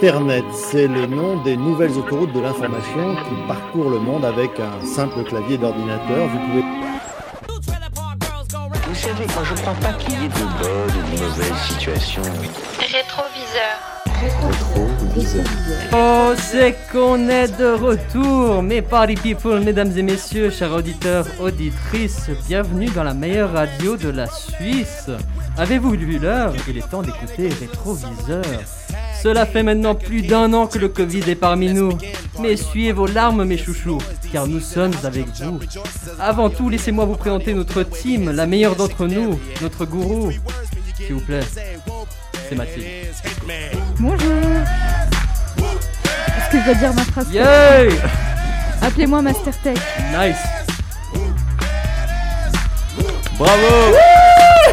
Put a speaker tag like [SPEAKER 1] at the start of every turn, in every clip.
[SPEAKER 1] Internet, c'est le nom des nouvelles autoroutes de l'information qui parcourent le monde avec un simple clavier d'ordinateur. Vous pouvez.
[SPEAKER 2] Vous savez, moi je crois pas qu'il y ait de bonnes ou de mauvaises situations.
[SPEAKER 3] Rétroviseur.
[SPEAKER 4] Oh, c'est qu'on est de retour, mes party people, mesdames et messieurs, chers auditeurs, auditrices, bienvenue dans la meilleure radio de la Suisse. Avez-vous lu l'heure Il est temps d'écouter Rétroviseur. Cela fait maintenant plus d'un an que le Covid est parmi nous. Mais essuyez vos larmes, mes chouchous, car nous sommes avec vous. Avant tout, laissez-moi vous présenter notre team, la meilleure d'entre nous, notre gourou. S'il vous plaît, c'est Mathilde.
[SPEAKER 5] Bonjour Est-ce que je dois dire ma phrase
[SPEAKER 4] Yay
[SPEAKER 5] Appelez-moi Master Tech.
[SPEAKER 4] Nice Bravo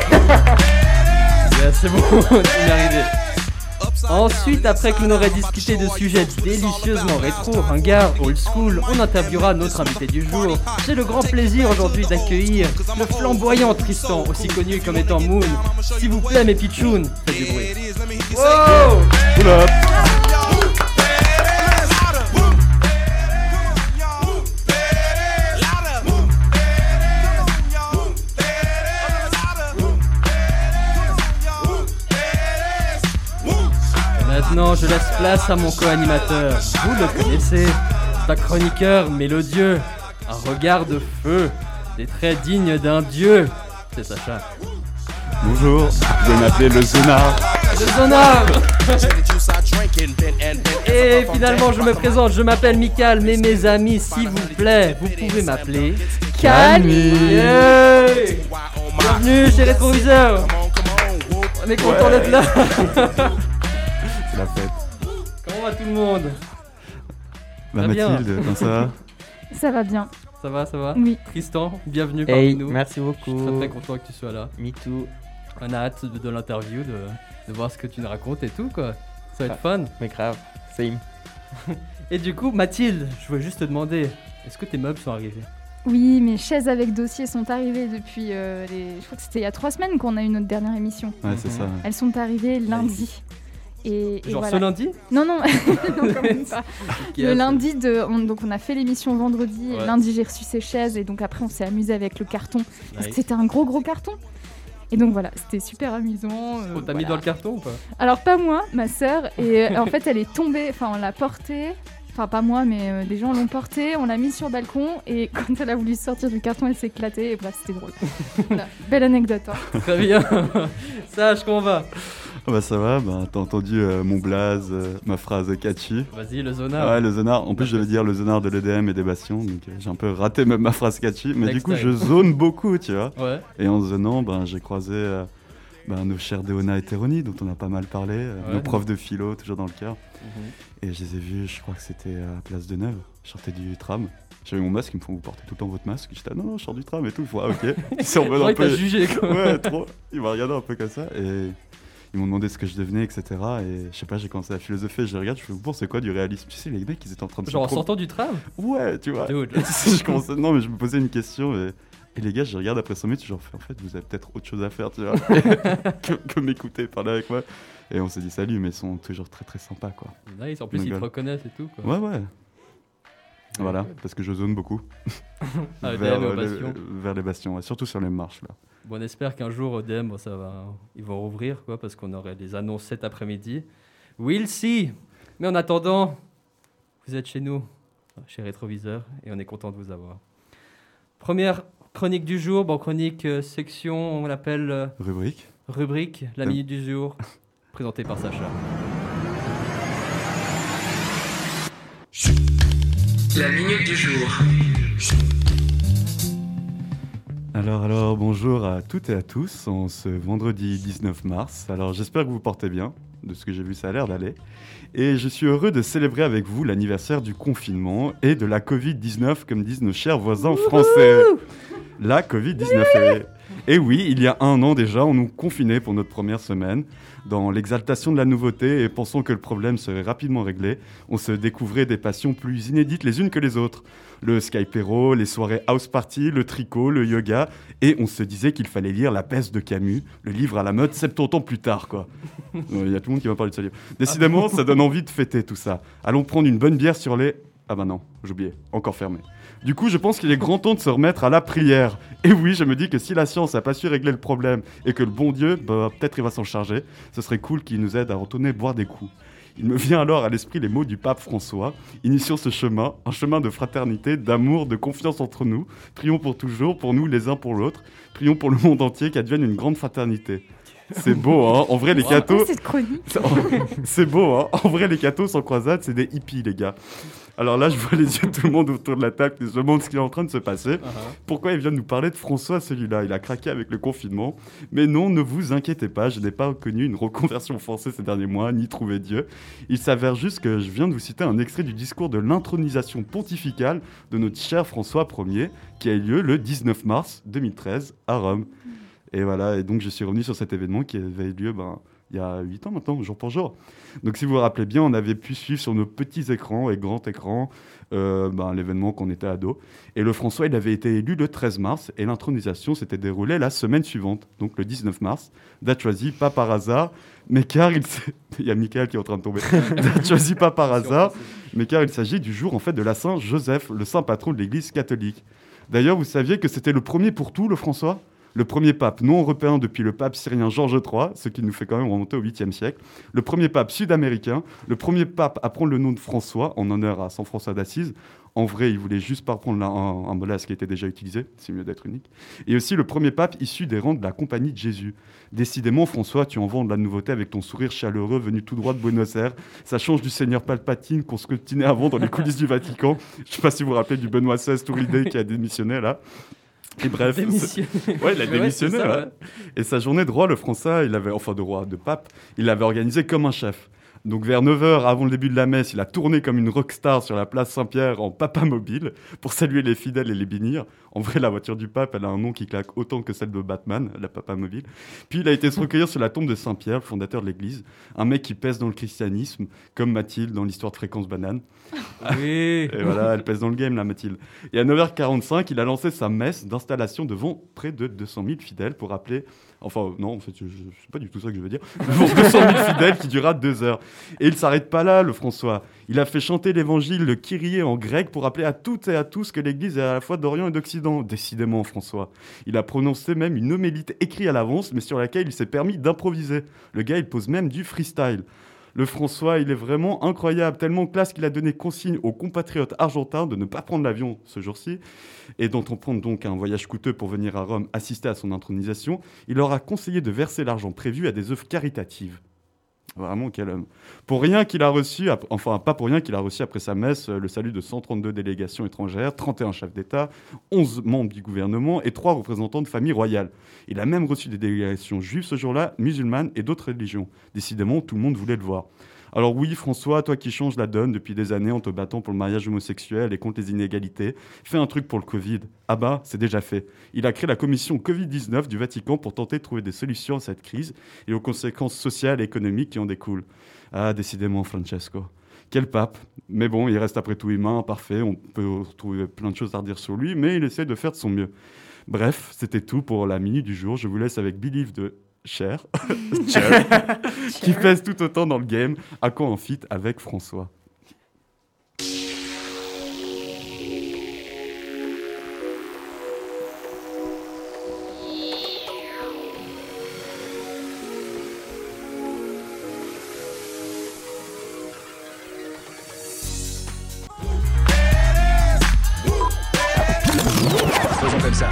[SPEAKER 4] Yeah, C'est bon, on est arrivé. Ensuite, après que l'on aurait discuté de sujets délicieusement rétro, hangar, old school, on interviewera notre invité du jour. J'ai le grand plaisir aujourd'hui d'accueillir le flamboyant Tristan, aussi connu comme étant Moon. S'il vous plaît, mes pitchounes, faites du bruit. Wow Maintenant, je laisse place à mon co-animateur. Vous le connaissez, c'est un chroniqueur mélodieux, un regard de feu, des traits dignes d'un dieu. C'est Sacha.
[SPEAKER 6] Bonjour, vous pouvez m'appeler le Zonard.
[SPEAKER 4] Le sonar Et finalement, je me présente, je m'appelle Mikal, mais mes amis, s'il vous plaît, vous pouvez m'appeler Kali. Yeah Bienvenue chez Rétroviseur. On est content d'être là.
[SPEAKER 6] C'est la fête.
[SPEAKER 4] Comment va tout le monde
[SPEAKER 6] Bah,
[SPEAKER 4] Très bien.
[SPEAKER 6] Mathilde, comme ça.
[SPEAKER 5] Ça va bien.
[SPEAKER 4] Ça va, ça va
[SPEAKER 5] Oui.
[SPEAKER 4] Tristan, bienvenue parmi
[SPEAKER 7] Hey,
[SPEAKER 4] nous.
[SPEAKER 7] merci
[SPEAKER 4] Je suis très,
[SPEAKER 7] beaucoup.
[SPEAKER 4] très content que tu sois là.
[SPEAKER 7] Me too.
[SPEAKER 4] On a hâte de, de l'interview, de, de voir ce que tu nous racontes et tout, quoi. Ça va être fun.
[SPEAKER 7] Ah, Mais grave, same.
[SPEAKER 4] Et du coup, Mathilde, je voulais juste te demander, est-ce que tes meubles sont arrivés
[SPEAKER 5] Oui, mes chaises avec dossier sont arrivées depuis euh, les... Je crois que c'était il y a trois semaines qu'on a eu notre dernière émission.
[SPEAKER 6] Ouais, c'est ça.
[SPEAKER 5] Elles sont arrivées lundi. Et, et
[SPEAKER 4] Genre
[SPEAKER 5] voilà.
[SPEAKER 4] ce lundi
[SPEAKER 5] Non, non, non, quand même pas.
[SPEAKER 4] Ok,
[SPEAKER 5] Le lundi, de, on- donc on a fait l'émission vendredi. et
[SPEAKER 4] Ouais.
[SPEAKER 5] Lundi, j'ai reçu ces chaises et donc après, on s'est amusé avec le carton. Parce que
[SPEAKER 4] Nice.
[SPEAKER 5] c'était un gros, gros carton. Et donc voilà, c'était super amusant. euh,
[SPEAKER 4] On t'a mis
[SPEAKER 5] voilà.
[SPEAKER 4] dans le carton ou pas
[SPEAKER 5] Alors pas moi, ma sœur. Et euh, en fait, elle est tombée. Enfin, on l'a portée. Enfin, pas moi, mais euh, des gens l'ont portée. On l'a mise sur le balcon. Et quand elle a voulu sortir du carton, elle s'est éclatée. Et bref, c'était drôle. Voilà. Belle anecdote. hein.
[SPEAKER 4] Très bien. Sache qu'on va.
[SPEAKER 6] Ah bah, ça va, bah, t'as entendu euh, mon blaze, euh, ma phrase catchy.
[SPEAKER 4] Vas-y, le
[SPEAKER 6] Ah
[SPEAKER 4] zona.
[SPEAKER 6] ouais, le Zonard. En plus, je devais dire le Zonard de l'EDM et des Bastions, donc euh, j'ai un peu raté même ma phrase catchy. Mais
[SPEAKER 4] Next
[SPEAKER 6] du coup,
[SPEAKER 4] time.
[SPEAKER 6] je zone beaucoup, tu vois.
[SPEAKER 4] Ouais.
[SPEAKER 6] Et en zonant, ben, j'ai croisé euh, ben, nos chers Deona et Teroni, dont on a pas mal parlé, euh,
[SPEAKER 4] Ouais. Mhm.
[SPEAKER 6] nos profs de philo, toujours dans le cœur. Et je les ai vus, je crois que c'était à Place de Neuve. Je sortais du tram. J'avais mon masque, ils me font vous portez tout le temps votre masque. J'étais ah, non, non, je sors du tram et tout. Ils font, ah ok. Ils sont en mode
[SPEAKER 4] Genre,
[SPEAKER 6] un
[SPEAKER 4] il t'a
[SPEAKER 6] peu.
[SPEAKER 4] jugé, quoi.
[SPEAKER 6] Ouais, trop. Ils m'ont regardé un peu comme ça et ils m'ont demandé ce que je devenais, etc. Et je sais pas, j'ai commencé à philosopher. Je les regarde, je fais bon, c'est quoi du réalisme Tu sais, les mecs, ils étaient en train de
[SPEAKER 4] Genre en Ah,
[SPEAKER 6] se. pro-
[SPEAKER 4] sortant du tram
[SPEAKER 6] Ouais, tu vois.
[SPEAKER 4] Dude.
[SPEAKER 6] Et tu sais, je commençais- Non, mais je me posais une question. Et, et les gars, je les regarde après 100 minutes, je leur fais en fait, vous avez peut-être autre chose à faire, tu vois, que, que m'écouter, parler avec moi. Et on s'est dit salut, mais ils sont toujours très très sympas, quoi.
[SPEAKER 4] Nice, en plus ils te
[SPEAKER 6] Mongol.
[SPEAKER 4] reconnaissent et tout, quoi.
[SPEAKER 6] Ouais, ouais. Voilà, parce que je zone beaucoup.
[SPEAKER 4] Ah, DM et aux
[SPEAKER 6] euh, les,
[SPEAKER 4] bastions.
[SPEAKER 6] vers les bastions, ouais, surtout sur les marches, là.
[SPEAKER 4] Bon, on espère qu'un jour, au DM, bon, ça va, hein, ils vont rouvrir, quoi, parce qu'on aurait des annonces cet après-midi. We'll see Mais en attendant, vous êtes chez nous, chez Rétroviseur, et on est content de vous avoir. Première chronique du jour, bon, chronique euh, section, on l'appelle euh,
[SPEAKER 6] Rubrique
[SPEAKER 4] rubrique, la
[SPEAKER 6] Hum.
[SPEAKER 4] minute du jour, présentée par Sacha.
[SPEAKER 2] La minute du jour.
[SPEAKER 6] Alors, alors, bonjour à toutes et à tous en ce vendredi 19 mars. Alors, j'espère que vous portez bien. De ce que j'ai vu, ça a l'air d'aller. Et je suis heureux de célébrer avec vous l'anniversaire du confinement et de la Covid-19, comme disent nos chers voisins français. La Covid-19. est- Et oui, il y a un an déjà, on nous confinait pour notre première semaine. Dans l'exaltation de la nouveauté et pensant que le problème serait rapidement réglé, on se découvrait des passions plus inédites les unes que les autres. Le skypero, les soirées house party, le tricot, le yoga, et on se disait qu'il fallait lire La peste de Camus, le livre à la mode 70 ans plus tard, quoi. Ouais, Il Euh, y a tout le monde qui va parler de ce livre. Décidément, ça donne envie de fêter tout ça. Allons prendre une bonne bière sur les... Ah bah non, j'oubliais, encore fermé. Du coup, je pense qu'il est grand temps de se remettre à la prière. Et oui, je me dis que si la science n'a pas su régler le problème et que le bon Dieu, bah, peut-être il va s'en charger, ce serait cool qu'il nous aide à retourner boire des coups. Il me vient alors à l'esprit les mots du pape François, initions ce chemin, un chemin de fraternité, d'amour, de confiance entre nous. Prions pour toujours, pour nous les uns pour l'autre. Prions pour le monde entier qu'advienne une grande fraternité. C'est beau, hein En vrai, les
[SPEAKER 4] Oh.
[SPEAKER 6] cathos,
[SPEAKER 5] cette chronique
[SPEAKER 6] c'est beau, hein En vrai, les cathos en croisade, c'est des hippies, les gars. Alors là, je vois les yeux de tout le monde autour de la table qui se demandent ce qui est en train de se passer. Pourquoi il vient de nous parler de François, celui-là Il a craqué avec le confinement. Mais non, ne vous inquiétez pas, je n'ai pas connu une reconversion forcée ces derniers mois, ni trouvé Dieu. Il s'avère juste que je viens de vous citer un extrait du discours de l'intronisation pontificale de notre cher François Ier, qui a eu lieu le 19 mars 2013 à Rome. Et voilà, et donc je suis revenu sur cet événement qui avait eu lieu ben, il y a 8 ans maintenant, jour pour jour. Donc si vous vous rappelez bien, on avait pu suivre sur nos petits écrans et grands écrans euh, ben, l'événement qu'on était ados. Et le François, il avait été élu le 13 mars et l'intronisation s'était déroulée la semaine suivante, donc le 19 mars. Date choisie, pas par hasard, mais car il... s'est- il y a Michael qui est en train de tomber. Date choisie, pas par hasard, mais car il s'agit du jour en fait de la Saint-Joseph, le saint patron de l'Église catholique. D'ailleurs, vous saviez que c'était le premier pour tout, le François le premier pape non européen depuis le pape syrien Georges III, ce qui nous fait quand même remonter au 8e siècle, le premier pape sud-américain, le premier pape à prendre le nom de François en honneur à Saint François d'Assise. En vrai, il voulait juste pas prendre un, un molasse qui était déjà utilisé, c'est mieux d'être unique. Et aussi le premier pape issu des rangs de la Compagnie de Jésus. Décidément, François, tu en vends de la nouveauté avec ton sourire chaleureux venu tout droit de Buenos Aires. Ça change du Seigneur Palpatine qu'on sculptinait avant dans les coulisses du Vatican. Je sais pas si vous vous rappelez du Benoît XVI Touridé qui a démissionné là. Et bref, ce-
[SPEAKER 4] Démissionné.
[SPEAKER 6] Ouais, il a
[SPEAKER 4] Ouais, ouais,
[SPEAKER 6] démissionné.
[SPEAKER 4] c'est ça,
[SPEAKER 6] ouais. Et sa journée de roi, le Français, il avait, enfin de roi, de pape, il l'avait organisé comme un chef. Donc vers 9h, avant le début de la messe, il a tourné comme une rockstar sur la place Saint-Pierre en papa mobile pour saluer les fidèles et les bénir. En vrai, la voiture du pape, elle a un nom qui claque autant que celle de Batman, la papa mobile. Puis il a été se recueillir sur la tombe de Saint-Pierre, le fondateur de l'église, un mec qui pèse dans le christianisme, comme Mathilde dans l'histoire de Fréquence Banane. hein.
[SPEAKER 4] Oui.
[SPEAKER 6] Et voilà, elle pèse dans le game, la Mathilde. Et à 9h45, il a lancé sa messe d'installation devant près de 200 000 fidèles pour rappeler. Enfin, non, en fait, je- je- c'est pas du tout ça que je veux dire. Devant 200 000 fidèles qui durera deux heures. Et il s'arrête pas là, le François. Il a fait chanter l'évangile, le Kyrie en grec pour rappeler à toutes et à tous que l'église est à la fois d'Orient et d'Occident. Décidément, François. Il a prononcé même une homélie écrite à l'avance, mais sur laquelle il s'est permis d'improviser. Le gars, il pose même du freestyle. Le François, il est vraiment incroyable, tellement classe qu'il a donné consigne aux compatriotes argentins de ne pas prendre l'avion ce jour-ci et d'entreprendre donc un voyage coûteux pour venir à Rome assister à son intronisation. Il leur a conseillé de verser l'argent prévu à des œuvres caritatives. Vraiment quel homme. Pour rien qu'il a reçu, ap- enfin pas pour rien qu'il a reçu après sa messe, euh, le salut de 132 délégations étrangères, 31 chefs d'État, 11 membres du gouvernement et 3 représentants de familles royales. Il a même reçu des délégations juives ce jour-là, musulmanes et d'autres religions. Décidément, tout le monde voulait le voir. Alors oui, François, toi qui changes la donne depuis des années en te battant pour le mariage homosexuel et contre les inégalités, fais un truc pour le Covid. Ah bah, c'est déjà fait. Il a créé la commission Covid-19 du Vatican pour tenter de trouver des solutions à cette crise et aux conséquences sociales et économiques qui en découlent. Ah, décidément, Francesco. Quel pape. Mais bon, il reste après tout humain, parfait, on peut retrouver plein de choses à redire sur lui, mais il essaie de faire de son mieux. Bref, c'était tout pour la minute du jour. Je vous laisse avec Believe de Cher, Cher. qui pèse tout autant dans le game, à quoi en fit avec François.
[SPEAKER 2] Faisons comme ça.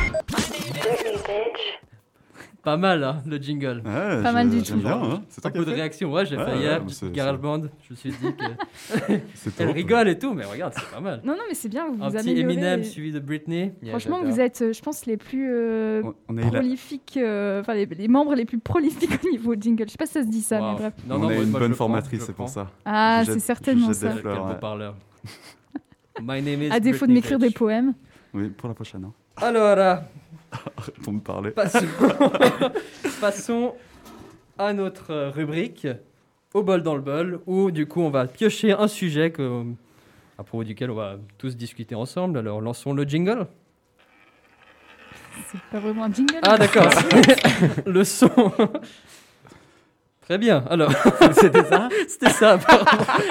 [SPEAKER 4] Pas mal, hein, le jingle.
[SPEAKER 6] Ouais,
[SPEAKER 5] Pas
[SPEAKER 6] Ah, je-
[SPEAKER 5] mal du
[SPEAKER 6] j'aime
[SPEAKER 5] tout.
[SPEAKER 6] bien, hein. C'est toi
[SPEAKER 4] Un
[SPEAKER 6] qui as
[SPEAKER 4] peu de
[SPEAKER 6] fait
[SPEAKER 4] réaction, ouais, j'ai
[SPEAKER 6] Ouais,
[SPEAKER 4] failli
[SPEAKER 6] ouais,
[SPEAKER 4] à
[SPEAKER 6] mais c'est-
[SPEAKER 4] GarageBand. Je me suis dit que
[SPEAKER 6] C'est
[SPEAKER 4] elle
[SPEAKER 6] top.
[SPEAKER 4] rigole et tout, mais regarde, c'est pas mal.
[SPEAKER 5] Non, non, mais c'est bien, vous
[SPEAKER 4] Un
[SPEAKER 5] vous
[SPEAKER 4] petit
[SPEAKER 5] améliorez.
[SPEAKER 4] Eminem suivi de Britney. Yeah,
[SPEAKER 5] Franchement,
[SPEAKER 4] j'adore.
[SPEAKER 5] vous êtes, euh, je pense, les plus euh,
[SPEAKER 6] On- On a eu la-
[SPEAKER 5] prolifiques, euh, enfin, les, les membres les plus prolifiques au niveau jingle. Je sais pas si ça se dit ça,
[SPEAKER 4] Wow.
[SPEAKER 5] mais bref.
[SPEAKER 4] Non,
[SPEAKER 6] on
[SPEAKER 4] non,
[SPEAKER 6] a
[SPEAKER 4] moi-
[SPEAKER 6] une
[SPEAKER 4] moi, je
[SPEAKER 6] bonne
[SPEAKER 4] le prends,
[SPEAKER 6] formatrice,
[SPEAKER 4] je
[SPEAKER 6] c'est
[SPEAKER 4] le
[SPEAKER 6] pour
[SPEAKER 4] prends.
[SPEAKER 6] ça. euh,
[SPEAKER 5] Ah,
[SPEAKER 6] Je jette-
[SPEAKER 5] c'est certainement
[SPEAKER 6] je jette
[SPEAKER 5] ça.
[SPEAKER 6] des
[SPEAKER 4] Quel
[SPEAKER 6] fleurs,
[SPEAKER 4] beau
[SPEAKER 6] ouais.
[SPEAKER 4] parleur. My name is
[SPEAKER 5] À défaut de
[SPEAKER 4] Britney
[SPEAKER 5] m'écrire des
[SPEAKER 4] Bitch.
[SPEAKER 5] poèmes.
[SPEAKER 6] Oui, pour la prochaine. hein.
[SPEAKER 4] Alors,
[SPEAKER 6] pour me parler.
[SPEAKER 4] Passons, Passons à notre rubrique au bol dans le bol où du coup on va piocher un sujet que, à propos duquel on va tous discuter ensemble. Alors lançons le jingle.
[SPEAKER 5] C'est pas vraiment un jingle.
[SPEAKER 4] Ah d'accord. le son. Très bien. Alors
[SPEAKER 7] C'était ça
[SPEAKER 4] c'était ça. pardon.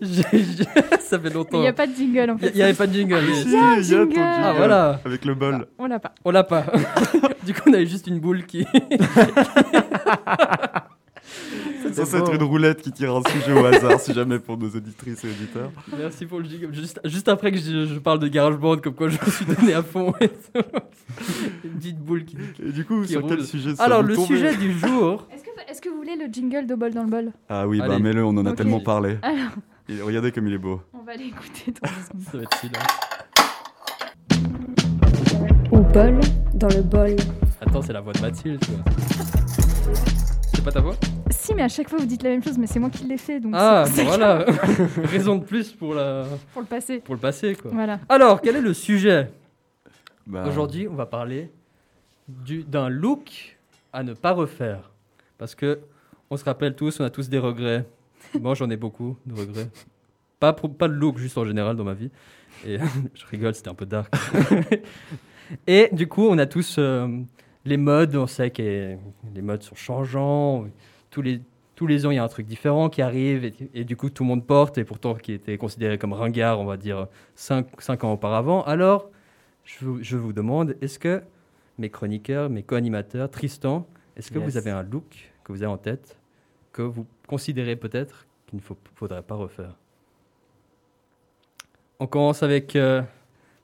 [SPEAKER 4] J'ai- j'ai- ça fait
[SPEAKER 5] Mais
[SPEAKER 4] longtemps.
[SPEAKER 5] il n'y a Ah, pas de jingle en
[SPEAKER 4] Il
[SPEAKER 5] fait.
[SPEAKER 4] n'y avait pas de jingle.
[SPEAKER 6] Si,
[SPEAKER 5] y a
[SPEAKER 6] il y a
[SPEAKER 5] un
[SPEAKER 6] ton
[SPEAKER 5] jingle.
[SPEAKER 6] jingle.
[SPEAKER 5] Ah,
[SPEAKER 4] voilà.
[SPEAKER 6] Avec le bol.
[SPEAKER 5] On l'a pas.
[SPEAKER 4] On l'a pas. du coup on avait juste une boule qui.
[SPEAKER 6] Ça, c'est être une roulette qui tire un sujet au hasard, si jamais pour nos auditrices et auditeurs.
[SPEAKER 4] Merci pour le jingle. Juste, juste après que je, je parle de GarageBand, comme quoi je me suis donné à fond. et tout. Une petite boule qui.
[SPEAKER 6] Et du coup,
[SPEAKER 4] Qui
[SPEAKER 6] sur quel
[SPEAKER 4] roule.
[SPEAKER 6] sujet ça
[SPEAKER 4] Alors
[SPEAKER 6] vous
[SPEAKER 4] le
[SPEAKER 6] tombez
[SPEAKER 4] sujet du jour.
[SPEAKER 5] Est-ce que, est-ce que vous voulez le jingle de bol dans le bol
[SPEAKER 6] Ah oui, bah
[SPEAKER 4] Allez.
[SPEAKER 6] mets-le, on en a
[SPEAKER 5] Ok.
[SPEAKER 6] tellement parlé.
[SPEAKER 5] Alors.
[SPEAKER 6] Et regardez comme il est beau.
[SPEAKER 5] On va l'écouter dans deux secondes.
[SPEAKER 4] Ça va être hein. silence.
[SPEAKER 8] Au bol, dans le bol.
[SPEAKER 4] Attends, c'est la voix de Mathilde. quoi. C'est pas ta voix
[SPEAKER 5] Si, mais à chaque fois vous dites la même chose, mais c'est moi qui l'ai fait donc
[SPEAKER 4] Ah,
[SPEAKER 5] c'est-
[SPEAKER 4] bah
[SPEAKER 5] c'est
[SPEAKER 4] voilà. Raison de plus pour, la...
[SPEAKER 5] pour le passé.
[SPEAKER 4] pour le passé, quoi.
[SPEAKER 5] Voilà.
[SPEAKER 4] Alors, quel est le sujet
[SPEAKER 6] Bah,
[SPEAKER 4] Aujourd'hui, on va parler du- d'un look à ne pas refaire. Parce que on se rappelle tous, on a tous des regrets. Moi, j'en ai beaucoup de regrets. Pas, pour- pas de look, juste en général dans ma vie. Et je rigole, c'était un peu dark. et du coup, on a tous euh, les modes. On sait que les modes sont changeants. Tous les, tous les ans, il y a un truc différent qui arrive. Et, et du coup, tout le monde porte. Et pourtant, qui était considéré comme ringard, on va dire, 5, ans auparavant. Alors, je vous, je vous demande, est-ce que mes chroniqueurs, mes co-animateurs, Tristan, est-ce que
[SPEAKER 7] Yes.
[SPEAKER 4] vous avez un look que vous avez en tête, que vous considérez peut-être qu'il ne faut- faudrait pas refaire On commence avec euh,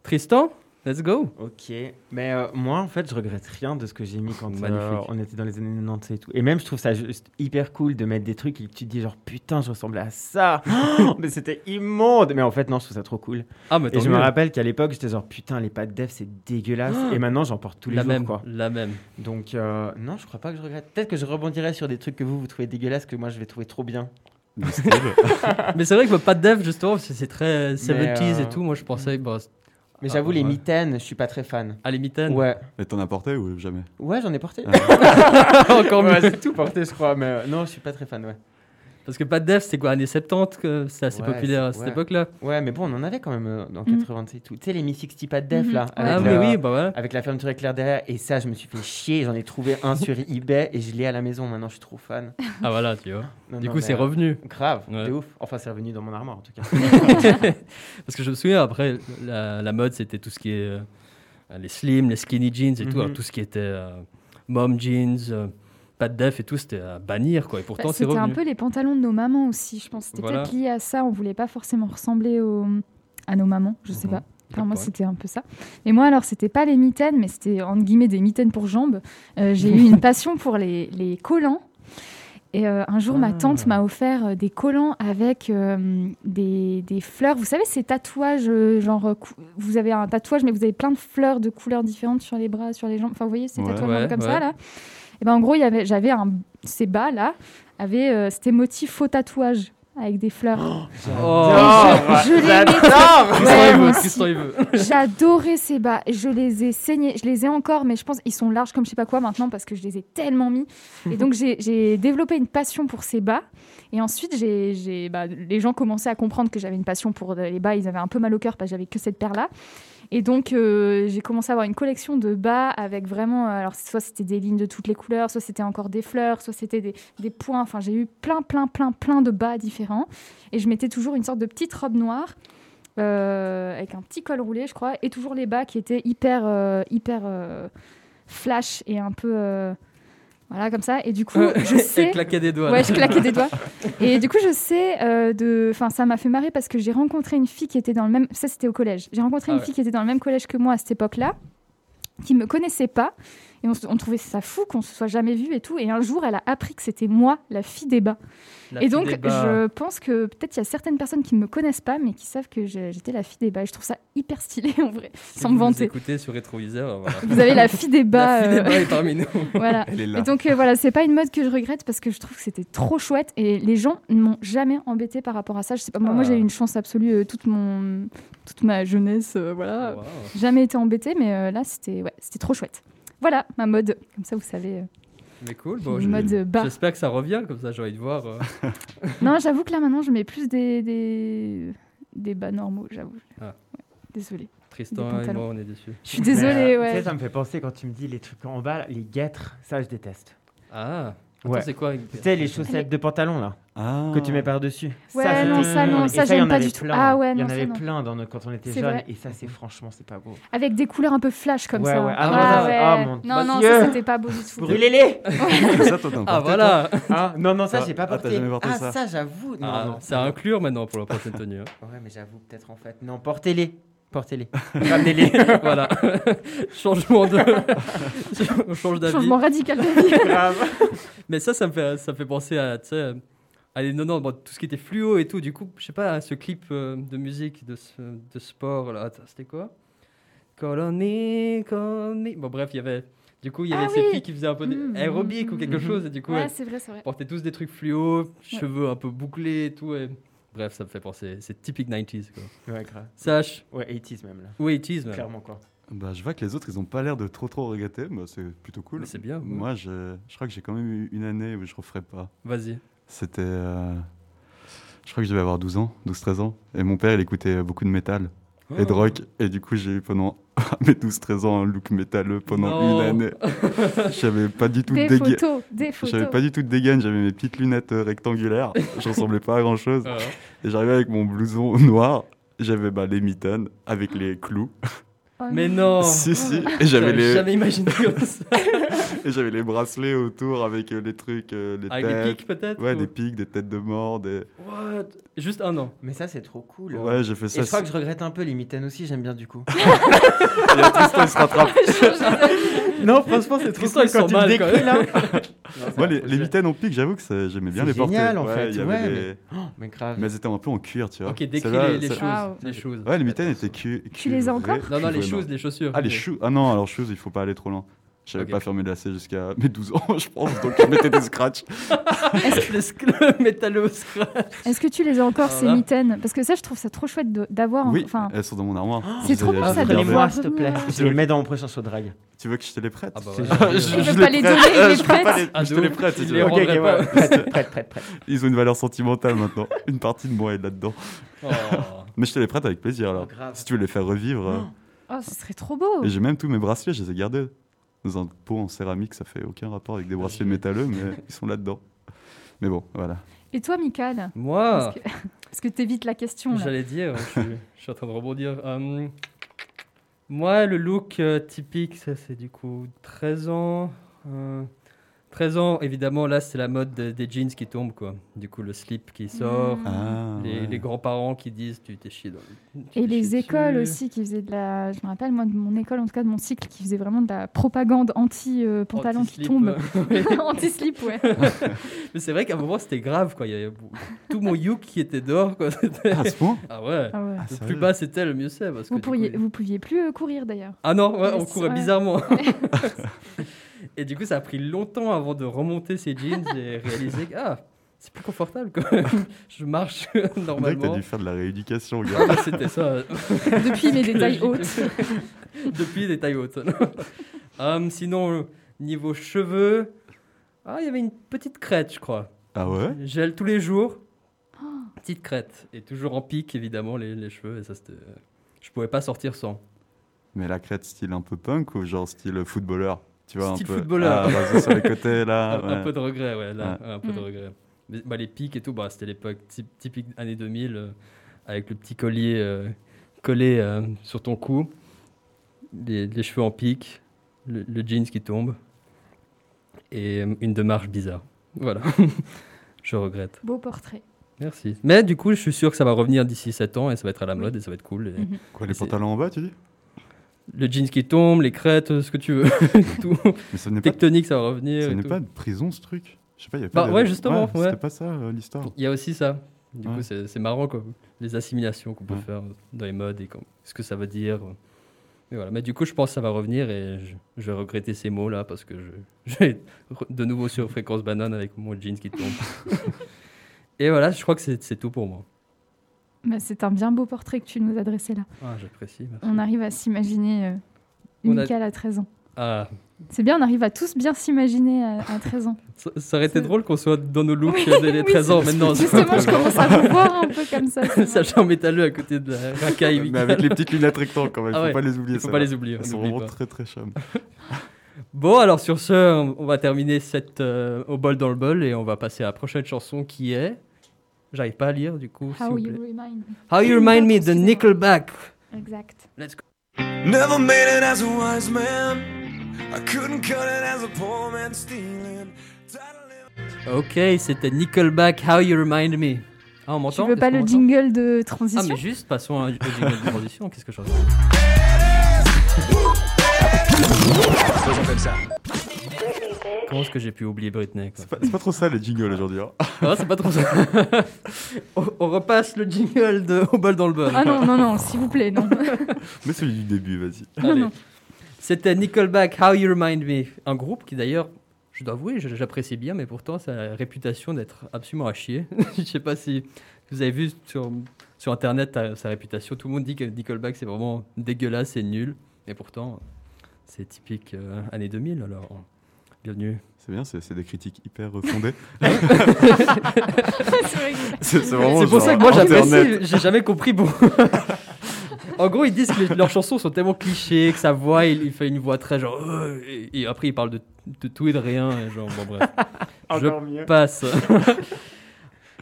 [SPEAKER 4] Tristan. Let's go.
[SPEAKER 7] Ok. Mais euh, moi, en fait, je regrette rien de ce que j'ai mis quand euh,
[SPEAKER 4] Magnifique.
[SPEAKER 7] on était dans les années 90 et tout. Et même, je trouve ça juste hyper cool de mettre des trucs et que tu te dis genre putain, je ressemblais à ça. Oh, mais c'était immonde. Mais en fait, non, je trouve ça trop cool.
[SPEAKER 4] Ah, mais
[SPEAKER 7] Et
[SPEAKER 4] tant
[SPEAKER 7] je me
[SPEAKER 4] mieux.
[SPEAKER 7] rappelle qu'à l'époque, j'étais genre putain, les pattes d'Eve, c'est dégueulasse. et maintenant, j'en porte tous les
[SPEAKER 4] la
[SPEAKER 7] jours,
[SPEAKER 4] même,
[SPEAKER 7] quoi.
[SPEAKER 4] la même.
[SPEAKER 7] Donc, euh, non, je crois pas que je regrette. Peut-être que je rebondirai sur des trucs que vous, vous trouvez dégueulasses, que moi, je vais trouver trop bien.
[SPEAKER 6] le style.
[SPEAKER 4] Mais c'est vrai que votre pas de dev justement, c'est c'est très 70s
[SPEAKER 7] euh,
[SPEAKER 4] et tout. Moi, je pensais, bah,
[SPEAKER 7] Mais
[SPEAKER 4] Ah,
[SPEAKER 7] j'avoue, les
[SPEAKER 4] ouais.
[SPEAKER 7] mitaines, je suis pas très fan.
[SPEAKER 4] à l'imitaine.
[SPEAKER 7] Ouais,
[SPEAKER 6] Mais t'en as porté ou jamais
[SPEAKER 7] ouais, j'en ai porté.
[SPEAKER 4] Encore mieux.
[SPEAKER 7] Ah. Ouais, j'ai tout porté, je crois, mais euh, non, je suis pas très fan, ouais.
[SPEAKER 4] Parce que pas de dev, c'est quoi, années 70, que c'est assez
[SPEAKER 7] Ouais,
[SPEAKER 4] populaire à
[SPEAKER 7] c'est-
[SPEAKER 4] cette
[SPEAKER 7] ouais.
[SPEAKER 4] époque-là.
[SPEAKER 7] Ouais, mais bon, on en avait quand même euh, dans
[SPEAKER 5] Mhm.
[SPEAKER 7] 86 et tout. Tu sais, les Mi 60 pas de def,
[SPEAKER 5] Mhm.
[SPEAKER 7] là.
[SPEAKER 4] Ah,
[SPEAKER 7] le-
[SPEAKER 4] oui, oui, bah ouais.
[SPEAKER 7] Avec la fermeture éclair derrière, et ça, je me suis fait chier. J'en ai trouvé un sur eBay et je l'ai à la maison. Maintenant, je suis trop fan.
[SPEAKER 4] Ah, voilà, tu vois.
[SPEAKER 7] Non,
[SPEAKER 4] Du
[SPEAKER 7] non,
[SPEAKER 4] coup,
[SPEAKER 7] mais,
[SPEAKER 4] c'est
[SPEAKER 7] euh,
[SPEAKER 4] revenu.
[SPEAKER 7] Grave,
[SPEAKER 4] Ouais.
[SPEAKER 7] de ouf. Enfin, c'est revenu dans mon armoire en tout cas.
[SPEAKER 4] Parce que je me souviens, après, la, la mode, c'était tout ce qui est euh, les slim, les skinny jeans et tout.
[SPEAKER 7] Mhm.
[SPEAKER 4] Alors, tout ce qui était euh, mom jeans, euh, pas de def et tout, c'était à bannir, quoi. Et
[SPEAKER 5] Bah,
[SPEAKER 4] pourtant, c'est
[SPEAKER 5] c'était
[SPEAKER 4] revenu.
[SPEAKER 5] un peu les pantalons de nos mamans aussi, je pense. C'était
[SPEAKER 4] Voilà.
[SPEAKER 5] peut-être lié à ça. On voulait pas forcément ressembler au- à nos mamans, je sais
[SPEAKER 4] Mhm.
[SPEAKER 5] pas. Enfin, moi,
[SPEAKER 4] Je sais
[SPEAKER 5] c'était un peu ça. Et moi, alors, c'était pas les mitaines, mais c'était entre guillemets des mitaines pour jambes. Euh, j'ai eu une passion pour les, les collants. Et euh, un jour, ma
[SPEAKER 4] Ah.
[SPEAKER 5] tante m'a offert euh, des collants avec euh, des, des fleurs. Vous savez, ces tatouages, euh, genre, euh, cou- vous avez un tatouage, mais vous avez plein de fleurs de couleurs différentes sur les bras, sur les jambes. Enfin, vous voyez, ces
[SPEAKER 6] Ouais.
[SPEAKER 5] tatouages
[SPEAKER 4] Ouais,
[SPEAKER 5] genre comme
[SPEAKER 4] ouais.
[SPEAKER 5] ça, là. Et ben, en gros, il y avait- j'avais un. Ces bas-là, avaient, euh, c'était motif faux tatouage avec des fleurs.
[SPEAKER 4] pas.
[SPEAKER 5] je je les
[SPEAKER 4] Oh,
[SPEAKER 5] mettais-
[SPEAKER 4] Tristan,
[SPEAKER 5] Ouais,
[SPEAKER 4] il
[SPEAKER 5] moi
[SPEAKER 4] veut,
[SPEAKER 5] aussi.
[SPEAKER 4] Tristan, il veut.
[SPEAKER 5] J'adorais ces bas. Je les ai saignés. Je les ai encore, mais je pense qu'ils sont larges comme je sais pas quoi maintenant parce que je les ai tellement mis. Et donc, j'ai- j'ai développé une passion pour ces bas. Et ensuite, j'ai j'ai- bah, les gens commençaient à comprendre que j'avais une passion pour euh, les bas. Ils avaient un peu mal au cœur parce que j'avais que cette paire-là. Et donc, euh, j'ai commencé à avoir une collection de bas avec vraiment. euh, Alors, soit c'était des lignes de toutes les couleurs, soit c'était encore des fleurs, soit c'était des, des points. Enfin, j'ai eu plein, plein, plein, plein de bas différents. Et je mettais toujours une sorte de petite robe noire euh, avec un petit col roulé, je crois, et toujours les bas qui étaient hyper, euh, hyper euh, flash et un peu. euh, voilà, comme ça. Et du coup,
[SPEAKER 4] Euh,
[SPEAKER 5] je sais.
[SPEAKER 4] Elle claquait des doigts. là.
[SPEAKER 5] Ouais, je claquais des doigts. Et du coup, je sais euh, de. Enfin, ça m'a fait marrer parce que j'ai rencontré une fille qui était dans le même. Ça, c'était au collège. J'ai rencontré
[SPEAKER 4] Ah
[SPEAKER 5] une
[SPEAKER 4] ouais.
[SPEAKER 5] fille qui était dans le même collège que moi à cette époque-là, qui me connaissait pas. Et on, se- on trouvait ça fou qu'on se soit jamais vu et tout. Et un jour, elle a appris que c'était moi, la fille des bas.
[SPEAKER 4] La
[SPEAKER 5] Et
[SPEAKER 4] fille
[SPEAKER 5] donc,
[SPEAKER 4] des bas.
[SPEAKER 5] je pense que peut-être il y a certaines personnes qui ne me connaissent pas, mais qui savent que j'ai- j'étais la fille des bas. Et je trouve ça hyper stylé en vrai,
[SPEAKER 4] Si
[SPEAKER 5] sans
[SPEAKER 4] vous
[SPEAKER 5] me
[SPEAKER 4] nous
[SPEAKER 5] vanter.
[SPEAKER 4] écoutez sur Rétroviseur, voilà.
[SPEAKER 5] Vous avez la fille des bas.
[SPEAKER 4] La fille des
[SPEAKER 5] euh,
[SPEAKER 4] bas est parmi nous.
[SPEAKER 5] voilà.
[SPEAKER 6] Elle est là.
[SPEAKER 5] Et donc euh, voilà, c'est pas une mode que je regrette parce que je trouve que c'était trop chouette et les gens ne m'ont jamais embêté par rapport à ça. Je sais pas, moi, moi,
[SPEAKER 4] Ah.
[SPEAKER 5] j'ai eu une chance absolue euh, toute mon toute ma jeunesse, euh, voilà,
[SPEAKER 4] Wow.
[SPEAKER 5] jamais été embêtée, mais euh, là c'était ouais, c'était trop chouette. Voilà ma mode, comme ça vous savez, euh,
[SPEAKER 4] Mais cool, bon,
[SPEAKER 5] une
[SPEAKER 4] je-
[SPEAKER 5] mode euh, bas.
[SPEAKER 4] j'espère que ça revient, comme ça j'aurai envie de voir. euh.
[SPEAKER 5] Non, j'avoue que là maintenant je mets plus des des, des bas normaux, j'avoue.
[SPEAKER 4] Ah.
[SPEAKER 5] Ouais, Désolée. Des
[SPEAKER 4] Tristan et
[SPEAKER 5] pantalons.
[SPEAKER 4] moi, on est déçus.
[SPEAKER 5] Je suis désolée,
[SPEAKER 7] Mais, euh, Tu
[SPEAKER 5] ouais.
[SPEAKER 7] sais, ça me fait penser quand tu me dis les trucs en bas, là, les guêtres, ça je déteste.
[SPEAKER 4] Ah, attends,
[SPEAKER 7] Ouais.
[SPEAKER 4] c'est quoi une-
[SPEAKER 7] Tu sais, les chaussettes de pantalon là,
[SPEAKER 6] Ah.
[SPEAKER 7] que tu mets par-dessus.
[SPEAKER 5] Oh. Ouais,
[SPEAKER 7] je
[SPEAKER 5] non,
[SPEAKER 7] déteste.
[SPEAKER 5] ça, non,
[SPEAKER 7] Et
[SPEAKER 5] ça,
[SPEAKER 7] il y
[SPEAKER 5] j'aime
[SPEAKER 7] en
[SPEAKER 5] pas
[SPEAKER 7] avait
[SPEAKER 5] du tout.
[SPEAKER 7] plein.
[SPEAKER 5] Ah ouais,
[SPEAKER 7] Il y
[SPEAKER 5] non,
[SPEAKER 7] en
[SPEAKER 5] ça,
[SPEAKER 7] avait
[SPEAKER 5] non.
[SPEAKER 7] plein dans nos- quand on était
[SPEAKER 5] C'est
[SPEAKER 7] jeunes,
[SPEAKER 5] vrai.
[SPEAKER 7] et ça, c'est franchement, c'est pas beau.
[SPEAKER 5] Avec des couleurs un peu flash comme
[SPEAKER 7] Ouais,
[SPEAKER 5] ça.
[SPEAKER 7] ouais.
[SPEAKER 4] Ah,
[SPEAKER 5] Ah,
[SPEAKER 4] mon-
[SPEAKER 5] ouais.
[SPEAKER 7] ah,
[SPEAKER 5] non,
[SPEAKER 7] mon
[SPEAKER 5] non,
[SPEAKER 7] Dieu.
[SPEAKER 5] ça c'était pas beau du tout.
[SPEAKER 6] Ça,
[SPEAKER 7] Brûlez-les
[SPEAKER 6] toi, t'as
[SPEAKER 4] Ah
[SPEAKER 6] emporté, toi
[SPEAKER 4] voilà
[SPEAKER 7] Hein Non, non, ça,
[SPEAKER 6] Ah,
[SPEAKER 7] j'ai pas
[SPEAKER 6] ah, t'as
[SPEAKER 7] porté.
[SPEAKER 6] jamais porté
[SPEAKER 7] ah,
[SPEAKER 6] ça.
[SPEAKER 7] j'avoue. Non,
[SPEAKER 4] Ah,
[SPEAKER 7] non.
[SPEAKER 4] C'est à inclure maintenant pour la prochaine tenue. hein.
[SPEAKER 7] Ouais, mais j'avoue, peut-être en fait. Non, portez-les. Portez-les. Ramenez-les.
[SPEAKER 4] voilà. Changement de. On change d'avis.
[SPEAKER 5] Changement radical d'avis.
[SPEAKER 7] Grave.
[SPEAKER 4] Mais ça, ça me fait, ça me fait penser à, tu sais, euh, à les 90, bon, tout ce qui était fluo et tout. Du coup, je sais pas, à ce clip euh, de musique, de, ce- de sport, là, attends, c'était quoi Call on me, call me. Bon, bref, il y avait. Du coup, il y
[SPEAKER 5] Ah
[SPEAKER 4] avait ces
[SPEAKER 5] oui.
[SPEAKER 4] filles qui faisaient un peu des-
[SPEAKER 5] Mhm.
[SPEAKER 4] aérobic ou quelque
[SPEAKER 7] Mhm.
[SPEAKER 4] chose. Et du coup,
[SPEAKER 5] Ouais,
[SPEAKER 4] elles
[SPEAKER 5] c'est vrai, c'est vrai.
[SPEAKER 4] portaient tous des trucs fluo, cheveux un peu bouclés et tout. Et... Bref, ça me fait penser. C'est typique 90s, quoi.
[SPEAKER 7] Ouais, grave.
[SPEAKER 4] Sache,
[SPEAKER 7] Ouais, 80s même là.
[SPEAKER 4] ou 80s, même.
[SPEAKER 7] Clairement quoi.
[SPEAKER 6] Bah, je vois que les autres, ils ont pas l'air de trop trop regretter, mais c'est plutôt cool.
[SPEAKER 4] Mais C'est bien. ouais.
[SPEAKER 6] Moi, je, je crois que j'ai quand même eu une année où je referais pas.
[SPEAKER 4] Vas-y.
[SPEAKER 6] C'était. euh, je crois que je devais avoir 12 ans, 12-13 ans. Et mon père, il écoutait beaucoup de métal
[SPEAKER 4] Oh.
[SPEAKER 6] et de rock. Et du coup, j'ai eu pendant mes 12-13 ans un look métalleux pendant
[SPEAKER 4] Non.
[SPEAKER 6] une année. J'avais pas du tout de
[SPEAKER 5] Des
[SPEAKER 6] dégaine.
[SPEAKER 5] photos, des
[SPEAKER 6] J'avais
[SPEAKER 5] photos.
[SPEAKER 6] pas du tout de dégaine, j'avais mes petites lunettes euh, rectangulaires, je ressemblais pas à grand chose.
[SPEAKER 4] Ah.
[SPEAKER 6] Et j'arrivais avec mon blouson noir, j'avais bah, les mitaines avec les clous.
[SPEAKER 5] Oh,
[SPEAKER 4] Mais non
[SPEAKER 6] Si, si, et j'avais
[SPEAKER 4] J'avais
[SPEAKER 6] les,
[SPEAKER 4] jamais imaginé comme ça.
[SPEAKER 6] et j'avais les bracelets autour avec euh, les trucs, euh, les
[SPEAKER 4] Avec des
[SPEAKER 6] têtes.
[SPEAKER 4] pics, hein, peut-être
[SPEAKER 6] ouais,
[SPEAKER 4] ou-
[SPEAKER 6] des pics, des têtes de mort, des.
[SPEAKER 4] What Juste un an.
[SPEAKER 7] Mais ça, c'est trop cool. hein.
[SPEAKER 6] Ouais, j'ai fait
[SPEAKER 7] Et
[SPEAKER 6] ça.
[SPEAKER 7] je crois que je regrette un peu les mitaines aussi, j'aime bien du coup.
[SPEAKER 6] Et la Tristan, il se rattrape.
[SPEAKER 7] non, franchement, c'est
[SPEAKER 4] Tristan, il sent mal, quand même.
[SPEAKER 6] Moi, les, les mitaines en pic, j'avoue que ça- j'aimais bien
[SPEAKER 7] C'est
[SPEAKER 6] les porter.
[SPEAKER 7] génial, en
[SPEAKER 6] Ouais,
[SPEAKER 7] fait,
[SPEAKER 6] il y avait
[SPEAKER 7] ouais,
[SPEAKER 6] des-
[SPEAKER 7] Mais grave.
[SPEAKER 6] mais elles étaient un peu en cuir, tu vois.
[SPEAKER 4] Ok, décris
[SPEAKER 6] Celles-là,
[SPEAKER 4] les, les
[SPEAKER 6] ça-
[SPEAKER 4] choses.
[SPEAKER 5] Wow.
[SPEAKER 4] Les choses.
[SPEAKER 6] Ouais, les mitaines étaient cu
[SPEAKER 5] Tu les as
[SPEAKER 6] cuivrées,
[SPEAKER 5] encore
[SPEAKER 4] Non, non, les
[SPEAKER 6] cuivrées,
[SPEAKER 4] choses, les chaussures.
[SPEAKER 6] Ah, les choux. Ah non, alors shoes, il faut pas aller trop loin. J'avais
[SPEAKER 4] Ok.
[SPEAKER 6] pas fermé le lacet jusqu'à mes 12 ans, je pense, donc je mettais des scratchs.
[SPEAKER 4] Le sc- le métallos.
[SPEAKER 5] Est-ce que tu les as encore,
[SPEAKER 4] Alors
[SPEAKER 5] ces
[SPEAKER 4] là.
[SPEAKER 5] mitaines Parce que ça, je trouve ça trop chouette de- d'avoir. en-
[SPEAKER 6] Oui,
[SPEAKER 5] Enfin,
[SPEAKER 6] elles sont dans mon armoire. Je
[SPEAKER 5] c'est
[SPEAKER 6] les
[SPEAKER 5] trop
[SPEAKER 6] ai-
[SPEAKER 5] bien,
[SPEAKER 6] je
[SPEAKER 5] ça,
[SPEAKER 6] les
[SPEAKER 5] donne
[SPEAKER 6] ai
[SPEAKER 5] moi.
[SPEAKER 7] Donnez-moi,
[SPEAKER 5] envie.
[SPEAKER 7] s'il te plaît. Je les mets dans mon prochain show de drague.
[SPEAKER 6] Tu veux que je te les prête
[SPEAKER 4] Ah bah
[SPEAKER 7] C'est
[SPEAKER 4] ouais.
[SPEAKER 7] génial.
[SPEAKER 5] Il veut
[SPEAKER 6] les
[SPEAKER 5] pas les
[SPEAKER 6] prête.
[SPEAKER 5] donner, il
[SPEAKER 6] Euh,
[SPEAKER 5] les
[SPEAKER 6] je peux pas
[SPEAKER 5] prête.
[SPEAKER 6] les-
[SPEAKER 4] Ah, de
[SPEAKER 6] Je te les
[SPEAKER 4] ouf.
[SPEAKER 6] prête.
[SPEAKER 4] Il
[SPEAKER 6] tu
[SPEAKER 4] les
[SPEAKER 6] vois.
[SPEAKER 4] rend- rendrai pas.
[SPEAKER 7] prête, prête, prête, prête.
[SPEAKER 6] Ils ont une valeur sentimentale maintenant. Une partie de moi est là-dedans.
[SPEAKER 4] Oh.
[SPEAKER 6] Mais je te les prête avec plaisir
[SPEAKER 7] Oh,
[SPEAKER 6] alors.
[SPEAKER 7] grave.
[SPEAKER 6] Si tu veux les faire revivre. euh,
[SPEAKER 5] oh, ce serait trop beau.
[SPEAKER 6] Et j'ai même tous mes bracelets, je les ai gardés. Dans un pot en céramique, ça fait aucun rapport avec des bracelets métalleux, mais ils sont là-dedans. Mais bon, voilà.
[SPEAKER 5] Et toi, Mikael
[SPEAKER 4] Moi,
[SPEAKER 5] Parce que- Parce que t'évites la question. là.
[SPEAKER 4] Ah. j'allais dire, je suis, je suis en train de rebondir. Hum, moi, le look euh, typique, ça c'est du coup 13 ans. euh, 13 ans, évidemment, là c'est la mode de- des jeans qui tombent, quoi. Du coup, le slip qui sort.
[SPEAKER 5] Mm.
[SPEAKER 6] Ah,
[SPEAKER 4] Les,
[SPEAKER 6] ouais.
[SPEAKER 4] les grands-parents qui disent tu t'es chié dans le- tu
[SPEAKER 5] Et
[SPEAKER 4] t'es
[SPEAKER 5] les
[SPEAKER 4] chié
[SPEAKER 5] écoles
[SPEAKER 4] dessus.
[SPEAKER 5] aussi qui faisaient de la. Je me rappelle, moi, de mon école, en tout cas de mon cycle, qui faisait vraiment de la propagande anti-pantalon qui
[SPEAKER 4] Anti-slip,
[SPEAKER 5] tombe.
[SPEAKER 4] euh, ouais.
[SPEAKER 5] Anti-slip, ouais.
[SPEAKER 4] Mais c'est vrai qu'à un moment c'était grave quoi. Il y avait bou- tout mon yuk qui était dehors quoi. C'était-
[SPEAKER 6] Ah, à ce point
[SPEAKER 4] Ah ouais.
[SPEAKER 5] Ah ouais.
[SPEAKER 6] Ah,
[SPEAKER 4] Le plus
[SPEAKER 6] sérieux
[SPEAKER 4] bas c'était le mieux c'est parce que
[SPEAKER 5] Vous,
[SPEAKER 4] du coup,
[SPEAKER 5] pourriez,
[SPEAKER 4] il-
[SPEAKER 5] vous pouviez plus euh, courir d'ailleurs.
[SPEAKER 4] Ah non, ouais,
[SPEAKER 5] Ouais,
[SPEAKER 4] on
[SPEAKER 5] c'est-
[SPEAKER 4] courait
[SPEAKER 5] ouais.
[SPEAKER 4] bizarrement. et du coup ça a pris longtemps avant de remonter ces jeans et réaliser que ah c'est plus confortable quoi. Je marche
[SPEAKER 6] On dirait que t'as
[SPEAKER 4] normalement.
[SPEAKER 6] dû faire de la rééducation, gars.
[SPEAKER 4] Ah, bah, c'était ça.
[SPEAKER 5] Depuis mes détails
[SPEAKER 4] Logique.
[SPEAKER 5] hautes.
[SPEAKER 4] Depuis des tailles hautes. Hum, sinon euh, niveau cheveux, ah il y avait une petite crête je crois.
[SPEAKER 6] Ah ouais
[SPEAKER 4] Gel tous les jours. Petite crête. Et toujours en pique, évidemment, les, les cheveux. Et ça, c'était. euh, Je pouvais pas sortir sans.
[SPEAKER 6] Mais la crête style un peu punk ou genre style footballeur tu vois,
[SPEAKER 4] Style
[SPEAKER 6] un peu...
[SPEAKER 4] footballeur.
[SPEAKER 6] Ah, vas-y, sur les côtés, là.
[SPEAKER 4] Un- un,
[SPEAKER 6] Ah, ouais.
[SPEAKER 4] peu de regret, ouais. Là, un peu de
[SPEAKER 5] Mm.
[SPEAKER 4] regret. Mais, bah, les piques et tout, bah, c'était l'époque typ- typique années 2000, euh, avec le petit collier euh, collé euh, sur ton cou, les, les cheveux en pique, le, le jeans qui tombe, et euh, une démarche bizarre. Voilà. je regrette.
[SPEAKER 5] Beau portrait.
[SPEAKER 4] Merci. Mais du coup, je suis sûr que ça va revenir d'ici 7 ans, et ça va être à la mode, et ça va être cool. et-
[SPEAKER 5] Mhm.
[SPEAKER 6] Quoi, les
[SPEAKER 4] C'est-
[SPEAKER 6] pantalons en bas, tu dis
[SPEAKER 4] Le jeans qui tombe, les crêtes, euh, ce que tu veux. tout.
[SPEAKER 6] Mais ça venait pas, de...
[SPEAKER 4] Tectonique, ça va revenir.
[SPEAKER 6] ça
[SPEAKER 4] et
[SPEAKER 6] venait
[SPEAKER 4] tout.
[SPEAKER 6] pas de prison, ce truc Je sais pas, il y a pas
[SPEAKER 4] Bah ouais,
[SPEAKER 6] de-
[SPEAKER 4] justement, ouais.
[SPEAKER 6] C'était pas ça euh, l'histoire.
[SPEAKER 4] Il y a aussi ça. Du
[SPEAKER 6] Ouais.
[SPEAKER 4] coup, c'est c'est marrant, quoi. Les assimilations qu'on peut
[SPEAKER 6] Ouais.
[SPEAKER 4] faire dans les modes et comme- ce que ça veut dire. Mais voilà. Mais du coup, je pense que ça va revenir et je, je vais regretter ces mots-là parce que je, je vais être re- de nouveau sur Fréquence Banane avec mon jean qui tombe. et voilà, je crois que c'est c'est tout pour moi.
[SPEAKER 5] Bah, c'est un bien beau portrait que tu nous adressais là.
[SPEAKER 4] Ah, j'apprécie. merci.
[SPEAKER 5] On arrive à s'imaginer euh,
[SPEAKER 4] On a-
[SPEAKER 5] Michael à 13 ans.
[SPEAKER 4] Ah,
[SPEAKER 5] C'est bien, on arrive à tous bien s'imaginer euh, à, à 13 ans.
[SPEAKER 4] ça, ça aurait été
[SPEAKER 5] C'est-
[SPEAKER 4] drôle qu'on soit dans nos looks dès les 13 ans maintenant.
[SPEAKER 5] Justement, je commence à vous voir un peu comme ça. c'est vrai.
[SPEAKER 4] Sachant métalleux à côté de la racaille.
[SPEAKER 6] Mais avec les petites lunettes rectangles quand même,
[SPEAKER 4] Ah
[SPEAKER 6] faut
[SPEAKER 4] ouais,
[SPEAKER 6] pas les oublier.
[SPEAKER 4] Il faut
[SPEAKER 6] ça
[SPEAKER 4] pas
[SPEAKER 6] va.
[SPEAKER 4] les oublier. on
[SPEAKER 6] Elles sont
[SPEAKER 4] n'oublie
[SPEAKER 6] vraiment
[SPEAKER 4] pas. Ah,
[SPEAKER 6] très très charmes.
[SPEAKER 4] Bon, alors sur ce, on- on va terminer cette euh, au bol dans le bol et on va passer à la prochaine chanson qui est. J'arrive pas à lire du coup. s'il
[SPEAKER 5] How
[SPEAKER 4] vous
[SPEAKER 5] you
[SPEAKER 4] plaît.
[SPEAKER 5] remind me.
[SPEAKER 4] How You Remind Me de
[SPEAKER 5] Excusez-moi.
[SPEAKER 4] Nickelback.
[SPEAKER 5] Exact.
[SPEAKER 4] Let's go.
[SPEAKER 9] Never made it as a wise man. I couldn't cut it as a poor man stealing.
[SPEAKER 4] Ok, c'était Nickelback, How You Remind Me. Ah, on
[SPEAKER 5] Tu
[SPEAKER 4] m'entend
[SPEAKER 5] veux pas
[SPEAKER 4] Est-ce qu'on
[SPEAKER 5] le
[SPEAKER 4] m'entend
[SPEAKER 5] jingle de
[SPEAKER 4] Ah,
[SPEAKER 5] transition
[SPEAKER 4] mais juste, passons à- au jingle de transition. Qu'est-ce que je fais Comment est-ce que j'ai pu oublier Britney quoi
[SPEAKER 6] C'est pas, c'est pas trop ça les jingles aujourd'hui. hein.
[SPEAKER 4] Ah, C'est pas trop ça. on, on repasse le jingle de Au bol dans le bol.
[SPEAKER 5] Ah non, non, non, s'il vous plaît, non.
[SPEAKER 6] Mais celui du début, vas-y.
[SPEAKER 4] Allez.
[SPEAKER 5] non.
[SPEAKER 4] C'était Nickelback, How You Remind Me. Un groupe qui d'ailleurs, je dois avouer, je- j'apprécie bien, mais pourtant ça a la réputation d'être absolument à chier. je sais pas si vous avez vu sur, sur Internet euh, sa réputation. Tout le monde dit que Nickelback c'est vraiment dégueulasse c'est nul. Et pourtant, c'est typique euh, années 2000 alors. Bienvenue.
[SPEAKER 6] C'est bien, c'est c'est des critiques hyper euh, fondées.
[SPEAKER 5] C'est vrai que-
[SPEAKER 6] C'est c'est vraiment
[SPEAKER 4] C'est pour
[SPEAKER 6] genre
[SPEAKER 4] ça que moi
[SPEAKER 6] Internet.
[SPEAKER 4] j'apprécie, j'ai jamais compris. Bon. en gros, ils disent que les- leurs chansons sont tellement clichés, que sa voix, il, il fait une voix très genre. euh, et, et après, il parle de, de tout et de rien. et genre, bon, bref. Je
[SPEAKER 7] Encore mieux.
[SPEAKER 4] passe.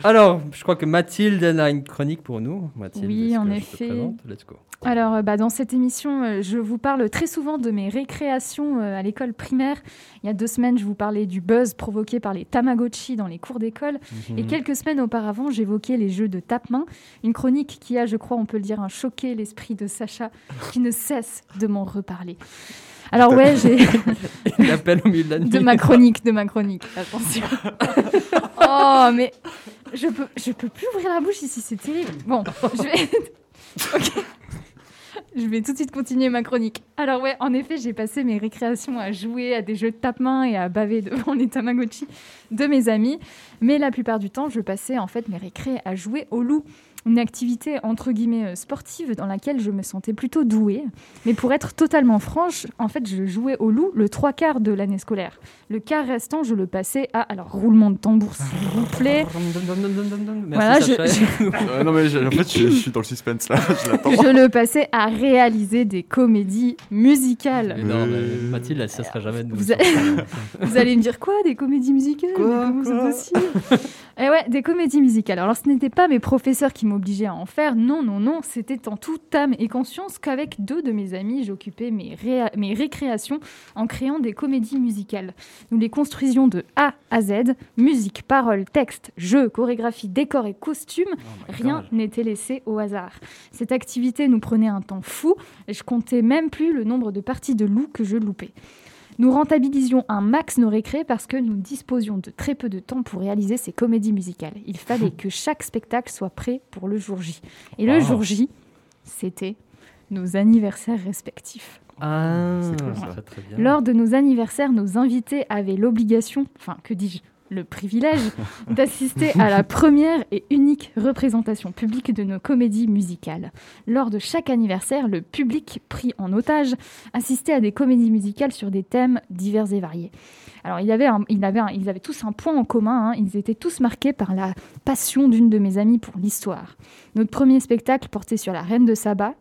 [SPEAKER 4] Alors, je crois que Mathilde elle a une chronique pour nous. Mathilde,
[SPEAKER 5] Oui,
[SPEAKER 4] est-ce
[SPEAKER 5] en
[SPEAKER 4] que je te
[SPEAKER 5] effet.
[SPEAKER 4] présente Let's go.
[SPEAKER 5] Alors, euh, bah, dans cette émission, euh, je vous parle très souvent de mes récréations euh, à l'école primaire. Il y a deux semaines, je vous parlais du buzz provoqué par les Tamagotchi dans les cours d'école. Et quelques semaines auparavant, j'évoquais les jeux de tape-main. Une chronique qui a, je crois, on peut le dire, un choqué l'esprit de Sacha, qui ne cesse de m'en reparler. Alors, ouais, j'ai.
[SPEAKER 4] Il appelle au milieu de la nuit.
[SPEAKER 5] De ma chronique, de ma chronique. Attention. oh, mais je peux, je peux plus ouvrir la bouche ici, c'est terrible. Bon, je vais. Ok. Je vais tout de suite continuer ma chronique. Alors ouais, en effet, j'ai passé mes récréations à jouer à des jeux de tape-main et à baver devant les Tamagotchi de mes amis. Mais la plupart du temps, je passais en fait mes récrés à jouer au loup. Une activité entre guillemets euh, sportive dans laquelle je me sentais plutôt douée. Mais pour être totalement franche, en fait, je jouais au loup le trois quarts de l'année scolaire. Le quart restant, je le passais à alors roulement de tambour s'il vous plaît.
[SPEAKER 4] Merci
[SPEAKER 5] Voilà, je-
[SPEAKER 4] Sacha.
[SPEAKER 6] Euh, non mais j'ai- en fait, je, je suis dans le suspense là. Je l'attends.
[SPEAKER 5] Je le passais à réaliser des comédies musicales.
[SPEAKER 4] Mais non,
[SPEAKER 6] Euh,
[SPEAKER 4] mais Mathilde, elle ne cessera jamais de nous.
[SPEAKER 5] Vous allez, vous allez me dire quoi Des comédies musicales Mais
[SPEAKER 4] Quoi,
[SPEAKER 5] Comment c'est
[SPEAKER 4] quoi
[SPEAKER 5] possible Eh ouais, des comédies musicales. Alors, ce n'était pas mes professeurs qui m'obligeaient à en faire. Non, non, non. C'était en toute âme et conscience qu'avec deux de mes amis, j'occupais mes, réa- mes récréations en créant des comédies musicales. Nous les construisions de A à Z. Musique, paroles, texte, jeux, chorégraphie, décor et costumes.
[SPEAKER 4] Oh
[SPEAKER 5] Rien n'était laissé au hasard. Cette activité nous prenait un temps fou et je comptais même plus le nombre de parties de loup que je loupais. Nous rentabilisions un max nos récrés parce que nous disposions de très peu de temps pour réaliser ces comédies musicales. Il fallait que chaque spectacle soit prêt pour le jour J. Et le
[SPEAKER 4] Wow.
[SPEAKER 5] jour J, c'était nos anniversaires respectifs.
[SPEAKER 4] Ah,
[SPEAKER 6] C'est cool, ça.
[SPEAKER 4] Très, très bien.
[SPEAKER 5] Lors de nos anniversaires, nos invités avaient l'obligation, enfin que dis-je, le privilège d'assister à la première et unique représentation publique de nos comédies musicales. Lors de chaque anniversaire, le public pris en otage assistait à des comédies musicales sur des thèmes divers et variés. Alors, il y avait un- il avait un- ils avaient tous un point en commun, hein. ils étaient tous marqués par la passion d'une de mes amies pour l'histoire. Notre premier spectacle portait sur la reine de Saba,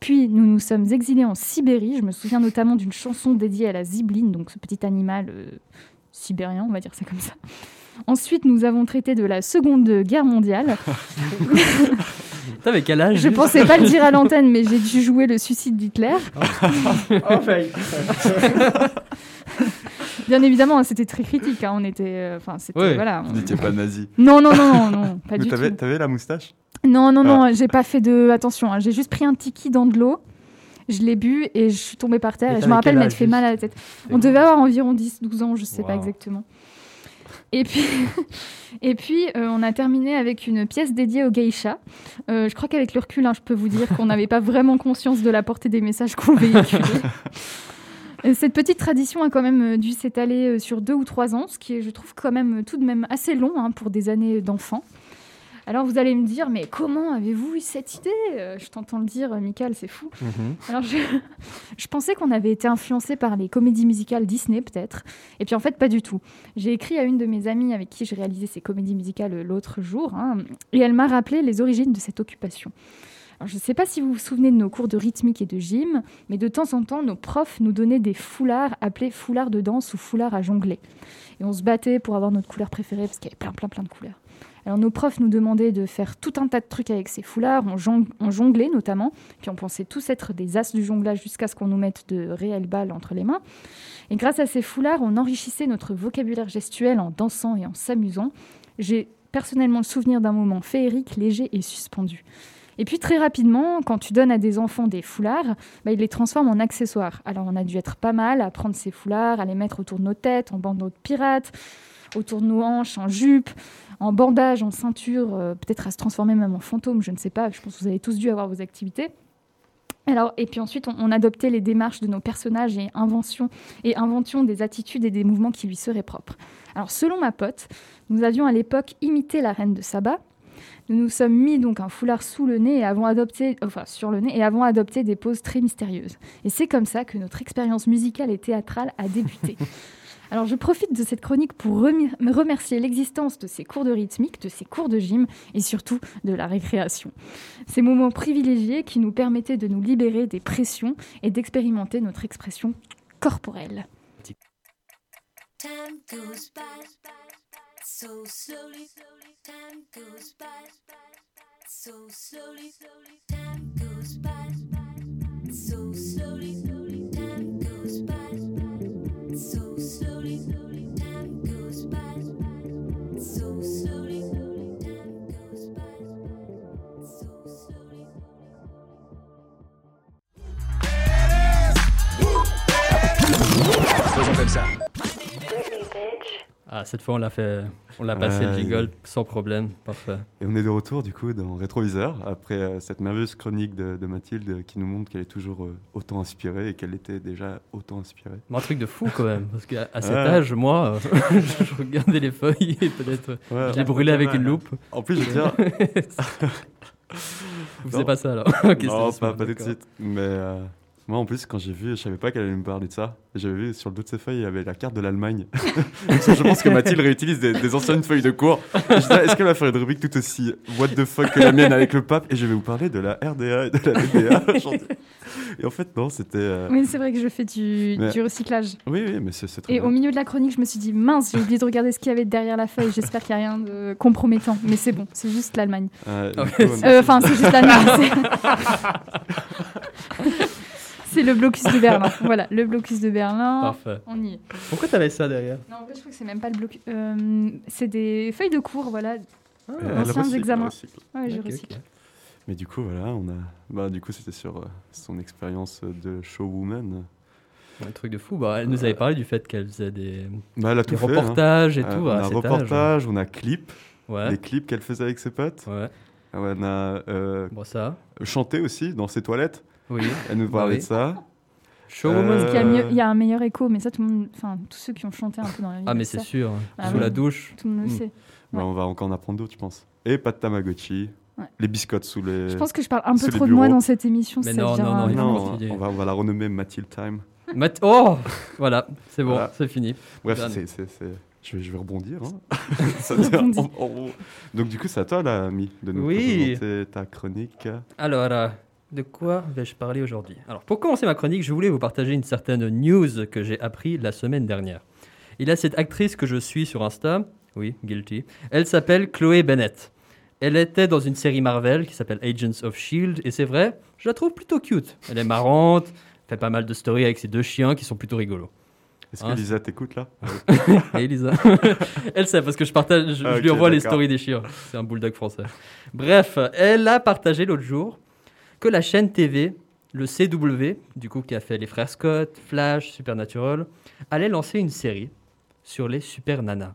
[SPEAKER 5] puis nous nous sommes exilés en Sibérie. Je me souviens notamment d'une chanson dédiée à la zibline, donc ce petit animal euh, sibérien, on va dire ça comme ça. Ensuite, nous avons traité de la Seconde Guerre mondiale.
[SPEAKER 4] Putain, mais quel âge
[SPEAKER 5] Je
[SPEAKER 4] lui
[SPEAKER 5] pensais pas le dire à l'antenne, mais j'ai dû jouer le suicide d'Hitler.
[SPEAKER 7] Oh, fail.
[SPEAKER 5] Bien évidemment, hein, c'était très critique. hein, On était, euh, enfin, c'était
[SPEAKER 4] Ouais.
[SPEAKER 5] voilà.
[SPEAKER 6] Vous
[SPEAKER 5] on-
[SPEAKER 6] n'étiez pas nazi.
[SPEAKER 5] Non, non, non, non, non,
[SPEAKER 6] Mais
[SPEAKER 5] pas du
[SPEAKER 6] t'avais
[SPEAKER 5] tout.
[SPEAKER 6] t'avais la moustache
[SPEAKER 5] Non, non,
[SPEAKER 4] Ah.
[SPEAKER 5] non, j'ai pas fait de attention. hein, J'ai juste pris un tiki dans de l'eau. Je l'ai bu et je suis tombée par terre.
[SPEAKER 4] Mais
[SPEAKER 5] Et je
[SPEAKER 4] t'avais
[SPEAKER 5] me rappelle
[SPEAKER 4] quel
[SPEAKER 5] m'être
[SPEAKER 4] âge,
[SPEAKER 5] fait mal à la
[SPEAKER 4] juste
[SPEAKER 5] tête. On devait avoir environ 10-12 ans, je sais pas
[SPEAKER 4] Wow.
[SPEAKER 5] exactement. Et puis, et puis euh, on a terminé avec une pièce dédiée aux geishas. Euh, je crois qu'avec le recul, hein, je peux vous dire qu'on n'avait pas vraiment conscience de la portée des messages qu'on véhiculait. Euh, Cette petite tradition a quand même euh, dû s'étaler euh, sur deux ou trois ans, ce qui est, je trouve, quand même euh, tout de même assez long hein, pour des années d'enfants. Alors vous allez me dire, mais comment avez-vous eu cette idée Euh, Je t'entends le dire, euh, Michael, c'est fou. Alors je, je pensais qu'on avait été influencé par les comédies musicales Disney peut-être, et puis en fait pas du tout. J'ai écrit à une de mes amies avec qui je réalisais ces comédies musicales euh, l'autre jour, hein, et elle m'a rappelé les origines de cette occupation. Alors, je ne sais pas si vous vous souvenez de nos cours de rythmique et de gym, mais de temps en temps, nos profs nous donnaient des foulards appelés foulards de danse ou foulards à jongler. Et on se battait pour avoir notre couleur préférée parce qu'il y avait plein, plein, plein de couleurs. Alors nos profs nous demandaient de faire tout un tas de trucs avec ces foulards, on, jong- on jonglait notamment, puis on pensait tous être des as du jonglage jusqu'à ce qu'on nous mette de réelles balles entre les mains. Et grâce à ces foulards, on enrichissait notre vocabulaire gestuel en dansant et en s'amusant. J'ai personnellement le souvenir d'un moment féerique, léger et suspendu. Et puis très rapidement, quand tu donnes à des enfants des foulards, bah, ils les transforment en accessoires. Alors on a dû être pas mal à prendre ces foulards, à les mettre autour de nos têtes, en bandeaux de pirates, autour de nos hanches, en jupe, en bandage, en ceinture, euh, peut-être à se transformer même en fantôme, je ne sais pas, je pense que vous avez tous dû avoir vos activités. Alors, et puis ensuite, on, on adoptait les démarches de nos personnages et inventions et inventions des attitudes et des mouvements qui lui seraient propres. Alors, selon ma pote, nous avions à l'époque imité la reine de Saba, nous nous sommes mis donc un foulard sous le nez et avons adopté, enfin sur le nez et avons adopté des poses très mystérieuses. Et c'est comme ça que notre expérience musicale et théâtrale a débuté. Alors je profite de cette chronique pour remi- me remercier l'existence de ces cours de rythmique, de ces cours de gym et surtout de la récréation. Ces moments privilégiés qui nous permettaient de nous libérer des pressions et d'expérimenter notre expression corporelle.
[SPEAKER 10] Time goes by so slowly. Time goes by so slowly. Time goes by so slowly. Time goes by so slowly. Time goes by so slowly. Time goes by so slowly.
[SPEAKER 9] Faisons comme ça.
[SPEAKER 4] Ah, cette fois, on l'a fait, on l'a passé le
[SPEAKER 6] Aïe.
[SPEAKER 4] jingle sans problème. Parfait.
[SPEAKER 6] Et on est de retour du coup dans Rétroviseur, après euh, cette merveilleuse chronique de, de Mathilde euh, qui nous montre qu'elle est toujours euh, autant inspirée et qu'elle était déjà autant inspirée.
[SPEAKER 4] Mais un truc de fou quand même, parce qu'à à cet
[SPEAKER 6] Ouais.
[SPEAKER 4] âge, moi, euh, je regardais les feuilles et peut-être euh,
[SPEAKER 6] Ouais.
[SPEAKER 4] je les brûlais avec une loupe.
[SPEAKER 6] En plus, je veux dire,
[SPEAKER 4] Vous faisiez
[SPEAKER 6] Non.
[SPEAKER 4] pas ça alors Ok,
[SPEAKER 6] non,
[SPEAKER 4] c'est-
[SPEAKER 6] pas, pas tout de
[SPEAKER 4] d'accord.
[SPEAKER 6] suite. Mais euh, moi, en plus, quand j'ai vu, je savais pas qu'elle allait me parler de ça. J'avais vu sur le dos de ses feuilles, il y avait la carte de l'Allemagne. Parce que je pense que Mathilde réutilise des, des anciennes feuilles de cours. Et je disais, Est-ce qu'elle va faire une rubrique tout aussi what the fuck que la mienne avec le pape Et je vais vous parler de la RDA et de la BDA. aujourd'hui. et en fait, non, c'était. euh,
[SPEAKER 5] Oui, c'est vrai que je fais du,
[SPEAKER 6] Mais-
[SPEAKER 5] du recyclage.
[SPEAKER 6] Oui, oui, mais c'est c'est très
[SPEAKER 5] Et
[SPEAKER 6] bien.
[SPEAKER 5] au milieu de la chronique, je me suis dit, mince, j'ai oublié de regarder ce qu'il y avait derrière la feuille. J'espère qu'il n'y a rien de compromettant. Mais c'est bon, c'est juste l'Allemagne.
[SPEAKER 6] Euh, du
[SPEAKER 4] Ah ouais,
[SPEAKER 6] coup, on-
[SPEAKER 5] Euh, Enfin, c'est juste l'Allemagne. c'est- c'est le blocus de Berlin. Voilà, le blocus de Berlin.
[SPEAKER 4] Parfait.
[SPEAKER 5] On y est.
[SPEAKER 4] Pourquoi t'avais ça derrière
[SPEAKER 5] Non, en fait, je trouve que c'est même pas le blocus. euh, c'est des feuilles de cours, voilà.
[SPEAKER 6] elle- elle
[SPEAKER 5] anciens
[SPEAKER 6] recycle, elle
[SPEAKER 5] examens.
[SPEAKER 6] recycle.
[SPEAKER 5] Ouais, j'ai
[SPEAKER 4] Ok,
[SPEAKER 5] recyclé.
[SPEAKER 4] ok.
[SPEAKER 6] Mais du coup, voilà, on a. Bah, du coup, c'était sur euh, son expérience de showwoman.
[SPEAKER 4] Un truc de fou. Bah, elle nous avait parlé du fait qu'elle faisait des,
[SPEAKER 6] Bah, elle a
[SPEAKER 4] des
[SPEAKER 6] tout fait. hein.
[SPEAKER 4] reportages et
[SPEAKER 6] Euh,
[SPEAKER 4] tout.
[SPEAKER 6] on
[SPEAKER 4] à
[SPEAKER 6] a
[SPEAKER 4] cet âge.
[SPEAKER 6] reportage, on a clip,
[SPEAKER 4] Ouais.
[SPEAKER 6] les clips qu'elle faisait avec ses potes.
[SPEAKER 4] ouais.
[SPEAKER 6] On a euh,
[SPEAKER 4] Bon, ça.
[SPEAKER 6] chanté aussi dans ses toilettes.
[SPEAKER 4] Oui.
[SPEAKER 6] Elle nous
[SPEAKER 4] Bah
[SPEAKER 6] parlait
[SPEAKER 4] oui.
[SPEAKER 6] de ça.
[SPEAKER 4] Showwoman.
[SPEAKER 5] Parce qu'il y a,
[SPEAKER 6] Euh,
[SPEAKER 5] mieux- il y a un meilleur écho, mais ça, tout le monde. Enfin, tous ceux qui ont chanté un peu dans la vie.
[SPEAKER 4] Ah, mais
[SPEAKER 5] ça,
[SPEAKER 4] c'est sûr.
[SPEAKER 5] Ah,
[SPEAKER 4] Sous
[SPEAKER 5] oui.
[SPEAKER 4] la douche.
[SPEAKER 5] Tout le monde le
[SPEAKER 4] Mm.
[SPEAKER 5] sait.
[SPEAKER 6] Bah,
[SPEAKER 5] Ouais.
[SPEAKER 6] on va encore en apprendre d'autres, je pense. Et pas de Tamagotchi.
[SPEAKER 5] Ouais.
[SPEAKER 6] Les biscottes sous les.
[SPEAKER 5] Je pense que je parle un peu
[SPEAKER 6] sous les
[SPEAKER 5] trop de moi
[SPEAKER 6] bureaux.
[SPEAKER 5] dans cette émission.
[SPEAKER 4] Mais
[SPEAKER 5] ça
[SPEAKER 4] non,
[SPEAKER 5] devient
[SPEAKER 4] non, non,
[SPEAKER 5] un-
[SPEAKER 4] il faut-
[SPEAKER 6] Non,
[SPEAKER 4] Fatigué.
[SPEAKER 6] on va, on va la renommer Mathilde Time.
[SPEAKER 4] Mat- oh Voilà, c'est bon,
[SPEAKER 6] Voilà.
[SPEAKER 4] c'est fini.
[SPEAKER 6] Bref,
[SPEAKER 4] Done.
[SPEAKER 6] c'est, c'est- c'est- Je, vais, je vais rebondir. hein. Ça devient- en- en- Donc, du coup, c'est à toi, là, Mi, de nous
[SPEAKER 4] Oui.
[SPEAKER 6] présenter ta chronique.
[SPEAKER 4] Alors, euh, de quoi vais-je parler aujourd'hui Alors, pour commencer ma chronique, je voulais vous partager une certaine news que j'ai appris la semaine dernière. Il y a cette actrice que je suis sur Insta, oui, guilty. Elle s'appelle Chloé Bennett. Elle était dans une série Marvel qui s'appelle Agents of Shield, E et c'est vrai, je la trouve plutôt cute. Elle est marrante, fait pas mal de stories avec ses deux chiens qui sont plutôt rigolos.
[SPEAKER 6] Est-ce
[SPEAKER 4] Hein,
[SPEAKER 6] que Lisa t'écoute, là
[SPEAKER 4] Et Elisa. elle sait parce que je partage, je,
[SPEAKER 6] Ah,
[SPEAKER 4] je lui
[SPEAKER 6] ok,
[SPEAKER 4] envoie les
[SPEAKER 6] d'accord.
[SPEAKER 4] stories des chiens. C'est un bulldog français. Bref, elle a partagé l'autre jour que la chaîne TV, le CW, du coup qui a fait les frères Scott, Flash, Supernatural, allait lancer une série sur les super nanas.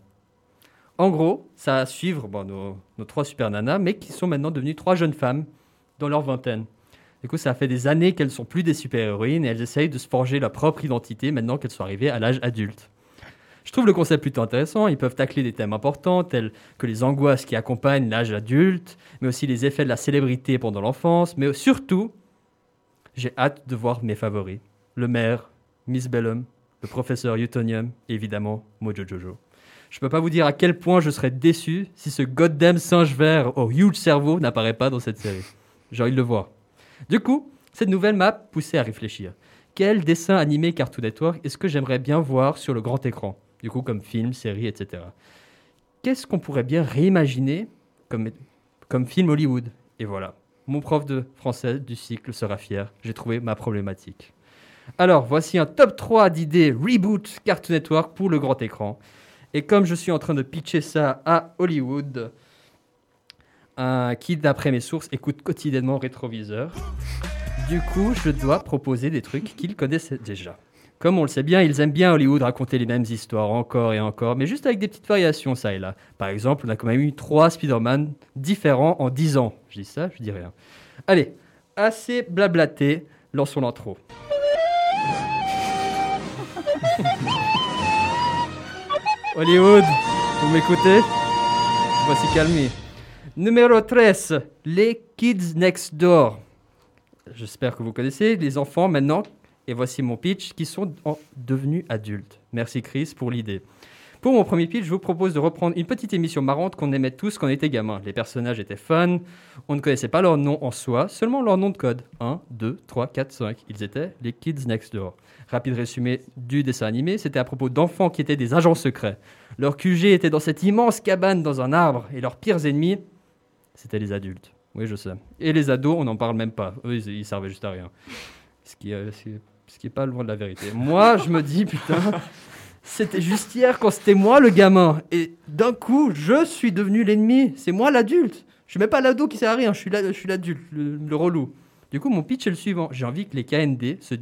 [SPEAKER 4] En gros, ça va suivre bon, nos, nos trois super nanas, mais qui sont maintenant devenues trois jeunes femmes dans leur vingtaine. Du coup, ça fait des années qu'elles sont plus des super-héroïnes et elles essayent de se forger leur propre identité maintenant qu'elles sont arrivées à l'âge adulte. Je trouve le concept plutôt intéressant. Ils peuvent tacler des thèmes importants tels que les angoisses qui accompagnent l'âge adulte, mais aussi les effets de la célébrité pendant l'enfance. Mais surtout, j'ai hâte de voir mes favoris le maire, Miss Bellum, le professeur Utonium et évidemment Mojo Jojo. Je peux pas vous dire à quel point je serais déçu si ce goddamn singe vert au huge cerveau n'apparaît pas dans cette série. J'ai envie de le voir. Du coup, cette nouvelle m'a poussé à réfléchir. Quel dessin animé Cartoon Network est-ce que j'aimerais bien voir sur le grand écran Du coup, comme film, série, etc. Qu'est-ce qu'on pourrait bien réimaginer comme, comme film Hollywood Et voilà, mon prof de français du cycle sera fier. J'ai trouvé ma problématique. Alors, voici un top 3 d'idées reboot Cartoon Network pour le grand écran. Et comme je suis en train de pitcher ça à Hollywood, euh, qui, d'après mes sources, écoute quotidiennement Rétroviseur, du coup, je dois proposer des trucs qu'ils connaissent déjà. Comme on le sait bien, ils aiment bien Hollywood raconter les mêmes histoires encore et encore, mais juste avec des petites variations, ça et là. Par exemple, on a quand même eu trois Spider-Man différents en 10 ans. Je dis ça, je dis rien. Allez, assez blablaté, lançons l'intro. Hollywood, vous m'écoutez Voici calmé. Numéro 13, les Kids Next Door. J'espère que vous connaissez les enfants maintenant, et voici mon pitch, qui sont en- devenus adultes. Merci Chris pour l'idée. Pour mon premier pitch, je vous propose de reprendre une petite émission marrante qu'on aimait tous quand on était gamin. Les personnages étaient fun, on ne connaissait pas leur nom en soi, seulement leur nom de code. 1, 2, 3, 4, 5. Ils étaient les Kids Next Door. Rapide résumé du dessin animé, c'était à propos d'enfants qui étaient des agents secrets. Leur QG était dans cette immense cabane dans un arbre, et leurs pires ennemis, c'était les adultes. Oui, je sais. Et les ados, on n'en parle même pas. Eux, ils, ils servaient juste à rien. Ce qui, euh, ce- ce qui est pas loin de la vérité. Moi, je me dis, putain, c'était juste hier quand c'était moi le gamin. Et d'un coup, je suis devenu l'ennemi. C'est moi l'adulte. Je suis même pas l'ado qui sert à rien. Je suis la- je suis l'adulte, le, le relou. Du coup, mon pitch est le suivant. J'ai envie que les KND se,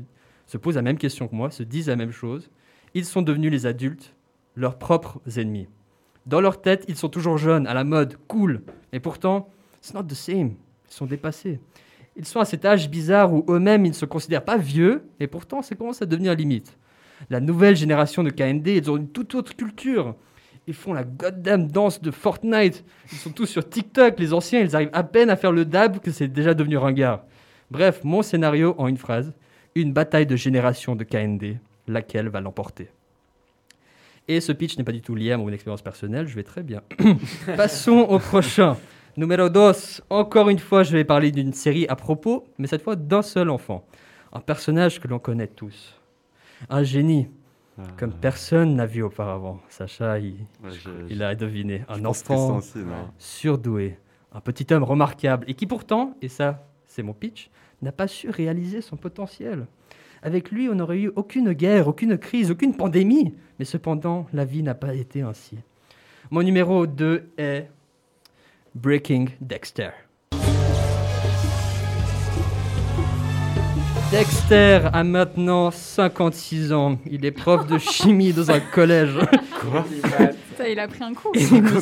[SPEAKER 4] se posent la même question que moi, se disent la même chose. Ils sont devenus les adultes, leurs propres ennemis. Dans leur tête, ils sont toujours jeunes, à la mode, cool. Et pourtant, It's not the same. Ils sont dépassés. Ils sont à cet âge bizarre où eux-mêmes ils ne se considèrent pas vieux, et pourtant ça commence à devenir limite. La nouvelle génération de KND, ils ont une toute autre culture. Ils font la goddamn danse de Fortnite. Ils sont tous sur TikTok. Les anciens, ils arrivent à peine à faire le dab que c'est déjà devenu ringard. Bref, mon scénario en une phrase une bataille de génération de KND, laquelle va l'emporter. Et ce pitch n'est pas du tout lié à mon expérience personnelle, je vais très bien. Passons au prochain. Numéro 2. Encore une fois, je vais parler d'une série à propos, mais cette fois d'un seul enfant. Un personnage que l'on connaît tous. Un génie,
[SPEAKER 6] Ah.
[SPEAKER 4] comme personne n'a vu auparavant. Sacha, il,
[SPEAKER 6] Ouais, je-
[SPEAKER 4] il a deviné.
[SPEAKER 6] je
[SPEAKER 4] Un
[SPEAKER 6] pense Tristan
[SPEAKER 4] enfant
[SPEAKER 6] aussi, non
[SPEAKER 4] surdoué, un petit homme remarquable et qui pourtant, et ça c'est mon pitch, n'a pas su réaliser son potentiel. Avec lui, on n'aurait eu aucune guerre, aucune crise, aucune pandémie. Mais cependant, la vie n'a pas été ainsi. Mon numéro 2 est Breaking Dexter. Dexter a maintenant 56 ans. Il est prof de chimie dans un collège.
[SPEAKER 5] Ça, il a pris un coup.
[SPEAKER 4] Il ne,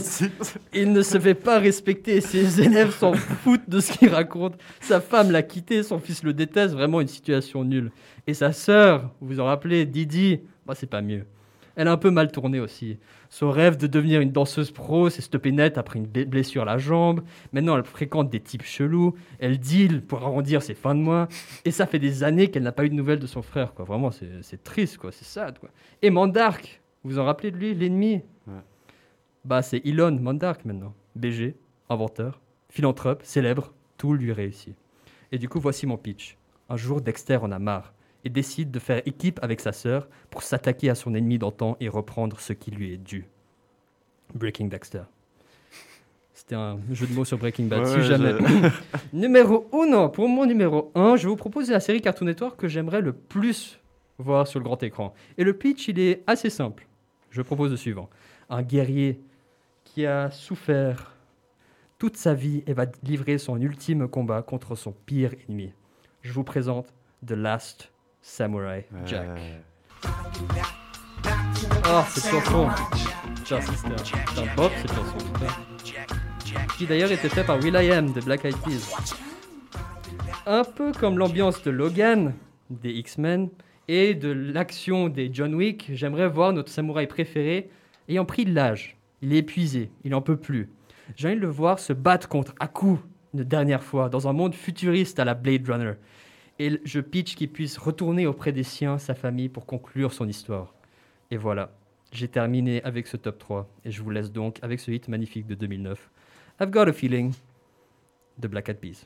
[SPEAKER 4] il ne se fait pas respecter. Ses élèves s'en foutent de ce qu'il raconte. Sa femme l'a quitté, son fils le déteste. Vraiment une situation nulle. Et sa sœur, vous vous en rappelez, Didi, bah, c'est pas mieux. Elle a un peu mal tourné aussi. Son rêve de devenir une danseuse pro s'est stoppé net après une bé- blessure à la jambe. Maintenant, elle fréquente des types chelous. Elle deal pour arrondir ses fins de mois. Et ça fait des années qu'elle n'a pas eu de nouvelles de son frère. Quoi. Vraiment, c'est c'est triste, quoi. c'est sad. Quoi. Et Mandark, vous vous en rappelez de lui, l'ennemi bah, c'est Elon Mandark maintenant. BG, inventeur, philanthrope, célèbre, tout lui réussit. Et du coup, voici mon pitch. Un jour, Dexter en a marre et décide de faire équipe avec sa sœur pour s'attaquer à son ennemi d'antan et reprendre ce qui lui est dû. Breaking Dexter. C'était un jeu de mots sur Breaking Bad,
[SPEAKER 6] Ouais,
[SPEAKER 4] si
[SPEAKER 6] ouais,
[SPEAKER 4] jamais.
[SPEAKER 6] je-
[SPEAKER 4] Numéro 1, pour mon numéro 1, je vous propose la série Cartoon Network que j'aimerais le plus voir sur le grand écran. Et le pitch, il est assez simple. Je propose le suivant. Un guerrier qui a souffert toute sa vie et va livrer son ultime combat contre son pire ennemi. Je vous présente The Last
[SPEAKER 6] Euh,
[SPEAKER 4] Samurai Jack.
[SPEAKER 6] Ouais.
[SPEAKER 4] Oh, cette chanson Star Sister. C'est un pop, cette chanson. putain. Qui d'ailleurs était fait par will.i.am de Black Eyed Peas. Un peu comme l'ambiance de Logan, des X-Men, et de l'action des John Wick, j'aimerais voir notre samouraï préféré ayant pris de l'âge. Il est épuisé, il n'en peut plus. J'ai envie de le voir se battre contre Aku une dernière fois dans un monde futuriste à la Blade Runner. Et l- je pitch qu'il puisse retourner auprès des siens, sa famille, pour conclure son histoire. Et voilà, j'ai terminé avec ce top 3. Et je vous laisse donc avec ce hit magnifique de 2009, I've Got a Feeling, de Black Eyed Peas.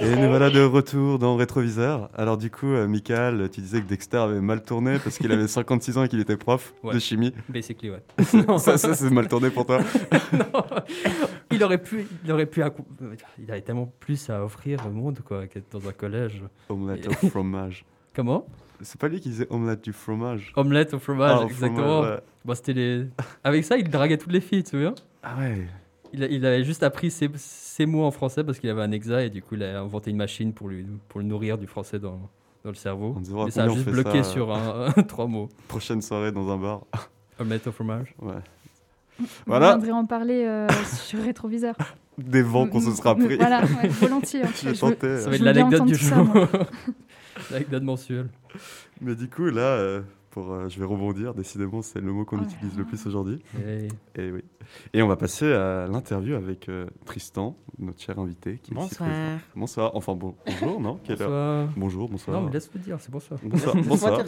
[SPEAKER 6] Et nous voilà de retour dans Rétroviseur. Alors du coup, euh, Michael, tu disais que Dexter avait mal tourné parce qu'il avait 56 ans et qu'il était prof
[SPEAKER 4] Ouais.
[SPEAKER 6] de chimie.
[SPEAKER 4] Basically, ouais.
[SPEAKER 6] Ça, ça c'est mal tourné pour toi.
[SPEAKER 4] Non. il aurait pu, il aurait pu, accou- il avait tellement plus à offrir au monde quoi qu'être dans un collège.
[SPEAKER 6] Omelette au fromage.
[SPEAKER 4] Comment
[SPEAKER 6] C'est pas lui qui disait omelette du fromage.
[SPEAKER 4] Omelette au fromage,
[SPEAKER 6] Ah, au fromage,
[SPEAKER 4] exactement.
[SPEAKER 6] ouais.
[SPEAKER 4] Bon, c'était les. Avec ça, il draguait toutes les filles, tu vois.
[SPEAKER 6] Ah ouais.
[SPEAKER 4] Il, a- il avait juste appris ses, ses mots en français parce qu'il avait un exa et du coup, il a inventé une machine pour lui, pour le nourrir du français dans, dans le cerveau.
[SPEAKER 6] On dira
[SPEAKER 4] Mais ça a
[SPEAKER 6] combien on
[SPEAKER 4] juste
[SPEAKER 6] fait
[SPEAKER 4] bloqué
[SPEAKER 6] ça, euh.
[SPEAKER 4] sur un- un- trois mots.
[SPEAKER 6] Prochaine soirée dans un bar.
[SPEAKER 4] Omelette au fromage.
[SPEAKER 6] Ouais.
[SPEAKER 5] On
[SPEAKER 6] Voilà,
[SPEAKER 5] viendrait en parler euh, sur Rétroviseur.
[SPEAKER 6] des vents qu'on se sera pris.
[SPEAKER 5] Mm, Voilà, ouais, volontiers. en
[SPEAKER 6] Je
[SPEAKER 5] fait.
[SPEAKER 6] le
[SPEAKER 5] Je veux-
[SPEAKER 6] tentais.
[SPEAKER 4] Ça va être
[SPEAKER 5] veux bien
[SPEAKER 4] l'anecdote du
[SPEAKER 5] entendre ça,
[SPEAKER 4] jour. L'anecdote mensuelle.
[SPEAKER 6] Mais du coup, là, euh, pour, euh, je vais rebondir. Décidément, c'est le mot qu'on
[SPEAKER 5] Oh là
[SPEAKER 6] utilise le plus aujourd'hui.
[SPEAKER 4] Et-
[SPEAKER 6] Et Eh oui. Et on va passer à l'interview avec euh, Tristan, notre cher invité. qui est ici présent. Bonsoir. Enfin bon, bonjour, non Quelle heure
[SPEAKER 4] Bonsoir.
[SPEAKER 6] Bonjour, bonsoir.
[SPEAKER 4] Non, mais laisse-le dire, c'est pour ça.
[SPEAKER 6] Bonsoir. bonsoir.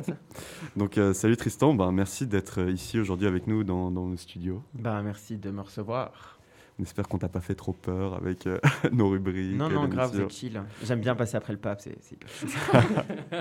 [SPEAKER 6] Donc, euh, salut Tristan, ben, merci d'être euh, ici aujourd'hui avec nous dans, dans le studio.
[SPEAKER 7] Bah, merci de me recevoir.
[SPEAKER 6] On espère qu'on t'a pas fait trop peur avec euh, nos rubriques.
[SPEAKER 7] Non,
[SPEAKER 6] et
[SPEAKER 7] non,
[SPEAKER 6] les
[SPEAKER 7] grave,
[SPEAKER 6] messieurs.
[SPEAKER 7] c'est chill. J'aime bien passer après le pape, c'est c'est hyper chill.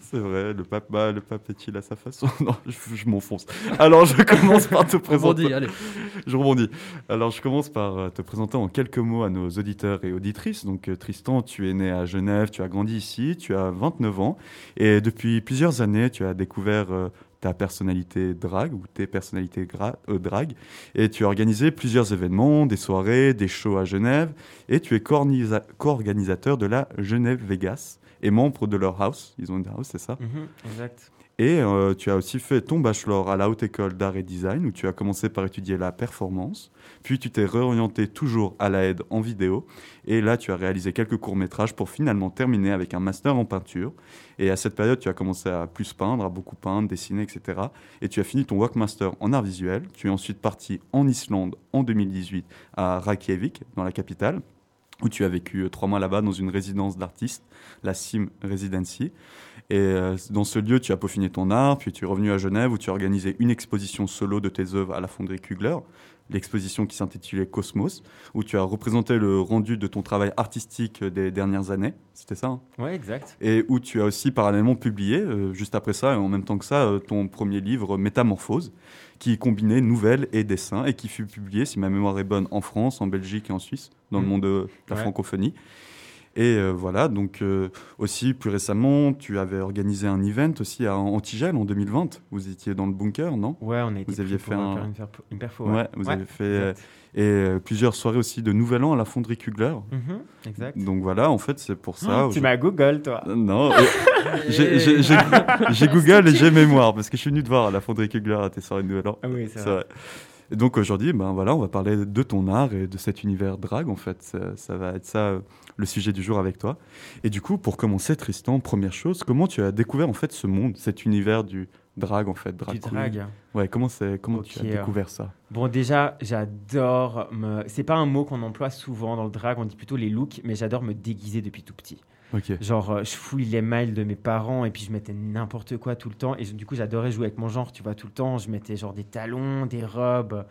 [SPEAKER 6] C'est vrai, le pape, bah, le pape est-il à sa façon Non, je, je m'enfonce. Alors, je commence par te
[SPEAKER 4] Bon
[SPEAKER 6] présenter.
[SPEAKER 4] dit, allez.
[SPEAKER 6] Je rebondis. Alors, je commence par euh, te présenter en quelques mots à nos auditeurs et auditrices. Donc, euh, Tristan, tu es né à Genève, tu as grandi ici, tu as 29 ans. Et depuis plusieurs années, tu as découvert euh, ta personnalité drague ou tes personnalités gra- euh, drague. Et tu as organisé plusieurs événements, des soirées, des shows à Genève. Et tu es cornisa- co-organisateur de la Genève Vegas et membre de leur house. Ils ont une house, c'est ça
[SPEAKER 7] Mhm, exact.
[SPEAKER 6] et euh, tu as aussi fait ton bachelor à la Haute École d'Art et Design, où tu as commencé par étudier la performance, puis tu t'es réorienté toujours à la aide en vidéo, et là tu as réalisé quelques courts-métrages pour finalement terminer avec un master en peinture. Et à cette période, tu as commencé à plus peindre, à beaucoup peindre, dessiner, etc. Et tu as fini ton Walkmaster en art visuel. Tu es ensuite parti en Islande en 2018 à Reykjavik, dans la capitale, où tu as vécu euh, trois mois là-bas dans une résidence d'artiste, la Sim Residency. Et euh, dans ce lieu, tu as peaufiné ton art, puis tu es revenu à Genève où tu as organisé une exposition solo de tes œuvres à la fonderie Kugler, l'exposition qui s'intitulait Cosmos, où tu as représenté le rendu de ton travail artistique des dernières années, c'était ça hein
[SPEAKER 7] Ouais, exact.
[SPEAKER 6] Et où tu as aussi parallèlement publié, euh, juste après ça, et en même temps que ça, euh, ton premier livre, Métamorphose, qui combinait nouvelles et dessins, et qui fut publié, si ma mémoire est bonne, en France, en Belgique et en Suisse, dans le
[SPEAKER 7] Mhm.
[SPEAKER 6] monde de la
[SPEAKER 7] Ouais.
[SPEAKER 6] francophonie. Et euh, voilà, donc euh, aussi, plus récemment, tu avais organisé un event aussi à Antigel en 2020. Vous étiez dans le bunker, non
[SPEAKER 7] Ouais, on a été
[SPEAKER 6] Vous aviez
[SPEAKER 7] pris pour
[SPEAKER 6] fait un-
[SPEAKER 7] faire une, perpo- une perfo.
[SPEAKER 6] Ouais, vous avez fait, euh,
[SPEAKER 7] exact.
[SPEAKER 6] Et euh, plusieurs soirées aussi de Nouvel An à la fonderie Kugler.
[SPEAKER 7] Mhm, exact. Oh, Ah,
[SPEAKER 6] Donc voilà, en fait, c'est pour ça.
[SPEAKER 7] tu
[SPEAKER 6] aujourd'hui-
[SPEAKER 7] m'as Google, toi.
[SPEAKER 6] Non, euh, j'ai- j'ai j'ai- j'ai Google et j'ai mémoire, parce que je suis venu te voir à la fonderie Kugler à tes soirées de Nouvel An.
[SPEAKER 7] Ah oui,
[SPEAKER 6] C'est vrai. Et donc aujourd'hui, ben voilà, on va parler de ton art et de cet univers drague en fait. Ça, ça va être ça euh, le sujet du jour avec toi. Et du coup, pour commencer, Tristan, première chose, comment tu as découvert en fait ce monde, cet univers du drag en fait, drag
[SPEAKER 7] Du
[SPEAKER 6] queen
[SPEAKER 7] drague.
[SPEAKER 6] Ouais, comment c'est, comment tu
[SPEAKER 7] Ok,
[SPEAKER 6] as
[SPEAKER 7] euh,
[SPEAKER 6] découvert ça
[SPEAKER 7] Bon, déjà, j'adore me. C'est pas un mot qu'on emploie souvent dans le drag, on dit plutôt les looks, mais j'adore me déguiser depuis tout petit.
[SPEAKER 6] Ok.
[SPEAKER 7] Genre, euh, je fouille les mails de mes parents et puis je mettais n'importe quoi tout le temps. Et je- du coup, j'adorais jouer avec mon genre, tu vois, tout le temps. Je mettais genre des talons, des robes.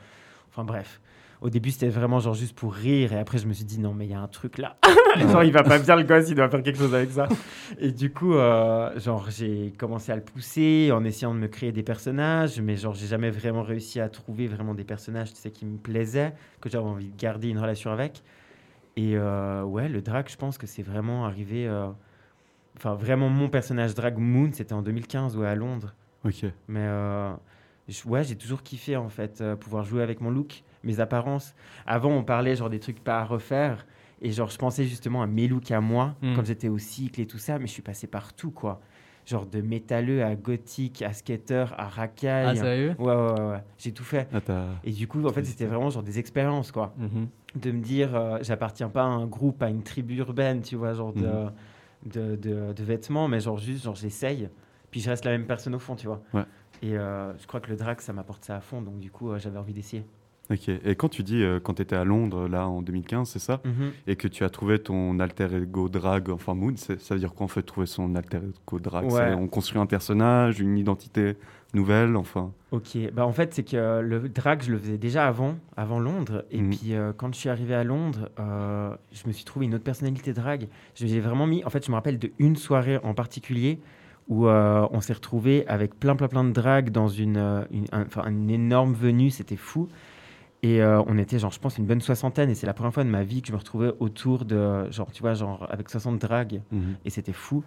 [SPEAKER 7] Enfin, bref. Au début, c'était vraiment genre juste pour rire. Et après, je me suis dit, non, mais il y a un truc là. genre, il va pas bien le gosse, il doit faire quelque chose avec ça. Et du coup, euh, genre, j'ai commencé à le pousser en essayant de me créer des personnages. Mais genre, j'ai jamais vraiment réussi à trouver vraiment des personnages, tu sais, qui me plaisaient, que j'avais envie de garder une relation avec. Et euh, ouais, le drag, je pense que c'est vraiment arrivé. euh, Enfin, vraiment, mon personnage drag Moon, c'était en 2015, ouais, à Londres.
[SPEAKER 6] Ok.
[SPEAKER 7] Mais euh, je- ouais, j'ai toujours kiffé en fait euh, pouvoir jouer avec mon look, mes apparences. Avant, on parlait genre des trucs pas à refaire. Et genre, je pensais justement à mes looks à moi,
[SPEAKER 4] Mm.
[SPEAKER 7] comme j'étais au cycle et tout ça, mais je suis passé partout quoi. Genre de métalleux à gothique, à skater, à
[SPEAKER 4] Ah,
[SPEAKER 7] racaille.
[SPEAKER 4] sérieux
[SPEAKER 7] ouais, ouais, ouais, ouais. j'ai tout fait.
[SPEAKER 6] Ah, t'as-
[SPEAKER 7] Et du coup, en fait, c'était vraiment genre des expériences quoi
[SPEAKER 6] Mhm.
[SPEAKER 7] de me dire euh, j'appartiens pas à un groupe, à une tribu urbaine, tu vois, genre de,
[SPEAKER 6] Mhm.
[SPEAKER 7] de, de- de vêtements, mais genre juste, genre j'essaye, puis je reste la même personne au fond, tu vois.
[SPEAKER 6] Ouais.
[SPEAKER 7] Et euh, je crois que le drag, ça m'apporte ça à fond, donc du coup, euh, j'avais envie d'essayer.
[SPEAKER 6] Ok. Et quand tu dis, euh, quand tu étais à Londres, là, en 2015, c'est ça Et que tu as trouvé ton alter ego drag, enfin Moon, c'est- ça veut dire quoi en fait trouver son alter ego drag
[SPEAKER 7] Ouais.
[SPEAKER 6] C'est- On construit un personnage, une identité nouvelle, enfin.
[SPEAKER 7] Ok, bah en fait, c'est que le drag, je le faisais déjà avant, avant Londres, et
[SPEAKER 6] Mhm.
[SPEAKER 7] puis euh, quand je suis arrivé à Londres, euh, je me suis trouvé une autre personnalité drag. Je- J'ai vraiment mis, en fait, je me rappelle de une soirée en particulier où euh, on s'est retrouvé avec plein, plein, plein de drag dans une, euh, une, un- enfin, une énorme venue, c'était fou. Et euh, on était, genre, je pense, une bonne soixantaine, et c'est la première fois de ma vie que je me retrouvais autour de, genre, tu vois, genre, avec 60 drags,
[SPEAKER 6] Mhm.
[SPEAKER 7] et c'était fou.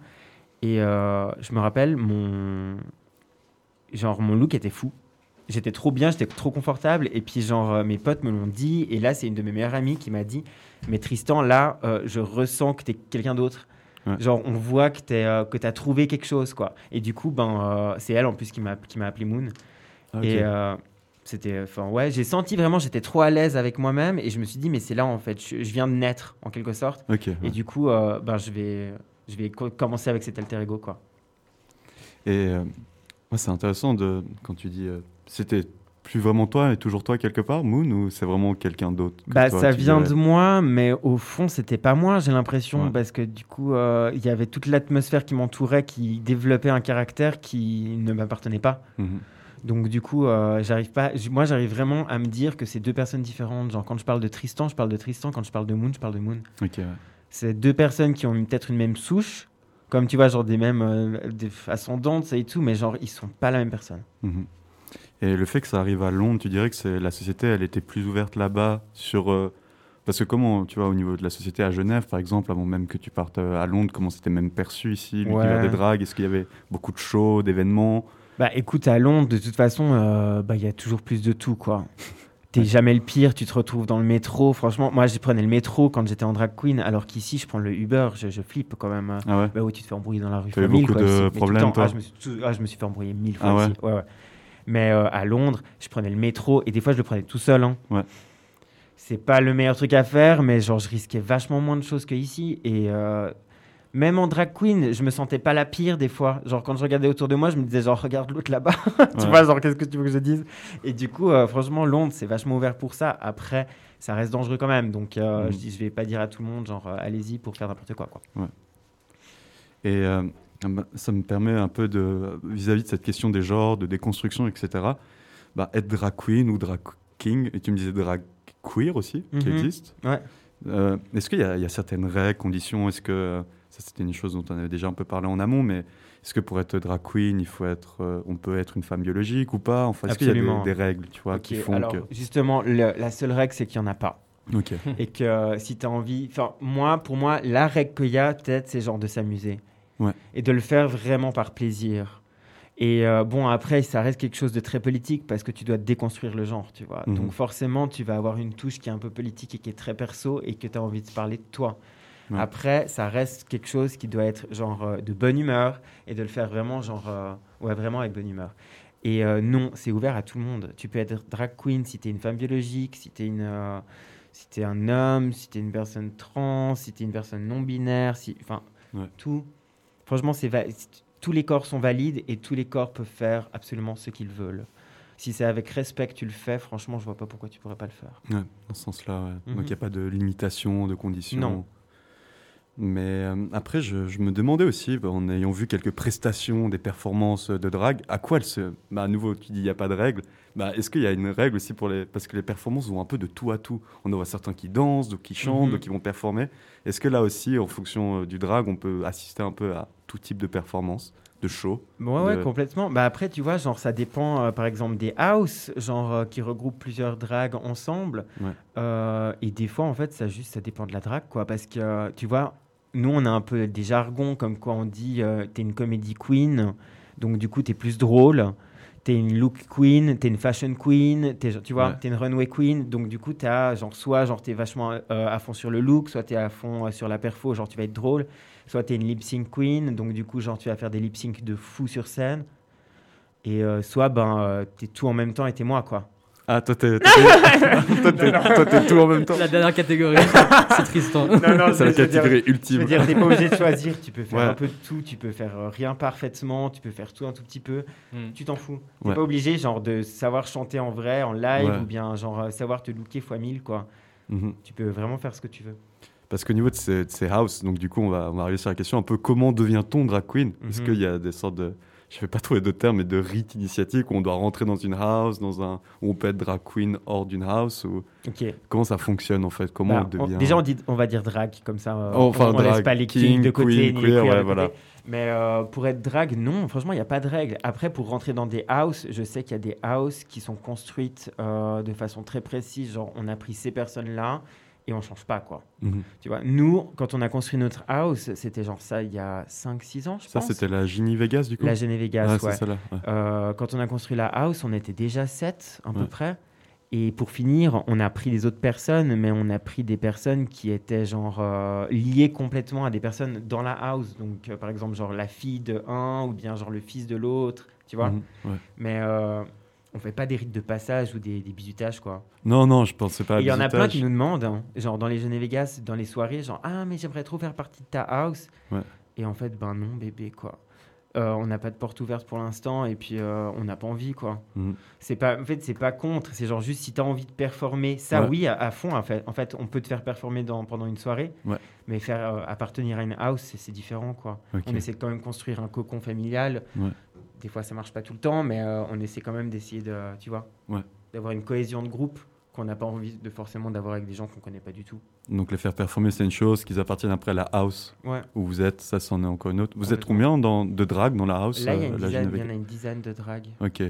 [SPEAKER 7] Et euh, je me rappelle, mon... Genre, mon look était fou. J'étais trop bien, j'étais trop confortable. Et puis, genre, euh, mes potes me l'ont dit. Et là, c'est une de mes meilleures amies qui m'a dit Mais Tristan, là, euh, je ressens que t'es quelqu'un d'autre.
[SPEAKER 6] Ouais.
[SPEAKER 7] Genre, on voit que t'es, euh, que t'as trouvé quelque chose, quoi. Et du coup, ben, euh, c'est elle en plus qui m'a qui m'a appelé Moon.
[SPEAKER 6] Ah, Ok.
[SPEAKER 7] Et euh, c'était. Enfin, ouais, j'ai senti vraiment, j'étais trop à l'aise avec moi-même. Et je me suis dit Mais c'est là, en fait, je- je viens de naître, en quelque sorte.
[SPEAKER 6] Ok, ouais.
[SPEAKER 7] Et du coup, euh, ben, je vais, je vais co- commencer avec cet alter ego, quoi.
[SPEAKER 6] Et euh, ouais, c'est intéressant de, quand tu dis euh, c'était plus vraiment toi et toujours toi quelque part, Moon, ou c'est vraiment quelqu'un d'autre que
[SPEAKER 7] Bah,
[SPEAKER 6] toi,
[SPEAKER 7] ça
[SPEAKER 6] tu
[SPEAKER 7] vient
[SPEAKER 6] dirais
[SPEAKER 7] de moi, mais au fond, c'était pas moi, j'ai l'impression,
[SPEAKER 6] Ouais.
[SPEAKER 7] parce que du coup, euh, il y avait toute l'atmosphère qui m'entourait, qui développait un caractère qui ne m'appartenait pas.
[SPEAKER 6] Mhm.
[SPEAKER 7] Donc du coup, euh, j'arrive pas. j- Moi, j'arrive vraiment à me dire que c'est deux personnes différentes. Genre, quand je parle de Tristan, je parle de Tristan. Quand je parle de Moon, je parle de Moon.
[SPEAKER 6] Ok, ouais.
[SPEAKER 7] C'est deux personnes qui ont une- peut-être une même souche, comme tu vois, genre des mêmes euh, des ascendantes et tout, mais genre ils sont pas la même personne.
[SPEAKER 6] Mhm. Et le fait que ça arrive à Londres, tu dirais que c'est la société, elle était plus ouverte là-bas sur euh, parce que comment tu vois au niveau de la société à Genève, par exemple, avant même que tu partes euh, à Londres, comment c'était même perçu ici l'univers
[SPEAKER 7] Ouais.
[SPEAKER 6] des dragues Est-ce qu'il y avait beaucoup de shows, d'événements
[SPEAKER 7] Bah écoute, à Londres, de toute façon, euh, bah, il y a toujours plus de tout, quoi. T'es jamais le pire, tu te retrouves dans le métro. Franchement, moi, je prenais le métro quand j'étais en drag queen, alors qu'ici, je prends le Uber, je, je flippe quand même.
[SPEAKER 6] Ah ouais.
[SPEAKER 7] Bah oui, tu te fais embrouiller dans la rue.
[SPEAKER 6] T'as eu
[SPEAKER 7] fois mille,
[SPEAKER 6] beaucoup
[SPEAKER 7] quoi,
[SPEAKER 6] de
[SPEAKER 7] ici. Mais tout le
[SPEAKER 6] problèmes,
[SPEAKER 7] temps.
[SPEAKER 6] toi
[SPEAKER 7] ah, je, me suis, tout- ah, je me suis fait embrouiller mille
[SPEAKER 6] Ah
[SPEAKER 7] fois
[SPEAKER 6] ouais.
[SPEAKER 7] ici. Ouais, ouais. Mais euh, à Londres, je prenais le métro et des fois, je le prenais tout seul. hein.
[SPEAKER 6] Ouais.
[SPEAKER 7] C'est pas le meilleur truc à faire, mais genre, je risquais vachement moins de choses qu'ici. Et euh, même en drag queen, je me sentais pas la pire des fois. Genre, quand je regardais autour de moi, je me disais, genre, regarde l'autre là-bas. tu
[SPEAKER 6] Ouais.
[SPEAKER 7] vois, genre, qu'est-ce que tu veux que je dise Et du coup, euh, franchement, Londres, c'est vachement ouvert pour ça. Après, ça reste dangereux quand même. Donc, euh,
[SPEAKER 6] Mm.
[SPEAKER 7] je, dis, je vais pas dire à tout le monde, genre, euh, allez-y pour faire n'importe quoi, quoi.
[SPEAKER 6] Et euh, bah, ça me permet un peu de vis-à-vis de cette question des genres, de déconstruction, etc. Bah, être drag queen ou drag king, et tu me disais drag queer aussi, qui
[SPEAKER 7] Mhm.
[SPEAKER 6] existe.
[SPEAKER 7] Ouais.
[SPEAKER 6] Euh, est-ce qu'il y, a il y a certaines règles, conditions Est-ce que ça c'était une chose dont on avait déjà un peu parlé en amont, mais est-ce que pour être drag queen, il faut être, euh, on peut être une femme biologique ou pas Enfin, est-ce qu'il y a
[SPEAKER 7] Absolument.
[SPEAKER 6] des, des règles, tu vois,
[SPEAKER 7] Ok,
[SPEAKER 6] qui font
[SPEAKER 7] alors,
[SPEAKER 6] que
[SPEAKER 7] Justement, le- la seule règle, c'est qu'il n'y en a pas.
[SPEAKER 6] Ok.
[SPEAKER 7] et que euh, si tu as envie. Enfin, moi, pour moi, la règle qu'il y a, peut-être, c'est genre de s'amuser.
[SPEAKER 6] Ouais.
[SPEAKER 7] Et de le faire vraiment par plaisir. Et euh, bon, après, ça reste quelque chose de très politique parce que tu dois déconstruire le genre, tu vois.
[SPEAKER 6] Mhm.
[SPEAKER 7] Donc, forcément, tu vas avoir une touche qui est un peu politique et qui est très perso et que tu as envie de parler de toi.
[SPEAKER 6] Ouais.
[SPEAKER 7] Après, ça reste quelque chose qui doit être genre euh, de bonne humeur et de le faire vraiment, genre, euh, ouais, vraiment avec bonne humeur. Et euh, non, c'est ouvert à tout le monde. Tu peux être drag queen si t'es une femme biologique, si t'es une, euh, si t'es un homme, si t'es une personne trans, si t'es une personne non binaire, si, enfin,
[SPEAKER 6] Ouais.
[SPEAKER 7] tout. Franchement, c'est va- c'est- tous les corps sont valides et tous les corps peuvent faire absolument ce qu'ils veulent. Si c'est avec respect que tu le fais, franchement, je vois pas pourquoi tu pourrais pas le faire.
[SPEAKER 6] Ouais, dans ce sens-là, ouais.
[SPEAKER 7] Mhm.
[SPEAKER 6] Donc il n'y a pas de limitation, de conditions.
[SPEAKER 7] Non.
[SPEAKER 6] Mais euh, après, je, je me demandais aussi, en ayant vu quelques prestations, des performances de drague, à quoi elle se. Bah, à nouveau, tu dis il n'y a pas de règle. Bah, Est-ce qu'il y a une règle aussi pour les. Parce que les performances vont un peu de tout à tout. On en voit certains qui dansent, d'autres qui chantent,
[SPEAKER 4] Mhm.
[SPEAKER 6] d'autres qui vont performer. Est-ce que là aussi, en fonction euh, du drag, on peut assister un peu à tout type de performance, de show
[SPEAKER 7] Ouais, ouais,
[SPEAKER 6] de-
[SPEAKER 7] complètement. Bah après, tu vois, genre, ça dépend, euh, par exemple, des house, genre, euh, qui regroupent plusieurs dragues ensemble.
[SPEAKER 6] Ouais.
[SPEAKER 7] Euh, et des fois, en fait, ça juste, ça dépend de la drague, quoi. Parce que, euh, tu vois, nous, on a un peu des jargons, comme quoi on dit, euh, t'es une comedy queen, donc du coup, t'es plus drôle. T'es une look queen, t'es une fashion queen, t'es, tu vois,
[SPEAKER 6] Ouais.
[SPEAKER 7] t'es une runway queen, donc du coup, t'as, genre, soit, genre, t'es vachement euh, à fond sur le look, soit t'es à fond euh, sur la perfo, genre, tu vas être drôle soit tu es une lip sync queen, donc du coup, genre, tu vas faire des lip sync de fou sur scène. Et euh, soit, ben, euh, t'es tout en même temps et t'es moi, quoi.
[SPEAKER 6] Ah, toi, t'es. toi, t'es- toi, t'es- toi, t'es tout en même temps.
[SPEAKER 4] La dernière catégorie, c'est Tristan.
[SPEAKER 7] Non, non,
[SPEAKER 6] C'est la catégorie
[SPEAKER 7] Je veux
[SPEAKER 6] ultime.
[SPEAKER 7] dire, t'es pas obligé de choisir, tu peux faire
[SPEAKER 6] Ouais.
[SPEAKER 7] un peu de tout, tu peux faire euh, rien parfaitement, tu peux faire tout un tout petit peu,
[SPEAKER 4] Mm.
[SPEAKER 7] tu t'en fous. T'es
[SPEAKER 6] Ouais.
[SPEAKER 7] pas obligé, genre, de savoir chanter en vrai, en live,
[SPEAKER 6] Ouais.
[SPEAKER 7] ou bien, genre, euh, savoir te looker fois mille, quoi.
[SPEAKER 6] Mhm.
[SPEAKER 7] Tu peux vraiment faire ce que tu veux.
[SPEAKER 6] Parce qu'au niveau de ces, de ces house, donc du coup, on va, on va arriver sur la question un peu comment devient-on drag queen Est-ce
[SPEAKER 7] Mhm.
[SPEAKER 6] qu'il y a des sortes de. Je ne vais pas trouver de termes, mais de rites initiatiques où on doit rentrer dans une house, dans un, où on peut être drag queen hors d'une house ou...
[SPEAKER 7] Ok.
[SPEAKER 6] Comment ça fonctionne en fait Comment
[SPEAKER 7] Bah,
[SPEAKER 6] on
[SPEAKER 7] on-
[SPEAKER 6] devient.
[SPEAKER 7] déjà, on, dit, on va dire drag, comme ça. euh,
[SPEAKER 6] Oh, enfin,
[SPEAKER 7] on, on laisse
[SPEAKER 6] drag
[SPEAKER 7] pas les
[SPEAKER 6] king,
[SPEAKER 7] kings de côté,
[SPEAKER 6] queen,
[SPEAKER 7] ni
[SPEAKER 6] queer,
[SPEAKER 7] les queers
[SPEAKER 6] ouais,
[SPEAKER 7] de côté.
[SPEAKER 6] voilà.
[SPEAKER 7] Mais euh, pour être drag, non, franchement, il n'y a pas de règle. Après, pour rentrer dans des houses, je sais qu'il y a des houses qui sont construites euh, de façon très précise. Genre, on a pris ces personnes-là et on change pas, quoi.
[SPEAKER 6] Mhm.
[SPEAKER 7] Tu vois, nous, quand on a construit notre house, c'était genre ça il y a 5-6 ans, je
[SPEAKER 6] Ça,
[SPEAKER 7] pense.
[SPEAKER 6] c'était la Ginny Vegas du coup
[SPEAKER 7] la Genève Vegas,
[SPEAKER 6] Ah,
[SPEAKER 7] ouais.
[SPEAKER 6] c'est celle-là. ouais.
[SPEAKER 7] Euh, quand on a construit la house, on était déjà 7 à
[SPEAKER 6] Ouais.
[SPEAKER 7] peu près. Et pour finir, on a pris les autres personnes, mais on a pris des personnes qui étaient genre euh, liées complètement à des personnes dans la house. Donc euh, par exemple, genre la fille de un ou bien genre le fils de l'autre, tu vois.
[SPEAKER 6] Mhm, ouais.
[SPEAKER 7] Mais euh, on fait pas des rites de passage ou des, des bijoutages quoi.
[SPEAKER 6] Non, non, je pensais pas à
[SPEAKER 7] Et Il y en a plein
[SPEAKER 6] bisutage.
[SPEAKER 7] qui nous demandent, hein, genre dans les Genève Vegas, dans les soirées, genre ah mais j'aimerais trop faire partie de ta house.
[SPEAKER 6] Ouais.
[SPEAKER 7] Et en fait, ben non bébé quoi. Euh, on n'a pas de porte ouverte pour l'instant et puis euh, on n'a pas envie quoi.
[SPEAKER 6] Mhm.
[SPEAKER 7] C'est pas, en fait, c'est pas contre. C'est genre juste si t'as envie de performer, ça
[SPEAKER 6] Ouais.
[SPEAKER 7] oui à, à fond. En fait, en fait, on peut te faire performer dans, pendant une soirée,
[SPEAKER 6] Ouais.
[SPEAKER 7] mais faire euh, appartenir à une house, c'est- c'est différent quoi.
[SPEAKER 6] Ok.
[SPEAKER 7] On essaie de quand même construire un cocon familial.
[SPEAKER 6] Ouais.
[SPEAKER 7] Des fois, ça marche pas tout le temps, mais euh, on essaie quand même d'essayer de, tu vois,
[SPEAKER 6] Ouais.
[SPEAKER 7] d'avoir une cohésion de groupe qu'on n'a pas envie de forcément d'avoir avec des gens qu'on connaît pas du tout.
[SPEAKER 6] Donc les faire performer, c'est une chose, qu'ils appartiennent après à la house
[SPEAKER 7] Ouais.
[SPEAKER 6] où vous êtes, ça c'en est encore une autre. Vous êtes
[SPEAKER 7] Complètement.
[SPEAKER 6] combien dans, de drag dans la house
[SPEAKER 7] Là, il y, a
[SPEAKER 6] euh,
[SPEAKER 7] une
[SPEAKER 6] la
[SPEAKER 7] dizaine-
[SPEAKER 6] Genève
[SPEAKER 7] il y en a une dizaine de dragues.
[SPEAKER 6] Ok.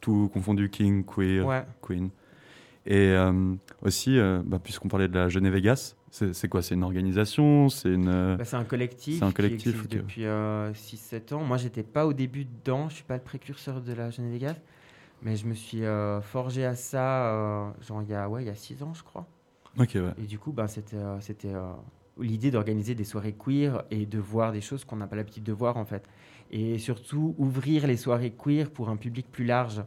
[SPEAKER 6] Tout confondu, king, queer,
[SPEAKER 7] Ouais.
[SPEAKER 6] queen. Et euh, aussi, euh, bah, puisqu'on parlait de la Genève Vegas, c'est c'est quoi C'est une organisation C'est une. euh,
[SPEAKER 7] Bah, c'est un collectif,
[SPEAKER 6] C'est un
[SPEAKER 7] qui
[SPEAKER 6] collectif,
[SPEAKER 7] existe
[SPEAKER 6] ok.
[SPEAKER 7] depuis euh, 6-7 ans. Moi, j'étais pas au début dedans, je suis pas le précurseur de la Genève Vegas, mais je me suis euh, forgé à ça euh, genre il y a ouais, il y a 6 ans, je crois.
[SPEAKER 6] Ok, ouais.
[SPEAKER 7] Et du coup, ben, c'était euh, c'était, euh, l'idée d'organiser des soirées queer et de voir des choses qu'on n'a pas l'habitude de voir en fait. Et surtout, ouvrir les soirées queer pour un public plus large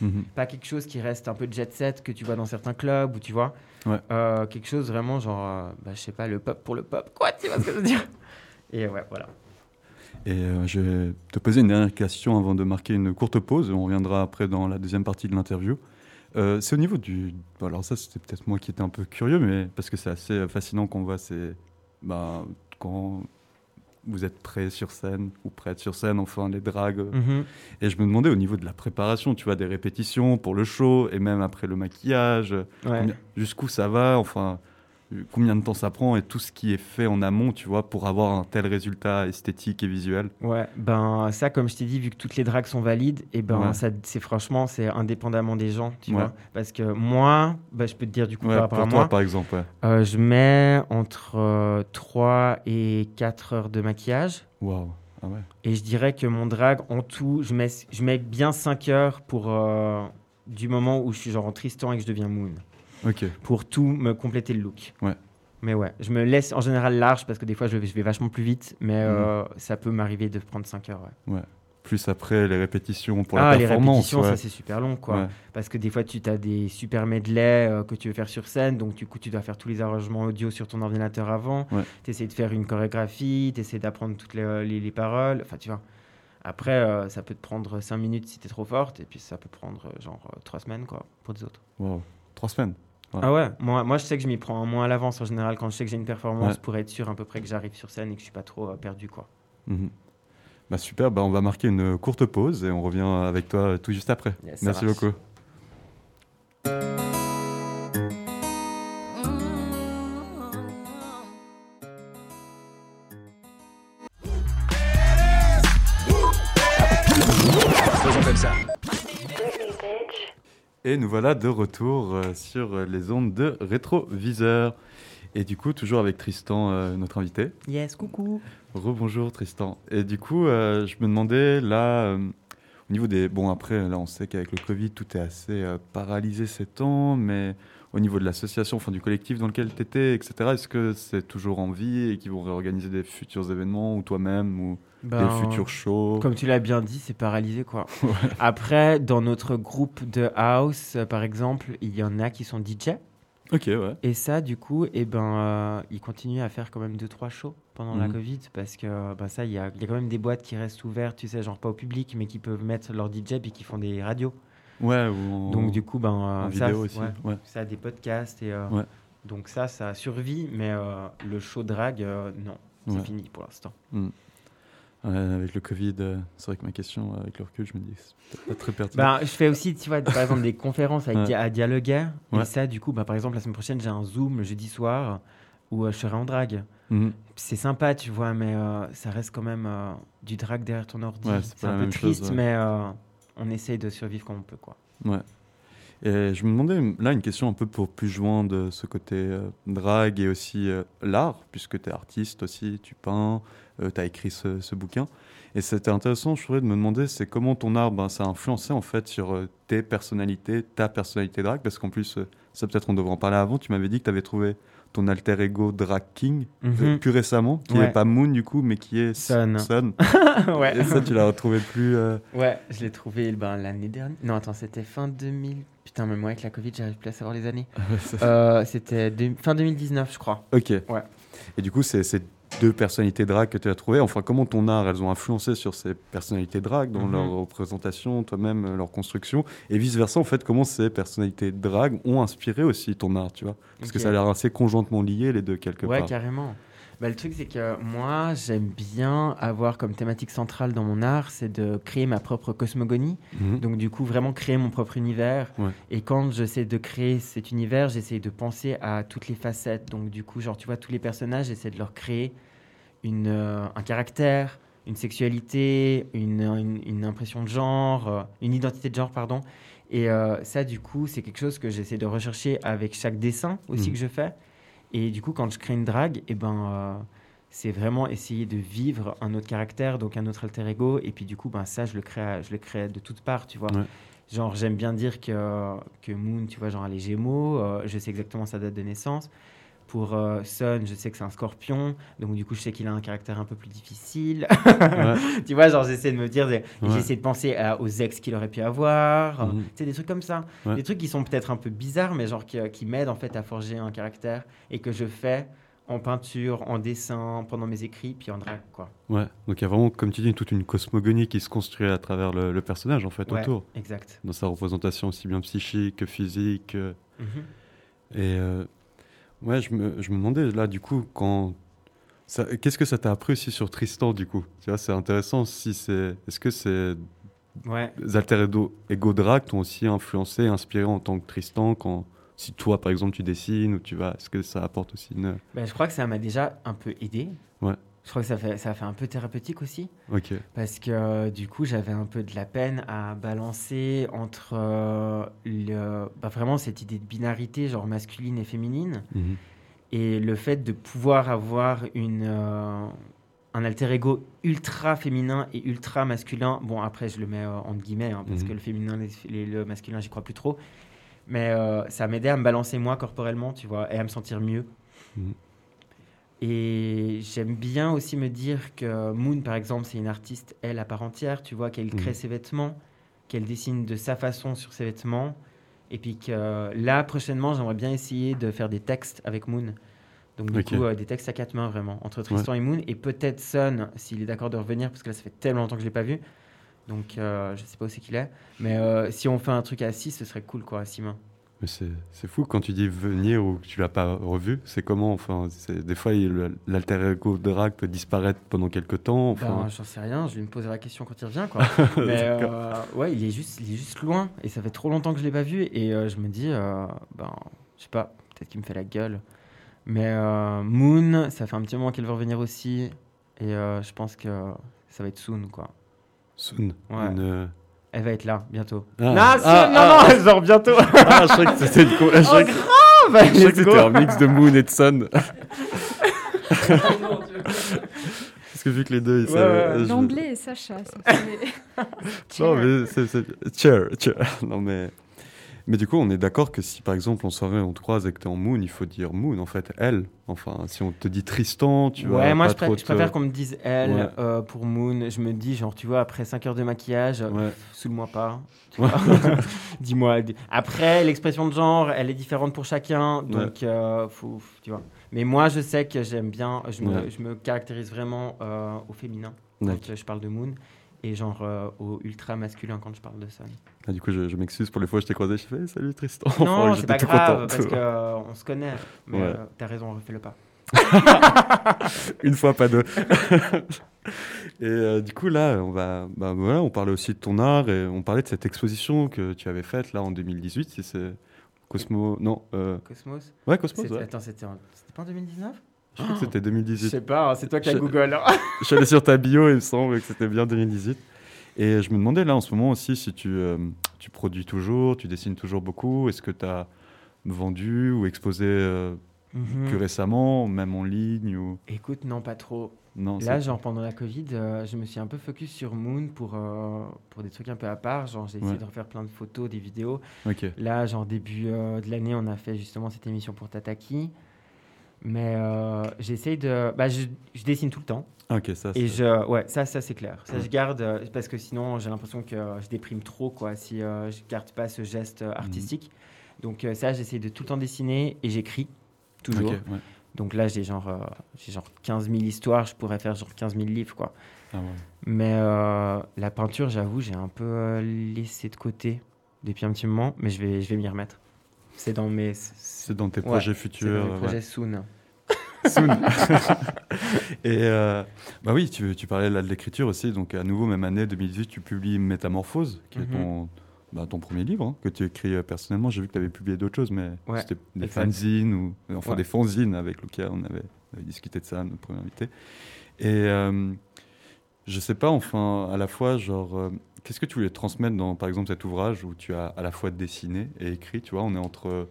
[SPEAKER 6] Mhm.
[SPEAKER 7] pas quelque chose qui reste un peu jet set que tu vois dans certains clubs ou tu vois
[SPEAKER 6] Ouais.
[SPEAKER 7] Euh, quelque chose vraiment genre euh, bah, je sais pas le pop pour le pop quoi tu vois ce que je veux dire et ouais voilà
[SPEAKER 6] Et euh, je vais te poser une dernière question avant de marquer une courte pause. On reviendra après dans la deuxième partie de l'interview. Euh, c'est au niveau du. bon, Alors, ça, c'était peut-être moi qui étais un peu curieux, mais parce que c'est assez euh, fascinant qu'on voit ces. bah, quand vous êtes prêt sur scène ou prête sur scène, enfin, les dragues.
[SPEAKER 7] Mm. Mm-hmm.
[SPEAKER 6] Et je me demandais au niveau de la préparation, tu vois, des répétitions pour le show et même après le maquillage,
[SPEAKER 7] Ouais.
[SPEAKER 6] combien- jusqu'où ça va, enfin, euh, combien de temps ça prend et tout ce qui est fait en amont, tu vois, pour avoir un tel résultat esthétique et visuel.
[SPEAKER 7] Ouais, ben ça, comme je t'ai dit, vu que toutes les dragues sont valides, et ben
[SPEAKER 6] Ouais.
[SPEAKER 7] ça, c'est franchement, c'est indépendamment des gens, tu
[SPEAKER 6] Ouais.
[SPEAKER 7] vois. Parce que moi, bah, je peux te dire du coup
[SPEAKER 6] Ouais,
[SPEAKER 7] par rapport
[SPEAKER 6] pour
[SPEAKER 7] à
[SPEAKER 6] toi,
[SPEAKER 7] moi,
[SPEAKER 6] par exemple, ouais.
[SPEAKER 7] euh, je mets entre euh, 3 et 4 heures de maquillage.
[SPEAKER 6] Waouh. Ah ouais.
[SPEAKER 7] Et je dirais que mon drag, en tout, je mets, je mets bien 5 heures pour euh, du moment où je suis genre en Tristan et que je deviens Moon,
[SPEAKER 6] Ok.
[SPEAKER 7] pour tout me compléter le look.
[SPEAKER 6] Ouais.
[SPEAKER 7] Mais ouais, je me laisse en général large parce que des fois je vais, je vais vachement plus vite, mais euh, ça peut m'arriver de prendre 5 heures. ouais.
[SPEAKER 6] Plus après les répétitions pour la
[SPEAKER 7] ah, les
[SPEAKER 6] performance.
[SPEAKER 7] répétitions,
[SPEAKER 6] ouais.
[SPEAKER 7] ça c'est super long quoi.
[SPEAKER 6] Ouais.
[SPEAKER 7] Parce que des fois tu as des super medley euh, que tu veux faire sur scène, donc du coup tu dois faire tous les arrangements audio sur ton ordinateur avant.
[SPEAKER 6] Ouais.
[SPEAKER 7] Tu essaies de faire une chorégraphie, tu essaies d'apprendre toutes les, euh, les- les paroles. Enfin tu vois. Après, euh, ça peut te prendre 5 euh, minutes si tu es trop forte, et puis ça peut prendre euh, genre 3 semaines quoi pour des autres.
[SPEAKER 6] Waouh. Trois semaines. Ouais.
[SPEAKER 7] Ah ouais, moi, moi je sais que je m'y prends un mois à l'avance en général quand je sais que j'ai une performance
[SPEAKER 6] Ouais.
[SPEAKER 7] pour être sûr à peu près que j'arrive sur scène et que je suis pas trop euh, perdu quoi.
[SPEAKER 6] Mhm. Bah super, bah on va marquer une courte pause et on revient avec toi euh, tout juste après.
[SPEAKER 7] Yes, ça
[SPEAKER 6] Merci
[SPEAKER 7] marche.
[SPEAKER 6] beaucoup. Et nous voilà de retour euh, sur euh, les ondes de rétroviseur. Et du coup, toujours avec Tristan, euh, notre invité.
[SPEAKER 7] Yes, coucou.
[SPEAKER 6] Rebonjour Tristan. Et du coup, euh, je me demandais là, euh, au niveau des... Bon, après, là, on sait qu'avec le Covid, tout est assez euh, paralysé ces temps, mais au niveau de l'association, enfin du collectif dans lequel tu étais, etc., est-ce que c'est toujours en vie et qu'ils vont réorganiser des futurs événements, ou toi-même, ou
[SPEAKER 7] Ben,
[SPEAKER 6] des futurs shows
[SPEAKER 7] Comme tu l'as bien dit, c'est paralysé quoi. Après, dans notre groupe de house, euh, par exemple, il y en a qui sont DJ.
[SPEAKER 6] Ok, ouais.
[SPEAKER 7] Et ça, du coup, eh ben, euh, ils continuent à faire quand même 2-3 shows pendant la
[SPEAKER 6] Mhm.
[SPEAKER 7] Covid parce que ben ça, il y a, il y a quand même des boîtes qui restent ouvertes, tu sais, genre pas au public, mais qui peuvent mettre leur DJ et qui font des radios.
[SPEAKER 6] Ouais, ou en-
[SPEAKER 7] Donc, du coup, ben,
[SPEAKER 6] Oh. en
[SPEAKER 7] euh, ça,
[SPEAKER 6] vidéo aussi.
[SPEAKER 7] ouais,
[SPEAKER 6] ouais.
[SPEAKER 7] ça a des podcasts et euh,
[SPEAKER 6] Ouais.
[SPEAKER 7] donc ça, ça survit, mais euh, le show drag, euh, non,
[SPEAKER 6] Ouais.
[SPEAKER 7] c'est fini pour l'instant.
[SPEAKER 6] Ouais, avec le Covid, euh, c'est vrai que ma question, euh, avec le recul, je me dis que c'est peut-être pas très pertinent.
[SPEAKER 7] Ben, je fais aussi, tu vois, par exemple, des conférences avec
[SPEAKER 6] Ouais.
[SPEAKER 7] Dia- à Dialoguer.
[SPEAKER 6] Ouais.
[SPEAKER 7] Et ça, du coup, ben, par exemple, la semaine prochaine, j'ai un Zoom le jeudi soir où euh, je serai en drague.
[SPEAKER 6] Mhm.
[SPEAKER 7] C'est sympa, tu vois, mais euh, ça reste quand même euh, du drag derrière ton ordi.
[SPEAKER 6] Ouais, c'est
[SPEAKER 7] c'est
[SPEAKER 6] pas la
[SPEAKER 7] un peu
[SPEAKER 6] même chose,
[SPEAKER 7] triste,
[SPEAKER 6] ouais.
[SPEAKER 7] mais euh, on essaye de survivre comme on peut, quoi.
[SPEAKER 6] Ouais. Et je me demandais là une question un peu pour plus joindre ce côté euh, drague et aussi euh, l'art, puisque tu es artiste aussi, tu peins, tu as écrit ce, ce bouquin. Et c'était intéressant, je trouvais, de me demander c'est comment ton art, ben, ça a influencé en fait sur euh, tes personnalités, ta personnalité drague, parce qu'en plus, euh, ça peut-être on devrait en parler avant, tu m'avais dit que tu avais trouvé ton alter ego drag king euh,
[SPEAKER 7] Mhm.
[SPEAKER 6] plus récemment, qui n'est
[SPEAKER 7] Ouais.
[SPEAKER 6] pas Moon du coup, mais qui est
[SPEAKER 7] Sun. ouais.
[SPEAKER 6] Et ça, tu l'as retrouvé plus... euh,
[SPEAKER 7] ouais, je l'ai trouvé ben, l'année dernière. Non, attends, c'était fin 2000. Putain, mais moi, avec la Covid, j'arrive plus à savoir les années. Euh, c'était deux- fin 2019, je crois.
[SPEAKER 6] Ok.
[SPEAKER 7] Ouais.
[SPEAKER 6] Et du coup, c'est ces deux personnalités drag que tu as trouvées, enfin, comment ton art, elles ont influencé sur ces personnalités drag, dans
[SPEAKER 7] Mhm.
[SPEAKER 6] leur représentation, toi-même, euh, leur construction, et vice-versa, en fait, comment ces personnalités drag ont inspiré aussi ton art, tu vois Parce que
[SPEAKER 7] Ok.
[SPEAKER 6] ça a l'air assez conjointement lié, les deux, quelque
[SPEAKER 7] Ouais,
[SPEAKER 6] part.
[SPEAKER 7] carrément. Bah, le truc, c'est que moi, j'aime bien avoir comme thématique centrale dans mon art, c'est de créer ma propre cosmogonie.
[SPEAKER 6] Mhm.
[SPEAKER 7] Donc, du coup, vraiment créer mon propre univers.
[SPEAKER 6] Ouais.
[SPEAKER 7] Et quand j'essaie de créer cet univers, j'essaie de penser à toutes les facettes. Donc, du coup, genre, tu vois, tous les personnages, j'essaie de leur créer une, euh, un caractère, une sexualité, une, une- une impression de genre, euh, une identité de genre, pardon. Et euh, ça, du coup, c'est quelque chose que j'essaie de rechercher avec chaque dessin aussi
[SPEAKER 6] Mhm.
[SPEAKER 7] que je fais. Et du coup, quand je crée une drague, eh ben, euh, c'est vraiment essayer de vivre un autre caractère, donc un autre alter ego. Et puis du coup, ben, ça, je le crée, à- je le crée de toutes parts, tu vois.
[SPEAKER 6] Ouais.
[SPEAKER 7] Genre, j'aime bien dire que, que Moon, tu vois, genre, elle est Gémeaux, euh, je sais exactement sa date de naissance. Pour euh, Sun, je sais que c'est un scorpion, donc du coup, je sais qu'il a un caractère un peu plus difficile. tu vois, genre, j'essaie de me dire, des-
[SPEAKER 6] Ouais.
[SPEAKER 7] j'essaie de penser à- aux ex qu'il aurait pu avoir,
[SPEAKER 6] Mhm.
[SPEAKER 7] c'est des trucs comme ça.
[SPEAKER 6] Ouais.
[SPEAKER 7] Des trucs qui sont peut-être un peu bizarres, mais genre qui, qui m'aident en fait à forger un caractère et que je fais en peinture, en dessin, pendant mes écrits, puis en drague, quoi.
[SPEAKER 6] Ouais. Donc, il y a vraiment, comme tu dis, toute une cosmogonie qui se construit à travers le, le personnage, en fait,
[SPEAKER 7] Ouais,
[SPEAKER 6] autour,
[SPEAKER 7] Exact.
[SPEAKER 6] dans sa représentation aussi bien psychique que physique. euh, Et euh, ouais, je me, je me demandais là, du coup, quand. ça- Qu'est-ce que ça t'a appris aussi sur Tristan, du coup Tu vois, c'est intéressant si c'est. Est-ce que ces
[SPEAKER 7] Ouais.
[SPEAKER 6] alter ego, ego drag t'ont aussi influencé, inspiré en tant que Tristan quand. Si toi, par exemple, tu dessines ou tu vas, est-ce que ça apporte aussi une...
[SPEAKER 7] Ben, je crois que ça m'a déjà un peu aidé.
[SPEAKER 6] Ouais.
[SPEAKER 7] Je crois que ça fait, ça fait un peu thérapeutique aussi.
[SPEAKER 6] Ok.
[SPEAKER 7] Parce que euh, du coup, j'avais un peu de la peine à balancer entre euh, le, bah, vraiment cette idée de binarité, genre masculine et féminine,
[SPEAKER 6] Mhm.
[SPEAKER 7] et le fait de pouvoir avoir une, euh, un alter ego ultra féminin et ultra masculin. Bon, après, je le mets en entre guillemets, hein, parce
[SPEAKER 6] Mhm.
[SPEAKER 7] que le féminin les- les- le masculin, j'y crois plus trop. Mais euh, ça m'aidait à me balancer moi corporellement, tu vois, et à me sentir mieux.
[SPEAKER 6] Mhm.
[SPEAKER 7] Et j'aime bien aussi me dire que Moon, par exemple, c'est une artiste, elle, à part entière, tu vois, qu'elle crée
[SPEAKER 6] Mhm.
[SPEAKER 7] ses vêtements, qu'elle dessine de sa façon sur ses vêtements. Et puis que euh, là, prochainement, j'aimerais bien essayer de faire des textes avec Moon. Donc, du
[SPEAKER 6] Ok.
[SPEAKER 7] coup, euh, des textes à quatre mains, vraiment, entre Tristan et Moon. Et peut-être Sun, s'il est d'accord de revenir, parce que là, ça fait tellement longtemps que je ne l'ai pas vu. Donc, euh, je ne sais pas où c'est qu'il est. Mais euh, si on fait un truc à 6, ce serait cool, quoi, à 6 mains.
[SPEAKER 6] Mais c'est c'est fou quand tu dis venir ou que tu l'as pas revu. C'est comment Enfin, c'est- des fois, il- l'alter ego de Rack peut disparaître pendant quelques temps.
[SPEAKER 7] Ben,
[SPEAKER 6] Enfin,
[SPEAKER 7] j'en sais rien, je vais me poser la question quand il revient. Quoi. Mais euh, ouais, il est, juste, il est juste loin et ça fait trop longtemps que je l'ai pas vu. Et euh, je me dis, euh, ben, je sais pas, peut-être qu'il me fait la gueule. Mais euh, Moon, ça fait un petit moment qu'elle veut revenir aussi. Et euh, je pense que ça va être soon. Quoi.
[SPEAKER 6] Soon.
[SPEAKER 7] Ouais.
[SPEAKER 6] Une, euh,
[SPEAKER 7] Elle va être là bientôt.
[SPEAKER 6] Ah.
[SPEAKER 7] non,
[SPEAKER 6] Ah,
[SPEAKER 7] soon, non,
[SPEAKER 6] ah,
[SPEAKER 7] non, genre bientôt.
[SPEAKER 6] Ah, je croyais que c'était une co- je croyais que-
[SPEAKER 7] Oh, grave
[SPEAKER 6] je croyais que
[SPEAKER 7] let's go.
[SPEAKER 6] c'était un mix de Moon et de Sun. Parce que vu que les deux, ils
[SPEAKER 7] Ouais,
[SPEAKER 6] savent-
[SPEAKER 7] ouais.
[SPEAKER 6] je-
[SPEAKER 5] L'anglais et Sacha. ça fait-
[SPEAKER 6] Non, mais c'est. c'est- Cheer, cheer. Non, mais. Mais du coup, on est d'accord que si par exemple en soirée on te croise et que t'es en Moon, il faut dire Moon en fait, elle. Enfin, si on te dit Tristan, tu vois.
[SPEAKER 7] ouais, moi
[SPEAKER 6] pas
[SPEAKER 7] je, pré-
[SPEAKER 6] trop
[SPEAKER 7] je
[SPEAKER 6] te-
[SPEAKER 7] préfère qu'on me dise elle
[SPEAKER 6] Ouais.
[SPEAKER 7] euh, pour Moon. Je me dis, genre, tu vois, après 5 heures de maquillage, euh,
[SPEAKER 6] Ouais.
[SPEAKER 7] pff, saoule-moi pas. tu vois. Dis-moi. dis- Après, l'expression de genre, elle est différente pour chacun. Donc, euh, faut- faut- tu vois. Mais moi, je sais que j'aime bien, je me,
[SPEAKER 6] Ouais.
[SPEAKER 7] je me caractérise vraiment euh, au féminin quand
[SPEAKER 6] D'accord.
[SPEAKER 7] euh, je parle de Moon et genre euh, au ultra masculin quand je parle de Sun.
[SPEAKER 6] Ah, du coup, je, je m'excuse pour les fois où je t'ai croisé, je fais Eh, salut Tristan.
[SPEAKER 7] non,
[SPEAKER 6] j'étais
[SPEAKER 7] c'est pas
[SPEAKER 6] tout
[SPEAKER 7] grave
[SPEAKER 6] content.
[SPEAKER 7] parce qu'on se connaît. Mais
[SPEAKER 6] Ouais.
[SPEAKER 7] euh, t'as raison, refais-le pas.
[SPEAKER 6] Une fois, pas deux. et euh, du coup, là, on va. Bah, voilà, on parlait aussi de ton art et on parlait de cette exposition que tu avais faite là en 2018. Si c'est Cosmo. Non. euh,
[SPEAKER 7] Cosmos.
[SPEAKER 6] Ouais, Cosmos.
[SPEAKER 7] C'était-
[SPEAKER 6] ouais.
[SPEAKER 7] Attends, c'était en- c'était pas en 2019
[SPEAKER 6] Je crois que c'était
[SPEAKER 7] Je
[SPEAKER 6] 2018.
[SPEAKER 7] sais pas, hein, c'est toi qui as
[SPEAKER 6] Je-
[SPEAKER 7] Google. hein.
[SPEAKER 6] Je suis allé sur ta bio, il me semble que c'était bien 2018. Et je me demandais là en ce moment aussi si tu, euh, tu produis toujours, tu dessines toujours beaucoup. Est-ce que tu as vendu ou exposé euh,
[SPEAKER 7] Hmm.
[SPEAKER 6] plus récemment, même en ligne ou...
[SPEAKER 7] Écoute, non, pas trop.
[SPEAKER 6] Non,
[SPEAKER 7] Là,
[SPEAKER 6] c'est-
[SPEAKER 7] genre pendant la Covid, euh, je me suis un peu focus sur Moon pour, euh, pour des trucs un peu à part. Genre, j'ai essayé
[SPEAKER 6] Ouais.
[SPEAKER 7] de refaire plein de photos, des vidéos.
[SPEAKER 6] Ok.
[SPEAKER 7] Là, genre début euh, de l'année, on a fait justement cette émission pour Tataki. Mais euh, j'essaye de. Bah, je, je dessine tout le temps.
[SPEAKER 6] Ah, ok, ça.
[SPEAKER 7] Et
[SPEAKER 6] c'est-
[SPEAKER 7] je, ouais, ça, ça c'est clair. Ça,
[SPEAKER 6] Ouais.
[SPEAKER 7] je garde euh, parce que sinon, j'ai l'impression que euh, je déprime trop, quoi, si euh, je garde pas ce geste euh, artistique.
[SPEAKER 6] Mhm.
[SPEAKER 7] Donc euh, ça, j'essaie de tout le temps dessiner et j'écris
[SPEAKER 6] Ok,
[SPEAKER 7] toujours.
[SPEAKER 6] ouais.
[SPEAKER 7] Donc là, j'ai genre, euh, j'ai genre 15 000 histoires. Je pourrais faire genre 15 000 livres, quoi.
[SPEAKER 6] Ah, ouais.
[SPEAKER 7] Mais euh, la peinture, j'avoue, j'ai un peu euh, laissé de côté depuis un petit moment, mais je vais, je vais m'y remettre. C'est dans mes, c'est
[SPEAKER 6] C'est dans tes
[SPEAKER 7] Ouais,
[SPEAKER 6] projets
[SPEAKER 7] dans mes
[SPEAKER 6] futurs. euh, ouais.
[SPEAKER 7] projets soon.
[SPEAKER 6] Soon. et euh, bah oui, tu, tu parlais là de l'écriture aussi. Donc à nouveau, même année 2018, tu publies Métamorphose, qui est
[SPEAKER 7] Mhm.
[SPEAKER 6] ton, bah, ton premier livre hein, que tu écris euh, personnellement. J'ai vu que tu avais publié d'autres choses, mais
[SPEAKER 7] Ouais,
[SPEAKER 6] c'était des
[SPEAKER 7] exact.
[SPEAKER 6] fanzines ou enfin
[SPEAKER 7] Ouais.
[SPEAKER 6] des fanzines avec Lucas. On avait, on avait discuté de ça, notre premier invité. Et euh, je sais pas, enfin, à la fois, genre, euh, qu'est-ce que tu voulais transmettre dans, par exemple, cet ouvrage où tu as à la fois dessiné et écrit Tu vois, on est entre euh,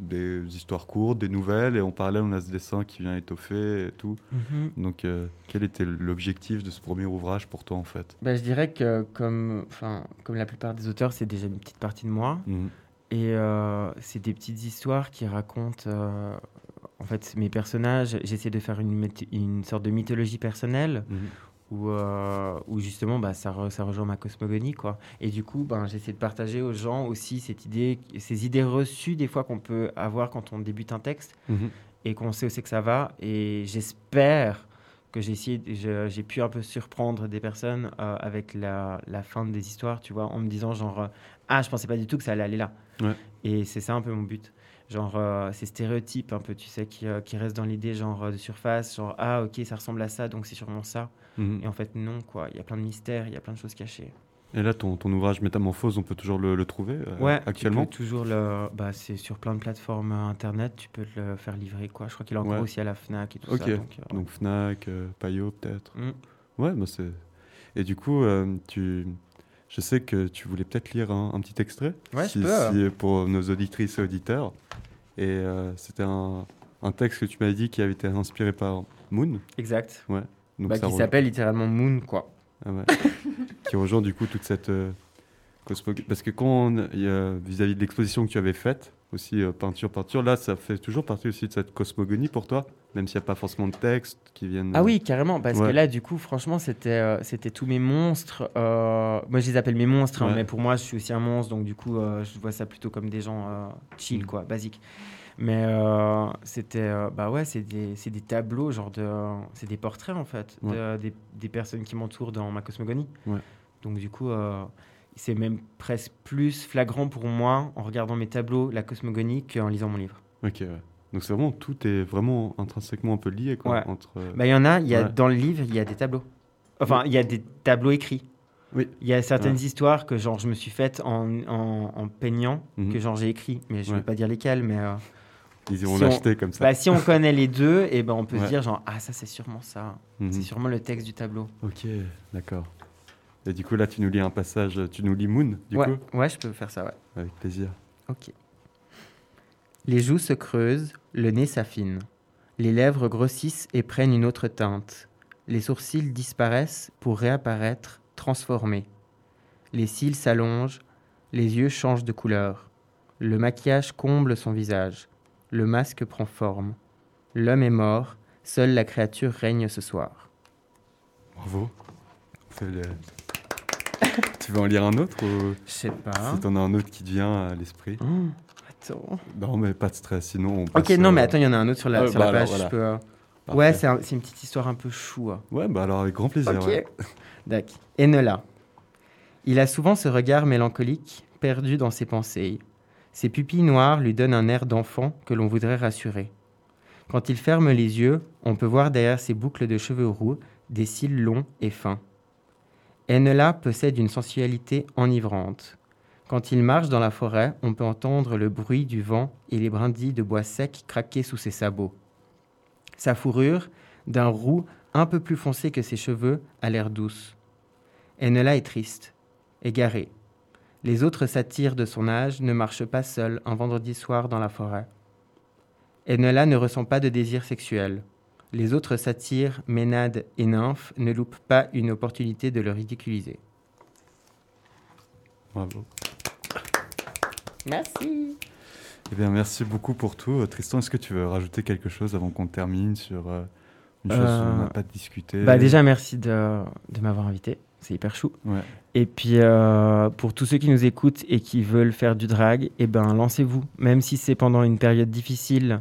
[SPEAKER 6] des histoires courtes, des nouvelles, et en parallèle, on a ce dessin qui vient étoffer et tout. Donc, euh, quel était l'objectif de ce premier ouvrage pour toi, en fait
[SPEAKER 7] Bah, je dirais que comme, enfin, comme la plupart des auteurs, c'est déjà une petite partie de moi. Et euh, c'est des petites histoires qui racontent, euh, en fait, mes personnages. J'essaie de faire une, myth- une sorte de mythologie personnelle
[SPEAKER 6] Mhm.
[SPEAKER 7] où, euh, où justement, bah, ça, re- ça rejoint ma cosmogonie, quoi. Et du coup, ben, j'essaie de partager aux gens aussi cette idée, ces idées reçues des fois qu'on peut avoir quand on débute un texte et qu'on sait où c'est que ça va. Et j'espère que j'ai essayé, je- j'ai pu un peu surprendre des personnes euh, avec la, la fin des histoires, tu vois, en me disant genre euh, ah je pensais pas du tout que ça allait aller là.
[SPEAKER 6] Ouais.
[SPEAKER 7] Et c'est ça un peu mon but. Genre euh, ces stéréotypes un peu, tu sais, qui, euh, qui restent dans l'idée genre euh, de surface, genre ah ok ça ressemble à ça donc c'est sûrement ça.
[SPEAKER 6] Mhm.
[SPEAKER 7] Et en fait non quoi, il y a plein de mystères, il y a plein de choses cachées.
[SPEAKER 6] Et là, ton, ton ouvrage Métamorphose, on peut toujours le, le trouver euh,
[SPEAKER 7] ouais.
[SPEAKER 6] actuellement
[SPEAKER 7] tu peux toujours le, bah c'est sur plein de plateformes euh, internet, tu peux te le faire livrer quoi. Je crois qu'il est encore
[SPEAKER 6] Ouais.
[SPEAKER 7] aussi à la Fnac et tout
[SPEAKER 6] Ok.
[SPEAKER 7] ça. Donc, euh,
[SPEAKER 6] Donc Fnac, euh, Payot peut-être.
[SPEAKER 7] Mm.
[SPEAKER 6] Ouais, bah c'est. Et du coup, euh, tu. Je sais que tu voulais peut-être lire un, un petit extrait.
[SPEAKER 7] Ouais, je
[SPEAKER 6] si,
[SPEAKER 7] peux.
[SPEAKER 6] si- pour nos auditrices et auditeurs. Et euh, c'était un, un texte que tu m'avais dit qui avait été inspiré par Moon.
[SPEAKER 7] exact.
[SPEAKER 6] Donc
[SPEAKER 7] Bah,
[SPEAKER 6] ça
[SPEAKER 7] qui
[SPEAKER 6] re-
[SPEAKER 7] s'appelle littéralement Moon, quoi.
[SPEAKER 6] Ah ouais. qui rejoint du coup toute cette euh, cosmo- Parce que quand on- il y a- vis-à-vis de l'exposition que tu avais faite, aussi euh, peinture, peinture, là ça fait toujours partie aussi de cette cosmogonie pour toi, même s'il n'y a pas forcément de texte qui viennent.
[SPEAKER 7] Ah oui, carrément, parce
[SPEAKER 6] Ouais.
[SPEAKER 7] que là, du coup, franchement, c'était euh, c'était tous mes monstres. euh, Moi, je les appelle mes monstres, hein,
[SPEAKER 6] Ouais.
[SPEAKER 7] mais pour moi, je suis aussi un monstre, donc du coup, euh, je vois ça plutôt comme des gens euh, chill,
[SPEAKER 6] Mm.
[SPEAKER 7] quoi, basiques. Mais euh, c'était, euh, bah ouais, c'est des, c'est des tableaux, genre de. C'est des portraits, en fait, de- des, des personnes qui m'entourent dans ma cosmogonie.
[SPEAKER 6] Ouais.
[SPEAKER 7] Donc, du coup, euh, C'est même presque plus flagrant pour moi en regardant mes tableaux, la cosmogonie, qu'en lisant mon livre.
[SPEAKER 6] euh, Ok, ouais. Donc c'est vraiment, tout est vraiment intrinsèquement un peu lié, quoi.
[SPEAKER 7] Ouais.
[SPEAKER 6] Entre... euh,
[SPEAKER 7] Bah, il y en a, il y a
[SPEAKER 6] Ouais.
[SPEAKER 7] dans le livre, il y a des tableaux. Enfin, il y a des tableaux écrits.
[SPEAKER 6] Oui.
[SPEAKER 7] Il y a certaines histoires que genre je me suis faites en, en- en peignant,
[SPEAKER 6] Mhm.
[SPEAKER 7] que genre j'ai écrit, mais je ne
[SPEAKER 6] Ouais.
[SPEAKER 7] vais pas dire lesquelles, mais euh,
[SPEAKER 6] Ils iront
[SPEAKER 7] si on-
[SPEAKER 6] l'acheter comme ça.
[SPEAKER 7] bah, si on connaît les deux, et ben on peut
[SPEAKER 6] Ouais.
[SPEAKER 7] se dire genre ah ça c'est sûrement ça,
[SPEAKER 6] Mhm.
[SPEAKER 7] c'est sûrement le texte du tableau.
[SPEAKER 6] Ok, d'accord. Et du coup, là, tu nous lis un passage, tu nous lis Moon, du
[SPEAKER 7] ouais,
[SPEAKER 6] coup
[SPEAKER 7] ouais, je peux faire ça, ouais.
[SPEAKER 6] Avec plaisir.
[SPEAKER 7] Ok. Les joues se creusent, le nez s'affine. Les lèvres grossissent et prennent une autre teinte. Les sourcils disparaissent pour réapparaître, transformés. Les cils s'allongent, les yeux changent de couleur. Le maquillage comble son visage. Le masque prend forme. L'homme est mort, seule la créature règne ce soir.
[SPEAKER 6] Bravo. C'est le- tu veux en lire un autre ou
[SPEAKER 7] Je sais pas. Oh,
[SPEAKER 6] si t'en as un autre qui te vient à l'esprit
[SPEAKER 7] attends.
[SPEAKER 6] Non, mais pas de stress, sinon on
[SPEAKER 7] Ok,
[SPEAKER 6] passe,
[SPEAKER 7] non,
[SPEAKER 6] euh,
[SPEAKER 7] mais attends, il y en a un autre sur la,
[SPEAKER 6] euh,
[SPEAKER 7] sur
[SPEAKER 6] bah
[SPEAKER 7] la
[SPEAKER 6] alors,
[SPEAKER 7] page.
[SPEAKER 6] voilà.
[SPEAKER 7] je peux, euh,
[SPEAKER 6] Parfait.
[SPEAKER 7] Ouais, c'est un- c'est une petite histoire un peu chou. hein.
[SPEAKER 6] Ouais, bah alors avec grand plaisir.
[SPEAKER 7] Ok.
[SPEAKER 6] ouais.
[SPEAKER 7] D'accord. Enola. Il a souvent ce regard mélancolique, perdu dans ses pensées. Ses pupilles noires lui donnent un air d'enfant que l'on voudrait rassurer. Quand il ferme les yeux, on peut voir derrière ses boucles de cheveux roux des cils longs et fins. Enola possède une sensualité enivrante. Quand il marche dans la forêt, on peut entendre le bruit du vent et les brindilles de bois sec craquer sous ses sabots. Sa fourrure, d'un roux un peu plus foncé que ses cheveux, a l'air douce. Enola est triste, égarée. Les autres satyres de son âge ne marchent pas seuls un vendredi soir dans la forêt. Enola ne ressent pas de désir sexuel. Les autres satyres, ménades et nymphes ne loupent pas une opportunité de le ridiculiser.
[SPEAKER 6] Bravo.
[SPEAKER 7] Merci.
[SPEAKER 6] Eh bien, merci beaucoup pour tout. Euh, Tristan, est-ce que tu veux rajouter quelque chose avant qu'on termine sur euh, une chose
[SPEAKER 7] Euh,
[SPEAKER 6] qu'on n'a pas discutée
[SPEAKER 7] Bah déjà, merci de, de m'avoir invité. C'est hyper chou.
[SPEAKER 6] Ouais.
[SPEAKER 7] Et puis, euh, pour tous ceux qui nous écoutent et qui veulent faire du drag, eh ben, lancez-vous. Même si c'est pendant une période difficile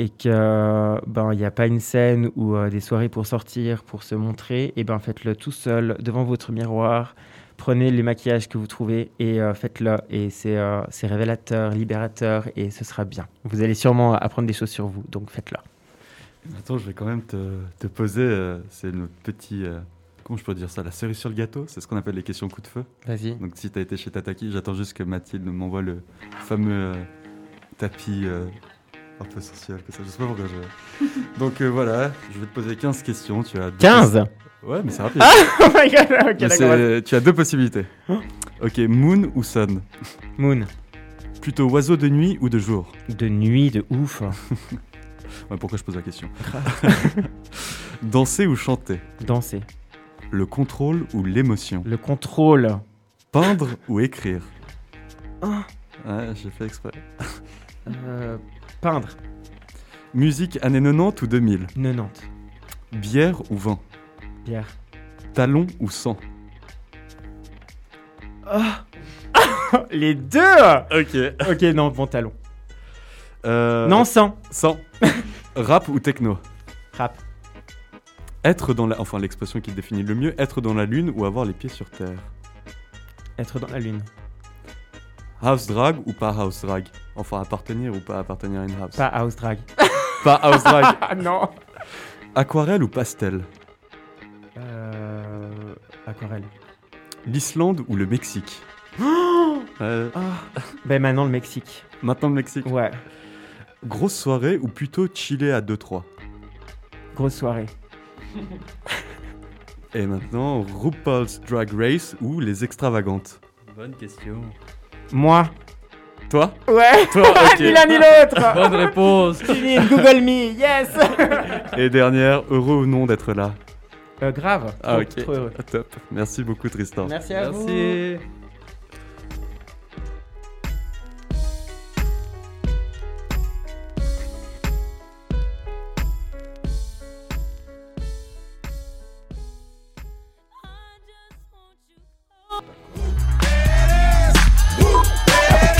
[SPEAKER 7] et que ben il n'y a pas une scène ou euh, des soirées pour sortir, pour se montrer, eh ben faites-le tout seul devant votre miroir. Prenez les maquillages que vous trouvez et euh, faites-le. Et c'est euh, c'est révélateur, libérateur et ce sera bien. Vous allez sûrement apprendre des choses sur vous, donc faites-le.
[SPEAKER 6] Attends, je vais quand même te, te poser. euh, c'est le petit. euh, comment je peux dire ça La cerise sur le gâteau C'est ce qu'on appelle les questions coup de feu.
[SPEAKER 7] Vas-y.
[SPEAKER 6] Donc si t'as été chez Tataki, j'attends juste que Mathilde m'envoie le fameux euh, tapis euh, un peu sensuel que ça. Je sais pas pourquoi je... Donc euh, voilà, je vais te poser 15 questions. Tu as deux
[SPEAKER 7] 15
[SPEAKER 6] possi- Ouais, mais c'est rapide.
[SPEAKER 7] Oh my god, ok,
[SPEAKER 6] Mais
[SPEAKER 7] d'accord.
[SPEAKER 6] c'est- tu as deux possibilités.
[SPEAKER 7] Hein
[SPEAKER 6] Ok, moon ou sun
[SPEAKER 7] Moon,
[SPEAKER 6] Plutôt oiseau de nuit ou de jour
[SPEAKER 7] de nuit, de ouf.
[SPEAKER 6] Ouais, Pourquoi je pose la question Danser ou chanter
[SPEAKER 7] Danser.
[SPEAKER 6] Le contrôle ou l'émotion
[SPEAKER 7] Le contrôle.
[SPEAKER 6] Peindre ou écrire
[SPEAKER 7] Ah.
[SPEAKER 6] Ouais, j'ai fait exprès.
[SPEAKER 7] Euh, peindre.
[SPEAKER 6] Musique années 90 ou 2000
[SPEAKER 7] 90.
[SPEAKER 6] Bière ou vin
[SPEAKER 7] Bière.
[SPEAKER 6] Talon ou sang
[SPEAKER 7] Les deux
[SPEAKER 6] Ok.
[SPEAKER 7] Ok, non, bon talon. Non, sans.
[SPEAKER 6] Euh, Sang. Rap ou techno
[SPEAKER 7] Rap.
[SPEAKER 6] Être dans la... Enfin, l'expression qui définit le mieux, être dans la lune ou avoir les pieds sur terre.
[SPEAKER 7] Être dans la lune.
[SPEAKER 6] House drag ou pas house drag Enfin, appartenir ou pas appartenir à une house.
[SPEAKER 7] Pas house drag.
[SPEAKER 6] Pas house drag.
[SPEAKER 7] Ah non
[SPEAKER 6] Aquarelle ou pastel
[SPEAKER 7] Euh. Aquarelle.
[SPEAKER 6] L'Islande ou le Mexique Euh,
[SPEAKER 7] Ah. Ben maintenant le Mexique.
[SPEAKER 6] Maintenant le Mexique.
[SPEAKER 7] Ouais.
[SPEAKER 6] Grosse soirée ou plutôt chiller à 2-3
[SPEAKER 7] Grosse soirée.
[SPEAKER 6] Et maintenant, RuPaul's Drag Race ou les extravagantes
[SPEAKER 4] Bonne question.
[SPEAKER 7] Moi
[SPEAKER 6] Toi
[SPEAKER 7] Ouais
[SPEAKER 6] Toi, ok.
[SPEAKER 7] Ni l'un ni l'autre
[SPEAKER 4] Bonne réponse.
[SPEAKER 7] Fini, Google Me, yes
[SPEAKER 6] Et dernière, heureux ou non d'être là
[SPEAKER 7] euh, Grave.
[SPEAKER 6] Ah,
[SPEAKER 7] Trop-
[SPEAKER 6] ok.
[SPEAKER 7] Trop heureux.
[SPEAKER 6] Top. Merci beaucoup, Tristan.
[SPEAKER 7] Merci à vous.
[SPEAKER 4] Merci.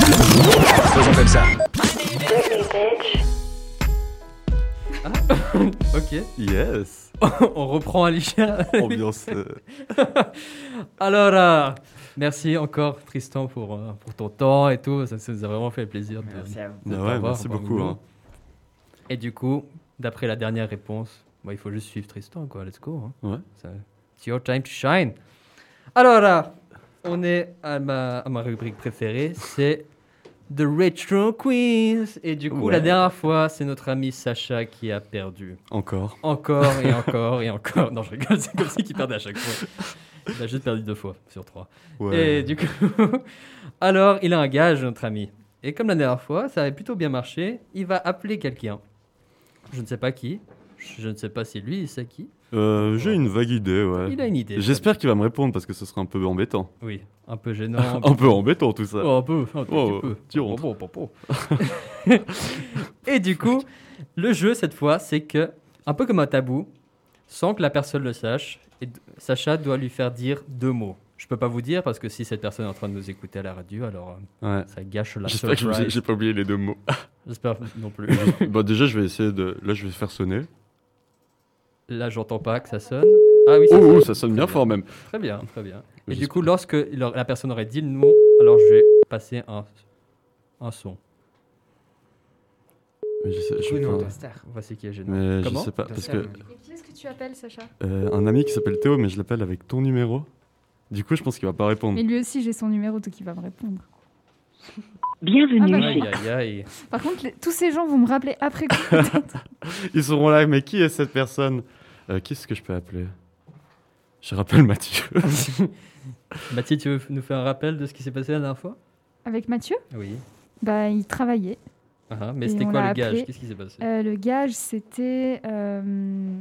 [SPEAKER 2] Faisons comme ça.
[SPEAKER 4] Ok, Ok.
[SPEAKER 6] Yes.
[SPEAKER 4] On reprend à légère.
[SPEAKER 6] Ambiance. euh,
[SPEAKER 4] Alors, euh, merci encore Tristan pour, euh, pour ton temps et tout. Ça, ça nous a vraiment fait plaisir. De,
[SPEAKER 7] Merci à vous.
[SPEAKER 4] de
[SPEAKER 6] Ah ouais,
[SPEAKER 4] t'avoir
[SPEAKER 6] merci
[SPEAKER 4] parmi
[SPEAKER 6] beaucoup,
[SPEAKER 4] nous.
[SPEAKER 6] hein.
[SPEAKER 4] Et du coup, d'après la dernière réponse, bah, il faut juste suivre Tristan, quoi. Let's go. hein.
[SPEAKER 6] Ouais.
[SPEAKER 4] Ça- It's your time to shine. Alors, euh, on est à ma, à ma rubrique préférée, c'est The Retro Quiz. Et du coup,
[SPEAKER 6] Ouais.
[SPEAKER 4] la dernière fois, c'est notre ami Sacha qui a perdu
[SPEAKER 6] Encore.
[SPEAKER 4] encore et encore et encore. Non, je rigole, c'est comme si qu'il perdait à chaque fois. Il a juste perdu deux fois sur trois.
[SPEAKER 6] Ouais.
[SPEAKER 4] Et du coup, alors il a un gage, notre ami. Et comme la dernière fois, ça avait plutôt bien marché, il va appeler quelqu'un. Je ne sais pas qui. Je ne sais pas si lui, il sait qui.
[SPEAKER 6] Euh, J'ai une vague idée, ouais.
[SPEAKER 4] Il a une idée.
[SPEAKER 6] J'espère qu'il va me répondre parce que ce sera un peu embêtant.
[SPEAKER 4] Oui, un peu gênant.
[SPEAKER 6] Un peu embêtant tout ça.
[SPEAKER 4] Oh, un peu, un tout
[SPEAKER 6] Oh,
[SPEAKER 4] petit peu.
[SPEAKER 6] tu rentres.
[SPEAKER 4] Bon, bon, bon, bon. Et du coup, le jeu cette fois, c'est que, un peu comme un tabou, sans que la personne le sache, et d- Sacha doit lui faire dire deux mots. Je peux pas vous dire parce que si cette personne est en train de nous écouter à la radio, alors euh,
[SPEAKER 6] Ouais.
[SPEAKER 4] ça gâche la
[SPEAKER 6] J'espère que j'ai-
[SPEAKER 4] surprise.
[SPEAKER 6] j'ai pas oublié les deux mots.
[SPEAKER 4] J'espère non plus.
[SPEAKER 6] bah déjà je vais essayer de... Là je vais faire sonner.
[SPEAKER 4] Là, j'entends pas que ça sonne. Ah oui, ça
[SPEAKER 6] Oh,
[SPEAKER 4] sonne.
[SPEAKER 6] oh, ça sonne bien
[SPEAKER 4] Très
[SPEAKER 6] fort même.
[SPEAKER 4] Très bien, très bien. Et
[SPEAKER 6] J'espère.
[SPEAKER 4] du coup, lorsque la la personne aurait dit le mot, alors je vais passer un, un son.
[SPEAKER 6] Mais je sais, je sais
[SPEAKER 7] Bruno
[SPEAKER 6] pas.
[SPEAKER 7] Toaster.
[SPEAKER 4] Voici qui est gênant.
[SPEAKER 6] Mais je
[SPEAKER 4] Comment
[SPEAKER 6] sais pas parce que
[SPEAKER 5] Et qui est-ce que tu appelles, Sacha
[SPEAKER 6] euh, un ami qui s'appelle Théo mais je l'appelle avec ton numéro. Du coup je pense qu'il va pas répondre.
[SPEAKER 5] Mais lui aussi, j'ai son numéro, donc il va me répondre.
[SPEAKER 4] Aïe,
[SPEAKER 5] Bienvenue.
[SPEAKER 4] aïe, aïe.
[SPEAKER 5] Par contre, les- tous ces gens vont me rappeler après coup. peut-être.
[SPEAKER 6] Ils seront là mais qui est cette personne Euh, Qui est-ce que je peux appeler Je rappelle Mathieu.
[SPEAKER 4] Mathilde, tu veux f- nous faire un rappel de ce qui s'est passé la dernière fois
[SPEAKER 5] Avec Mathieu,
[SPEAKER 4] Oui.
[SPEAKER 5] bah, il travaillait.
[SPEAKER 4] Ah, mais
[SPEAKER 5] Et
[SPEAKER 4] c'était
[SPEAKER 5] on
[SPEAKER 4] quoi
[SPEAKER 5] l'a
[SPEAKER 4] le gage
[SPEAKER 5] appelé.
[SPEAKER 4] Qu'est-ce qui s'est passé
[SPEAKER 5] Euh, le gage, c'était. euh,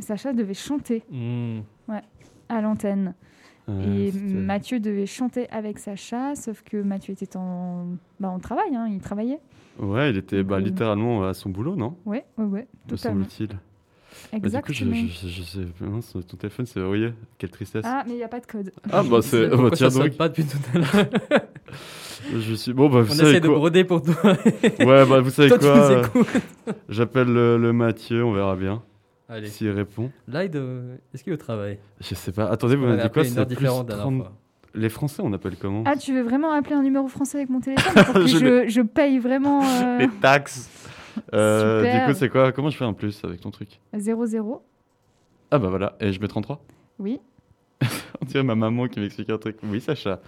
[SPEAKER 5] Sacha devait chanter
[SPEAKER 4] Hmm.
[SPEAKER 5] à l'antenne.
[SPEAKER 6] Euh,
[SPEAKER 5] et
[SPEAKER 6] c'était-
[SPEAKER 5] Mathieu devait chanter avec Sacha, sauf que Mathieu était en, bah, en travail, hein, il travaillait.
[SPEAKER 6] Ouais il était bah, littéralement à son boulot non
[SPEAKER 5] Ouais, ouais, ouais,
[SPEAKER 6] Me
[SPEAKER 5] totalement.
[SPEAKER 6] semble-t-il. Bah, du coup je,
[SPEAKER 5] Exactement.
[SPEAKER 6] je, je- je sais pas, mince, ton téléphone c'est verrouillé. Quelle tristesse.
[SPEAKER 5] Ah, mais il n'y a pas de code.
[SPEAKER 6] Ah, bah c'est...
[SPEAKER 4] Pourquoi
[SPEAKER 6] bah, tiens
[SPEAKER 4] ça sonne
[SPEAKER 6] donc.
[SPEAKER 4] pas depuis tout à l'heure
[SPEAKER 6] Je suis... Bon bah vous
[SPEAKER 4] On
[SPEAKER 6] savez
[SPEAKER 4] essaie de
[SPEAKER 6] quoi
[SPEAKER 4] broder pour toi.
[SPEAKER 6] Ouais, bah vous savez
[SPEAKER 4] Toi, tu
[SPEAKER 6] quoi
[SPEAKER 4] nous
[SPEAKER 6] euh,
[SPEAKER 4] écoutes.
[SPEAKER 6] J'appelle le, le Mathieu, on verra bien
[SPEAKER 4] Allez,
[SPEAKER 6] s'il répond.
[SPEAKER 4] là, il doit- euh, est-ce qu'il est au travail
[SPEAKER 6] Je sais pas. Attendez, vous
[SPEAKER 4] On avait
[SPEAKER 6] m'avez dit quoi
[SPEAKER 4] appelé une heure
[SPEAKER 6] C'est plus
[SPEAKER 4] différente la
[SPEAKER 6] 30
[SPEAKER 4] dernière fois.
[SPEAKER 6] Les Français, on appelle comment
[SPEAKER 5] Ah, tu veux vraiment appeler un numéro français avec mon téléphone pour que
[SPEAKER 6] Je
[SPEAKER 5] je, je paye vraiment euh,
[SPEAKER 6] Les taxes. Euh,
[SPEAKER 5] Super.
[SPEAKER 6] du coup, c'est quoi Comment je fais un plus avec ton truc
[SPEAKER 5] 00
[SPEAKER 6] Ah bah voilà, et je mets 33.
[SPEAKER 5] Oui.
[SPEAKER 6] On dirait ma maman qui m'explique un truc. Oui, Sacha.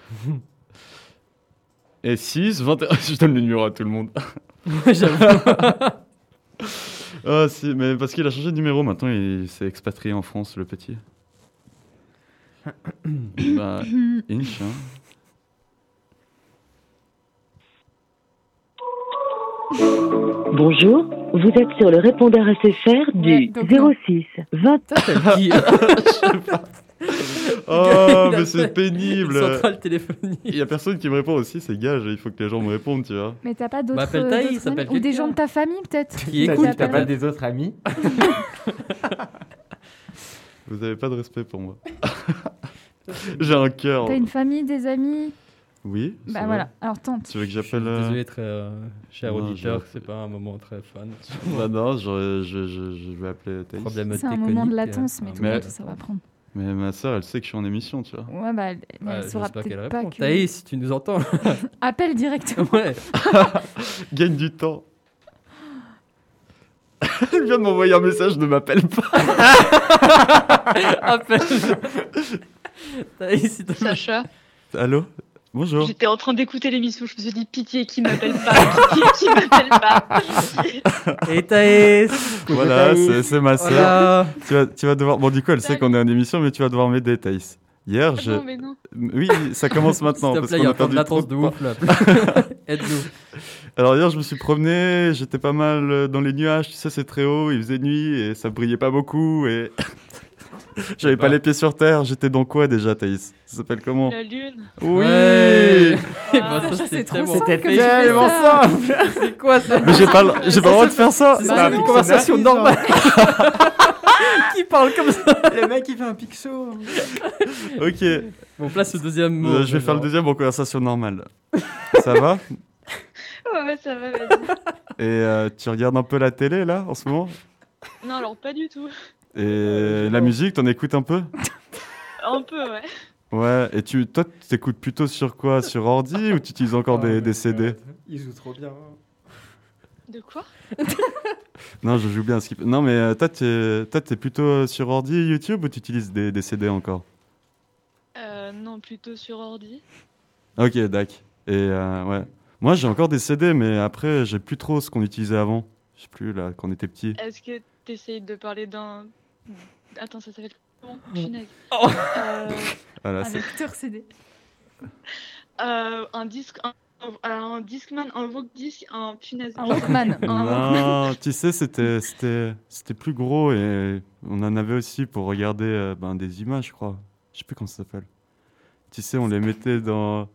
[SPEAKER 6] et 6, 21. je donne le numéro à tout le monde.
[SPEAKER 4] J'avoue.
[SPEAKER 6] Ah si, mais parce qu'il a changé de numéro maintenant, il s'est expatrié en France, le petit. bah, Inch, hein.
[SPEAKER 2] Bonjour, vous êtes sur le répondeur SFR
[SPEAKER 5] Ouais,
[SPEAKER 2] du
[SPEAKER 5] donc non.
[SPEAKER 2] 06 20.
[SPEAKER 4] Qui-
[SPEAKER 6] Oh,
[SPEAKER 4] Il a
[SPEAKER 6] mais c'est
[SPEAKER 4] fait-
[SPEAKER 6] pénible.
[SPEAKER 4] Centrale téléphonique.
[SPEAKER 6] Il y a personne qui me répond aussi, c'est gage, il faut que les gens me répondent, tu vois.
[SPEAKER 5] Mais t'as pas d'autres.
[SPEAKER 4] appelle Taï,
[SPEAKER 5] d'autres
[SPEAKER 4] ça
[SPEAKER 5] amis
[SPEAKER 4] appelle
[SPEAKER 5] Ou des
[SPEAKER 4] quelqu'un.
[SPEAKER 5] gens de ta famille, peut-être
[SPEAKER 4] Qui
[SPEAKER 5] T'as
[SPEAKER 7] T'as
[SPEAKER 4] écoute,
[SPEAKER 5] dit,
[SPEAKER 7] dit, T'as
[SPEAKER 5] t'appelles-
[SPEAKER 7] pas Ah, des autres amis
[SPEAKER 6] Vous avez pas de respect pour moi. J'ai un cœur.
[SPEAKER 5] T'as une famille, des amis
[SPEAKER 6] Oui c'est
[SPEAKER 5] Bah
[SPEAKER 6] vrai.
[SPEAKER 5] voilà, alors tente.
[SPEAKER 6] Tu veux que
[SPEAKER 4] Je suis
[SPEAKER 6] j'appelle. euh,
[SPEAKER 4] Désolé, très, euh, cher
[SPEAKER 6] Non,
[SPEAKER 4] auditeur,
[SPEAKER 6] je-
[SPEAKER 4] c'est pas un moment très fun.
[SPEAKER 6] Bah non, je, je, je, je vais appeler Thaïs.
[SPEAKER 4] Problème
[SPEAKER 5] C'est un moment de
[SPEAKER 4] technique,
[SPEAKER 5] latence,
[SPEAKER 4] euh,
[SPEAKER 5] mais
[SPEAKER 4] un
[SPEAKER 5] tout
[SPEAKER 6] Mais-
[SPEAKER 5] le
[SPEAKER 4] moment
[SPEAKER 5] monde,
[SPEAKER 4] de
[SPEAKER 5] ça va prendre.
[SPEAKER 6] Mais ma soeur, elle sait que je suis en émission, tu vois.
[SPEAKER 5] Ouais, bah, elle, elle
[SPEAKER 4] Ouais,
[SPEAKER 5] saura
[SPEAKER 4] j'espère qu'elle
[SPEAKER 5] peut-être pas
[SPEAKER 4] répond.
[SPEAKER 5] que...
[SPEAKER 4] Thaïs, tu nous entends
[SPEAKER 5] Appelle directement.
[SPEAKER 4] Ouais.
[SPEAKER 6] Gagne du temps. Elle vient de m'envoyer un message, ne m'appelle pas.
[SPEAKER 4] Appelle. Thaïs, s'il te plaît.
[SPEAKER 11] Sacha,
[SPEAKER 6] Allô Bonjour.
[SPEAKER 11] j'étais en train d'écouter l'émission, je me suis dit pitié qui m'appelle pas, pitié qui m'appelle pas.
[SPEAKER 4] Et Thaïs
[SPEAKER 6] Voilà,
[SPEAKER 4] Thaïs.
[SPEAKER 6] c'est c'est ma soeur.
[SPEAKER 4] Voilà.
[SPEAKER 6] Tu, vas, tu vas devoir. Bon, du coup, elle sait qu'on est en émission, mais tu vas devoir m'aider, Thaïs. Hier, je.
[SPEAKER 11] Non mais non.
[SPEAKER 6] Oui, ça commence maintenant.
[SPEAKER 4] S'il te
[SPEAKER 6] parce
[SPEAKER 4] plaît,
[SPEAKER 6] qu'on
[SPEAKER 4] il y a
[SPEAKER 6] a
[SPEAKER 4] encore de
[SPEAKER 6] perdu
[SPEAKER 4] la
[SPEAKER 6] trop
[SPEAKER 4] transe de
[SPEAKER 6] temps.
[SPEAKER 4] ouf là. Aide-nous.
[SPEAKER 6] Alors hier, je me suis promené, j'étais pas mal euh, dans les nuages, tu sais, c'est très haut, il faisait nuit et ça brillait pas beaucoup et j'avais pas
[SPEAKER 4] Bah.
[SPEAKER 6] les pieds sur terre. J'étais dans quoi déjà, Thaïs Ça s'appelle comment
[SPEAKER 11] La lune.
[SPEAKER 6] Oui
[SPEAKER 4] Ouais.
[SPEAKER 11] Ah,
[SPEAKER 6] ben,
[SPEAKER 4] Bah, ça, c'est
[SPEAKER 5] trop
[SPEAKER 4] tellement-
[SPEAKER 5] simple
[SPEAKER 7] C'était
[SPEAKER 5] que tu
[SPEAKER 7] tellement
[SPEAKER 5] fais ça.
[SPEAKER 4] C'est quoi ça
[SPEAKER 6] Mais j'ai pas, le- j'ai pas le droit de faire ça.
[SPEAKER 4] C'est
[SPEAKER 7] Bah,
[SPEAKER 4] pas
[SPEAKER 7] mais
[SPEAKER 4] une
[SPEAKER 7] c'est
[SPEAKER 4] conversation
[SPEAKER 7] narcisse,
[SPEAKER 4] normale Qui parle comme ça
[SPEAKER 7] Le mec, il fait un pic show.
[SPEAKER 6] Ok, euh,
[SPEAKER 4] Bon, place le deuxième mot.
[SPEAKER 6] je vais faire le deuxième en conversation normale. ça va
[SPEAKER 11] Ouais, ouais, ça va, vas-y.
[SPEAKER 6] Et euh, tu regardes un peu la télé là en ce moment
[SPEAKER 11] Non, alors pas du tout.
[SPEAKER 6] Et la musique, t'en écoutes un peu
[SPEAKER 11] Un peu, ouais.
[SPEAKER 6] Ouais, et tu, toi, tu t'écoutes plutôt sur quoi Sur ordi ou tu utilises encore des, des CD
[SPEAKER 7] Il joue trop bien.
[SPEAKER 11] De quoi
[SPEAKER 6] Non, je joue bien à Skip. Non, mais euh, toi, t'es toi, t'es plutôt euh, sur ordi YouTube ou tu utilises des, des CD encore
[SPEAKER 11] Euh, non, plutôt sur ordi.
[SPEAKER 6] Ok, dac. Et euh, ouais. Moi, j'ai encore des CD, mais après, j'ai plus trop ce qu'on utilisait avant. Je sais plus, là, quand on était petit.
[SPEAKER 11] Est-ce que t'essayes de parler d'un. Attends, ça s'appelle. Bon, punaise.
[SPEAKER 6] Oh.
[SPEAKER 11] Euh,
[SPEAKER 4] Ah,
[SPEAKER 6] Voilà, c'est-
[SPEAKER 5] lecteur CD.
[SPEAKER 11] euh, un disque. Un... Un Discman, un Walkdisc, un punaise.
[SPEAKER 5] Un Walkman.
[SPEAKER 4] Ah.
[SPEAKER 6] Non, tu sais, c'était c'était- c'était plus gros et on en avait aussi pour regarder euh, ben, des images, je crois. Je sais plus comment ça s'appelle. Tu sais, on les mettait dans.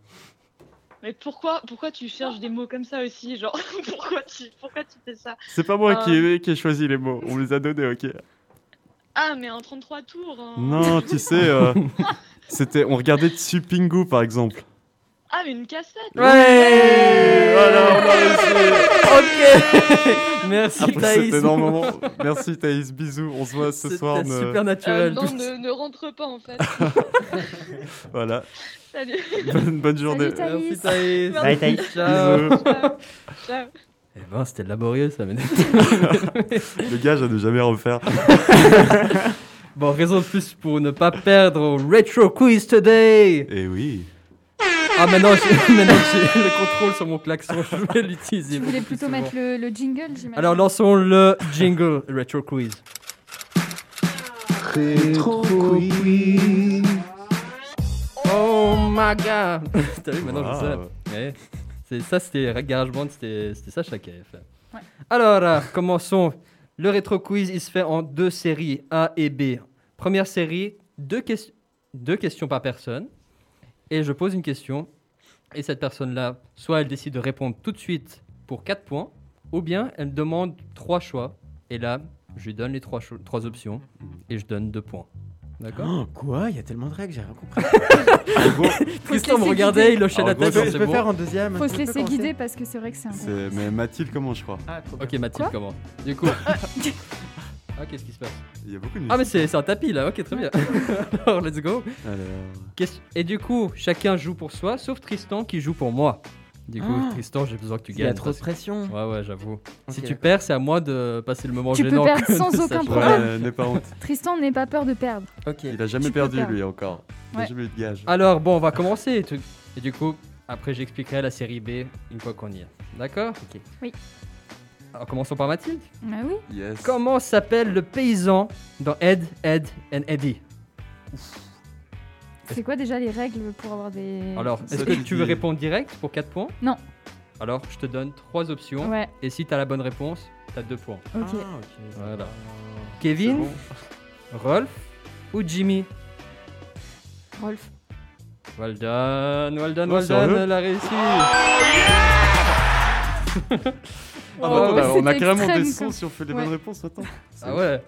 [SPEAKER 11] Mais pourquoi, pourquoi tu cherches des mots comme ça aussi Genre, pourquoi tu, pourquoi tu fais ça
[SPEAKER 6] C'est pas moi
[SPEAKER 11] Euh,
[SPEAKER 6] qui,
[SPEAKER 4] Ah.
[SPEAKER 6] ai, qui ai choisi les mots, on les a donnés, ok.
[SPEAKER 11] Ah, mais un 33 tours hein. un-
[SPEAKER 6] Non, tu sais, euh, c'était, on regardait Tsupingu par exemple.
[SPEAKER 11] Ah, mais une cassette
[SPEAKER 4] Ouais
[SPEAKER 6] Ah
[SPEAKER 4] Ok Merci
[SPEAKER 6] Après
[SPEAKER 4] Oh, Thaïs
[SPEAKER 6] cet énorme moment. Merci Thaïs, bisous, on se voit ce
[SPEAKER 4] C'était
[SPEAKER 6] soir. ne-
[SPEAKER 4] super
[SPEAKER 11] Euh,
[SPEAKER 4] naturel.
[SPEAKER 11] non, ne, ne rentre pas en fait.
[SPEAKER 6] Voilà,
[SPEAKER 11] Salut.
[SPEAKER 6] bonne, bonne journée.
[SPEAKER 4] Merci Thaïs.
[SPEAKER 7] Bye, Thaïs.
[SPEAKER 4] Ciao.
[SPEAKER 6] Bisous.
[SPEAKER 11] Ciao.
[SPEAKER 4] Eh ben, c'était laborieux ça. Mais...
[SPEAKER 6] Le gage à ne jamais refaire.
[SPEAKER 4] bon, raison de plus pour ne pas perdre au Retro Quiz Today.
[SPEAKER 6] Et oui.
[SPEAKER 4] Ah, maintenant j'ai maintenant, j'ai le contrôle sur mon klaxon, je voulais
[SPEAKER 5] Tu
[SPEAKER 4] l'utiliser.
[SPEAKER 5] voulais
[SPEAKER 4] beaucoup plus
[SPEAKER 5] plutôt
[SPEAKER 4] souvent.
[SPEAKER 5] mettre le, le jingle, j'imagine.
[SPEAKER 4] Alors lançons le jingle Retro Quiz. Oh my god T'as vu, maintenant je sais.
[SPEAKER 6] Waouh.
[SPEAKER 4] Ouais. C'est ça, c'était GarageBand, c'était c'était ça chaque KF.
[SPEAKER 5] Ouais.
[SPEAKER 4] Alors, euh, commençons. Le rétro quiz, il se fait en deux séries, A et B. Première série, deux, ques- deux questions par personne. Et je pose une question. Et cette personne-là, soit elle décide de répondre tout de suite pour 4 points, ou bien elle me demande trois choix. Et là, je lui donne les trois, cho- trois options et je donne deux points. D'accord
[SPEAKER 7] Oh, quoi Il y a tellement de règles, j'ai rien compris.
[SPEAKER 4] Ah,
[SPEAKER 6] En gros,
[SPEAKER 4] Tristan me
[SPEAKER 5] laisser
[SPEAKER 4] regardait, il hochait
[SPEAKER 6] En
[SPEAKER 4] la
[SPEAKER 6] gros,
[SPEAKER 4] tête.
[SPEAKER 6] c'est-
[SPEAKER 4] non,
[SPEAKER 7] je
[SPEAKER 4] c'est
[SPEAKER 7] peux
[SPEAKER 4] bon.
[SPEAKER 7] faire en deuxième
[SPEAKER 5] Faut
[SPEAKER 7] je
[SPEAKER 5] se
[SPEAKER 7] peux
[SPEAKER 5] laisser
[SPEAKER 7] commencer
[SPEAKER 5] guider parce que c'est vrai que
[SPEAKER 4] Ah,
[SPEAKER 5] c'est un peu.
[SPEAKER 6] c'est- mais Mathilde, comment je crois
[SPEAKER 7] Ah, trop bien.
[SPEAKER 4] Ok,
[SPEAKER 5] Quoi
[SPEAKER 4] Mathilde, comment Du coup. ah, qu'est-ce qui se passe
[SPEAKER 6] Il y a beaucoup de
[SPEAKER 4] Ah, mais c'est c'est un tapis là, ok, très bien. Alors, let's go.
[SPEAKER 6] Euh,
[SPEAKER 4] Qu'est-ce- Et du coup, chacun joue pour soi, sauf Tristan qui joue pour moi. Du coup,
[SPEAKER 7] Ah.
[SPEAKER 4] Tristan, j'ai besoin que tu
[SPEAKER 7] Il y a
[SPEAKER 4] gagnes.
[SPEAKER 7] trop de
[SPEAKER 4] parce que-
[SPEAKER 7] pression.
[SPEAKER 4] Ouais, ouais, j'avoue. si
[SPEAKER 7] Ok,
[SPEAKER 4] tu
[SPEAKER 7] d'accord.
[SPEAKER 4] perds, c'est à moi de passer le moment
[SPEAKER 5] Tu peux
[SPEAKER 4] gênant.
[SPEAKER 5] perdre
[SPEAKER 4] que
[SPEAKER 5] sans
[SPEAKER 4] de
[SPEAKER 5] aucun
[SPEAKER 4] Sacha.
[SPEAKER 5] problème.
[SPEAKER 6] Ouais, n'aie pas honte.
[SPEAKER 5] Tristan, n'aie pas peur de perdre.
[SPEAKER 7] Ok.
[SPEAKER 6] Il a jamais
[SPEAKER 5] Tu peux
[SPEAKER 6] perdu,
[SPEAKER 5] perdre.
[SPEAKER 6] lui, encore. Il a
[SPEAKER 5] Ouais.
[SPEAKER 6] jamais eu de gage.
[SPEAKER 4] Alors, bon, on va commencer. Et, tout- et du coup, après, j'expliquerai la série B une fois qu'on y est. D'accord
[SPEAKER 7] Ok.
[SPEAKER 5] Oui.
[SPEAKER 4] Alors, commençons par Mathilde.
[SPEAKER 5] Bah oui.
[SPEAKER 6] Yes.
[SPEAKER 4] Comment s'appelle le paysan dans Ed, Ed and Eddie
[SPEAKER 5] C'est quoi déjà les règles pour avoir des.
[SPEAKER 4] Alors,
[SPEAKER 6] Ça,
[SPEAKER 4] est-ce que
[SPEAKER 6] tu
[SPEAKER 4] tu veux
[SPEAKER 6] dis.
[SPEAKER 4] répondre direct pour 4 points
[SPEAKER 5] Non.
[SPEAKER 4] Alors, je te donne 3 options.
[SPEAKER 5] Ouais,
[SPEAKER 4] Et si t'as la bonne réponse, t'as 2 points.
[SPEAKER 5] ok.
[SPEAKER 7] Ah, ok.
[SPEAKER 4] Voilà.
[SPEAKER 6] C'est
[SPEAKER 4] Kevin,
[SPEAKER 6] bon.
[SPEAKER 4] Rolf ou Jimmy
[SPEAKER 5] Rolf.
[SPEAKER 4] Well done, well done,
[SPEAKER 6] Oh,
[SPEAKER 4] well
[SPEAKER 6] sérieux
[SPEAKER 4] done, elle a réussi
[SPEAKER 6] Ah,
[SPEAKER 4] Oh,
[SPEAKER 6] bah, attends,
[SPEAKER 4] ouais,
[SPEAKER 6] on a
[SPEAKER 5] c'était
[SPEAKER 6] carrément des
[SPEAKER 5] extrême,
[SPEAKER 6] sons
[SPEAKER 5] comme-
[SPEAKER 6] si on fait les
[SPEAKER 5] Ouais.
[SPEAKER 6] bonnes réponses, attends. C'est-
[SPEAKER 4] Ah ouais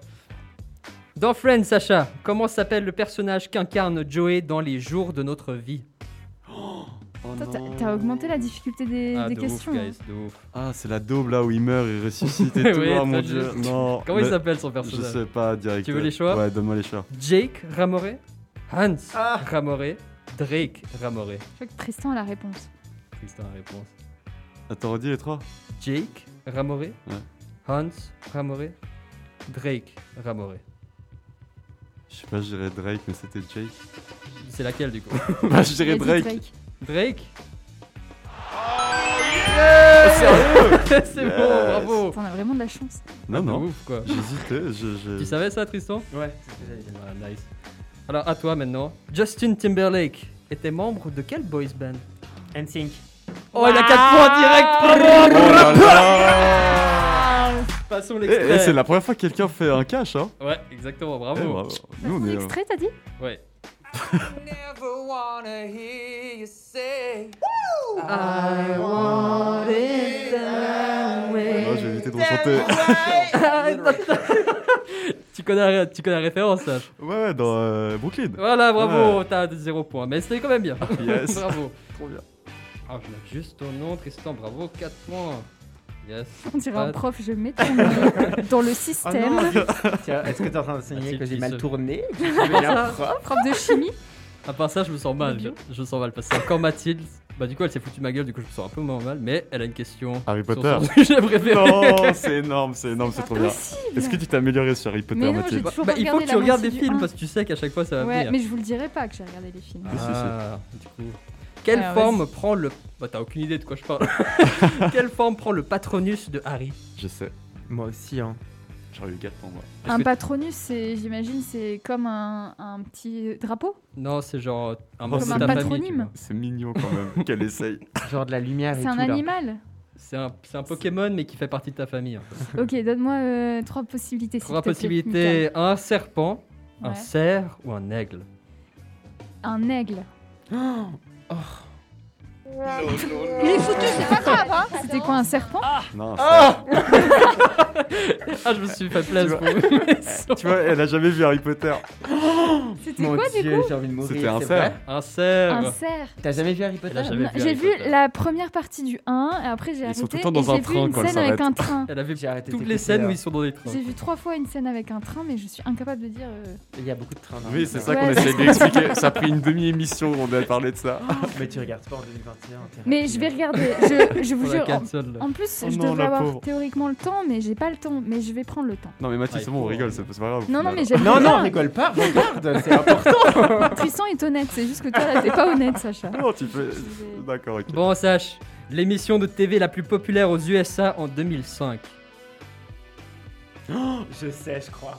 [SPEAKER 4] Dans Friends, Sacha, comment s'appelle le personnage qu'incarne Joey dans les jours de notre vie
[SPEAKER 6] Oh
[SPEAKER 5] Toi,
[SPEAKER 6] non.
[SPEAKER 5] t'as- T'as augmenté la difficulté des,
[SPEAKER 4] Ah,
[SPEAKER 5] des
[SPEAKER 4] de
[SPEAKER 5] questions.
[SPEAKER 4] ouf,
[SPEAKER 5] hein.
[SPEAKER 4] guys, de ouf.
[SPEAKER 6] Ah, c'est la daube là où il meurt, il ressuscite et tout.
[SPEAKER 4] Oui,
[SPEAKER 6] Ah, mon
[SPEAKER 4] très
[SPEAKER 6] dieu.
[SPEAKER 4] juste.
[SPEAKER 6] Non.
[SPEAKER 4] Comment il
[SPEAKER 6] mais-
[SPEAKER 4] s'appelle son
[SPEAKER 6] Je
[SPEAKER 4] personnage
[SPEAKER 6] sais pas direct.
[SPEAKER 4] Tu veux les choix
[SPEAKER 6] Ouais, donne-moi les choix.
[SPEAKER 4] Jake Ramore Hans
[SPEAKER 7] Ah.
[SPEAKER 4] Ramore Drake Ramore
[SPEAKER 5] Je crois que Tristan a la réponse.
[SPEAKER 4] Tristan, réponse.
[SPEAKER 6] Attends, redis les trois.
[SPEAKER 4] Jake Ramore,
[SPEAKER 6] Ouais.
[SPEAKER 4] Hans Ramore, Drake Ramore.
[SPEAKER 6] Je sais pas, je dirais Drake, mais c'était Jake.
[SPEAKER 4] C'est laquelle du coup
[SPEAKER 6] bah, je
[SPEAKER 5] Il a
[SPEAKER 6] dirais
[SPEAKER 5] dit
[SPEAKER 6] Drake.
[SPEAKER 4] Drake
[SPEAKER 7] Oh,
[SPEAKER 4] Sérieux C'est
[SPEAKER 6] Yes.
[SPEAKER 4] bon, bravo
[SPEAKER 5] Putain, on a vraiment de la chance.
[SPEAKER 6] Non,
[SPEAKER 4] Ah, de
[SPEAKER 6] non.
[SPEAKER 4] ouf quoi.
[SPEAKER 6] J'hésitais. Je, je...
[SPEAKER 4] Tu savais ça Tristan
[SPEAKER 7] Ouais, c'est ce que j'allais dire.
[SPEAKER 4] Ah, Nice. Alors à toi maintenant. Justin Timberlake était membre de quel boys band
[SPEAKER 7] NSYNC.
[SPEAKER 4] Oh, il a 4 points direct
[SPEAKER 6] Oh là là
[SPEAKER 4] Passons
[SPEAKER 6] Eh, eh,
[SPEAKER 4] l'extrait
[SPEAKER 6] c'est la première fois que quelqu'un fait un cash, hein.
[SPEAKER 4] Ouais, exactement, bravo
[SPEAKER 6] Eh, bravo. Nous, on
[SPEAKER 5] Passons
[SPEAKER 6] est. euh,
[SPEAKER 5] l'extrait, t'as dit
[SPEAKER 4] Ouais.
[SPEAKER 6] Moi, j'ai évité de chanter.
[SPEAKER 4] Tu connais, la ré- tu connais la référence, ça
[SPEAKER 6] Ouais, ouais, dans euh, Brooklyn.
[SPEAKER 4] Voilà, bravo, t'as 0 points, mais c'était quand même bien.
[SPEAKER 6] Yes.
[SPEAKER 4] bravo.
[SPEAKER 6] Trop bien.
[SPEAKER 4] Ah, je note juste ton nom, Tristan, bravo, 4 points. Yes.
[SPEAKER 5] On dirait
[SPEAKER 4] Pas-
[SPEAKER 5] un prof, je mets ton nom dans le système.
[SPEAKER 7] Oh non. Tiens, est-ce que t'es en train de signaler
[SPEAKER 4] type
[SPEAKER 7] que j'ai
[SPEAKER 4] qui se-
[SPEAKER 7] mal tourné que j'ai mis un prof
[SPEAKER 5] prof de chimie.
[SPEAKER 4] À part ça, je me sens mal. Je, je me sens mal parce que quand Mathilde, bah du coup, elle s'est foutue de ma gueule, du coup, je me sens un peu moins mal. Mais elle a une question.
[SPEAKER 6] Harry
[SPEAKER 4] sur
[SPEAKER 6] Potter.
[SPEAKER 4] son sujet préféré.
[SPEAKER 6] Non, c'est énorme, c'est énorme, c'est trop bien.
[SPEAKER 5] Ah, Possible.
[SPEAKER 6] Est-ce que tu t'es amélioré sur Harry Potter,
[SPEAKER 5] Mais non, j'ai
[SPEAKER 6] Mathilde
[SPEAKER 4] Bah,
[SPEAKER 5] toujours
[SPEAKER 4] bah, il faut
[SPEAKER 5] regardé
[SPEAKER 4] que tu
[SPEAKER 5] la
[SPEAKER 4] regardes des
[SPEAKER 5] moitié du
[SPEAKER 4] films
[SPEAKER 5] un.
[SPEAKER 4] parce que tu sais qu'à chaque fois, ça va
[SPEAKER 5] Ouais,
[SPEAKER 4] venir.
[SPEAKER 5] mais je vous le dirai pas que j'ai regardé les films.
[SPEAKER 6] Si, si, si.
[SPEAKER 4] Ah, du coup. Quelle
[SPEAKER 5] Ah,
[SPEAKER 4] forme prend le. Bah, t'as aucune idée de quoi je parle. Quelle forme prend le patronus de Harry
[SPEAKER 6] Je sais,
[SPEAKER 7] Moi aussi, hein.
[SPEAKER 6] j'aurais eu 4 pour moi.
[SPEAKER 4] Est-ce
[SPEAKER 5] Un
[SPEAKER 4] que-
[SPEAKER 5] patronus, c'est, j'imagine, c'est comme un, un petit drapeau.
[SPEAKER 4] Non, c'est genre euh, un
[SPEAKER 6] Comme
[SPEAKER 4] membre de
[SPEAKER 6] un
[SPEAKER 4] ta famille,
[SPEAKER 5] patronyme.
[SPEAKER 4] tu vois.
[SPEAKER 6] C'est mignon quand même qu'elle essaye.
[SPEAKER 7] Genre de la
[SPEAKER 4] Ah,
[SPEAKER 7] lumière et
[SPEAKER 5] C'est
[SPEAKER 7] tout.
[SPEAKER 5] un
[SPEAKER 7] là.
[SPEAKER 5] animal.
[SPEAKER 4] C'est un, c'est un Pokémon, mais qui fait partie de ta famille. en fait.
[SPEAKER 5] Ok, donne-moi euh, trois possibilités. s'il
[SPEAKER 4] Trois
[SPEAKER 5] te plaît,
[SPEAKER 4] possibilités Ah. un serpent,
[SPEAKER 5] Michael.
[SPEAKER 4] un
[SPEAKER 5] hein. Ouais.
[SPEAKER 4] cerf ou un aigle.
[SPEAKER 5] Un aigle.
[SPEAKER 10] Il est foutu, c'est pas grave, Ah. hein
[SPEAKER 5] C'était quoi un serpent
[SPEAKER 6] Non,
[SPEAKER 4] Ah, je me suis fait plaisir.
[SPEAKER 6] Tu tu vois, elle a jamais vu Harry Potter.
[SPEAKER 5] C'était
[SPEAKER 7] Mon
[SPEAKER 5] quoi du
[SPEAKER 7] Dieu, j'ai envie de mourir.
[SPEAKER 6] C'était un
[SPEAKER 7] c'est
[SPEAKER 6] cerf.
[SPEAKER 7] vrai
[SPEAKER 4] un
[SPEAKER 5] coup
[SPEAKER 4] cerf.
[SPEAKER 5] Un cerf.
[SPEAKER 7] T'as jamais vu Harry Potter
[SPEAKER 4] Elle a jamais-
[SPEAKER 5] Non, J'ai
[SPEAKER 4] vu Harry
[SPEAKER 5] vu euh,
[SPEAKER 4] Potter.
[SPEAKER 5] la première partie du 1 et après j'ai
[SPEAKER 6] Ils
[SPEAKER 5] arrêté.
[SPEAKER 6] sont tout le temps dans
[SPEAKER 5] et
[SPEAKER 6] un
[SPEAKER 5] j'ai vu
[SPEAKER 6] train
[SPEAKER 5] une
[SPEAKER 6] quand ils
[SPEAKER 5] scène avec
[SPEAKER 6] s'arrêtent.
[SPEAKER 5] un train.
[SPEAKER 4] Elle a vu
[SPEAKER 7] J'ai arrêté
[SPEAKER 4] toutes les
[SPEAKER 7] d'écouter,
[SPEAKER 4] scènes où
[SPEAKER 7] là.
[SPEAKER 4] ils sont dans des trains.
[SPEAKER 5] J'ai vu trois fois une scène avec un train, mais je suis incapable de dire. euh,
[SPEAKER 4] Ah,
[SPEAKER 7] Il y a beaucoup de trains. dans
[SPEAKER 6] Oui,
[SPEAKER 7] le
[SPEAKER 6] c'est
[SPEAKER 7] monde.
[SPEAKER 6] ça qu'on essaye d'expliquer. Ça a pris une demi-émission on a parlé de ça.
[SPEAKER 7] Mais tu regardes pas en 2021. t'es
[SPEAKER 5] Mais
[SPEAKER 7] rapide.
[SPEAKER 5] je vais regarder. Je, je vous
[SPEAKER 4] Pour la
[SPEAKER 5] jure. en-
[SPEAKER 4] cancel, là.
[SPEAKER 5] En plus,
[SPEAKER 6] Oh
[SPEAKER 5] je
[SPEAKER 6] non,
[SPEAKER 5] devrais
[SPEAKER 6] la
[SPEAKER 5] avoir
[SPEAKER 6] pauvre.
[SPEAKER 5] théoriquement le temps, mais j'ai pas le temps. Mais je vais prendre le temps.
[SPEAKER 6] Non, mais Mathilde, c'est bon, on rigole, c'est c'est pas grave. au
[SPEAKER 5] Non, non,
[SPEAKER 6] final.
[SPEAKER 5] mais j'aime
[SPEAKER 7] Non, non,
[SPEAKER 5] bien.
[SPEAKER 7] rigole pas, regarde, c'est important.
[SPEAKER 5] Tristan est honnête, c'est juste que toi là, t'es pas honnête, Sacha.
[SPEAKER 6] Non, tu peux.
[SPEAKER 5] Je vais-
[SPEAKER 6] D'accord, ok.
[SPEAKER 4] Bon, sache, l'émission de TV la plus populaire aux USA en 2005.
[SPEAKER 7] Je sais, je crois.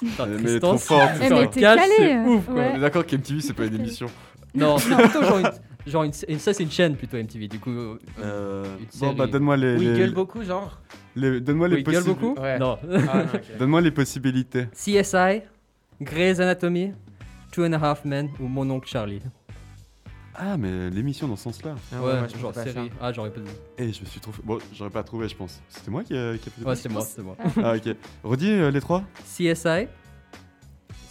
[SPEAKER 4] Putain,
[SPEAKER 6] Mais
[SPEAKER 4] Tristan,
[SPEAKER 6] trop fort,
[SPEAKER 4] tu
[SPEAKER 5] Eh,
[SPEAKER 4] sors
[SPEAKER 5] mais
[SPEAKER 4] un
[SPEAKER 5] t'es
[SPEAKER 4] cache,
[SPEAKER 5] calé,
[SPEAKER 4] c'est
[SPEAKER 5] euh,
[SPEAKER 4] ouf, quoi.
[SPEAKER 5] ouais.
[SPEAKER 6] On est d'accord qu'MTV, c'est pas une émission.
[SPEAKER 4] Non, c'est plutôt genre une, genre une- une- ça c'est une chaîne plutôt MTV du coup. euh,
[SPEAKER 6] Euh,
[SPEAKER 4] Une
[SPEAKER 6] Bon,
[SPEAKER 4] série.
[SPEAKER 6] bah, donne-moi les.
[SPEAKER 7] Oui,
[SPEAKER 6] les-
[SPEAKER 7] gueule beaucoup, genre.
[SPEAKER 6] les- Donne-moi
[SPEAKER 4] où
[SPEAKER 6] les
[SPEAKER 4] ils gueulent
[SPEAKER 6] possibilités.
[SPEAKER 4] beaucoup
[SPEAKER 7] Ouais.
[SPEAKER 4] Non.
[SPEAKER 7] Ah, non, ok.
[SPEAKER 6] Donne-moi les possibilités.
[SPEAKER 4] CSI, Grey's Anatomy, Two and a Half Men ou Mon oncle Charlie.
[SPEAKER 6] Ah, mais l'émission dans ce sens-là.
[SPEAKER 7] Ah
[SPEAKER 4] ouais,
[SPEAKER 7] moi, je
[SPEAKER 4] genre
[SPEAKER 7] pense pas à ça.
[SPEAKER 4] série. Ah, j'aurais pas dit.
[SPEAKER 6] Eh, je me suis trouvé. Bon, j'aurais pas trouvé, je pense. C'était moi qui, euh, qui a fait
[SPEAKER 4] Ouais, c'est moi, c'est moi.
[SPEAKER 6] Ah, ok. Redis euh, les trois
[SPEAKER 4] CSI,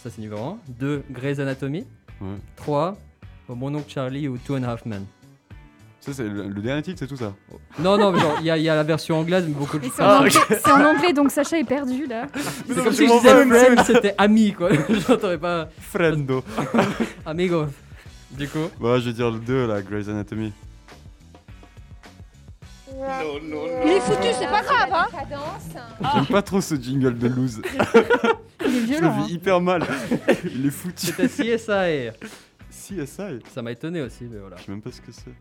[SPEAKER 4] ça c'est numéro 1. 2, Grey's Anatomy.
[SPEAKER 6] Ouais.
[SPEAKER 4] 3, Mon oncle Charlie ou Two and a Half Men.
[SPEAKER 6] Ça, c'est le, le dernier titre, c'est tout ça.
[SPEAKER 4] Non, non, mais genre, il y, a- il y a la version anglaise, mais beaucoup de
[SPEAKER 5] Mais c'est, en
[SPEAKER 6] Ah,
[SPEAKER 5] anglais, c'est en anglais, donc Sacha est perdu là.
[SPEAKER 6] Mais
[SPEAKER 4] C'est comme si je disais Friends, c'était ami, quoi. J'entendais pas
[SPEAKER 6] Friendo.
[SPEAKER 4] Amigo. Du coup,
[SPEAKER 6] Bah, je vais dire le 2, là, Grey's Anatomy.
[SPEAKER 10] Il est foutu, c'est pas grave, hein
[SPEAKER 6] J'aime pas trop ce jingle de loose.
[SPEAKER 5] Il est
[SPEAKER 6] Je le
[SPEAKER 5] violent. hein.
[SPEAKER 6] vis hyper mal. Il est foutu.
[SPEAKER 4] c'était CSI.
[SPEAKER 6] CSI Je sais
[SPEAKER 4] Ça m'a étonné aussi, mais voilà.
[SPEAKER 6] même pas ce que c'est.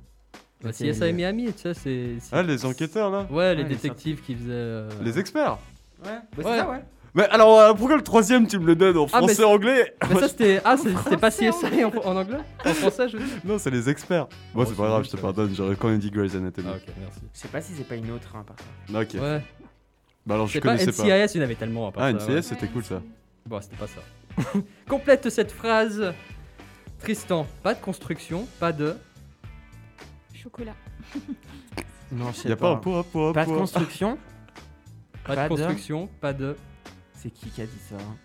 [SPEAKER 4] Bah, CSI Miami, tu sais, c'est. c'est-
[SPEAKER 6] Ah, les enquêteurs, là
[SPEAKER 4] Ouais, les
[SPEAKER 7] Ouais, les
[SPEAKER 4] détectives qui faisaient. euh,
[SPEAKER 6] Les experts
[SPEAKER 7] Ouais, bah, c'est
[SPEAKER 4] Ouais.
[SPEAKER 7] ça, ouais.
[SPEAKER 6] Mais alors, euh, pourquoi le troisième, tu me le donnes en
[SPEAKER 4] Ah, mais c'est-
[SPEAKER 6] français-anglais
[SPEAKER 4] Mais ça, c'était. Ah, c'est-
[SPEAKER 5] En
[SPEAKER 4] c'était pas
[SPEAKER 5] français,
[SPEAKER 4] CSI en, en anglais En français, je veux dire
[SPEAKER 6] Non, c'est les experts. Bon,
[SPEAKER 4] Oh,
[SPEAKER 6] c'est
[SPEAKER 4] c'est
[SPEAKER 6] pas grave,
[SPEAKER 4] bon,
[SPEAKER 6] je te
[SPEAKER 4] ça.
[SPEAKER 6] pardonne, j'aurais quand même dit Grey's Anatomy.
[SPEAKER 4] Ah, ok, merci.
[SPEAKER 7] Je sais pas si c'est pas une autre, hein, par contre.
[SPEAKER 6] Ok.
[SPEAKER 4] Ouais,
[SPEAKER 6] Bah alors, je
[SPEAKER 4] c'est pas
[SPEAKER 6] connaissais pas.
[SPEAKER 4] NCIS, il y en avait tellement à part
[SPEAKER 6] Ah,
[SPEAKER 4] ça, ouais.
[SPEAKER 6] NCS, c'était cool, ça.
[SPEAKER 4] Bon, c'était pas ça. Complète cette phrase. Tristan, pas de construction, pas de.
[SPEAKER 5] hein. Chocolat.
[SPEAKER 7] Non, je sais
[SPEAKER 6] Y'a pas un pour, pour,
[SPEAKER 7] Pas de
[SPEAKER 6] pour.
[SPEAKER 7] construction
[SPEAKER 4] Pas,
[SPEAKER 7] Pas
[SPEAKER 4] de
[SPEAKER 7] de-
[SPEAKER 4] construction, pas de.
[SPEAKER 7] C'est qui qui a dit ça hein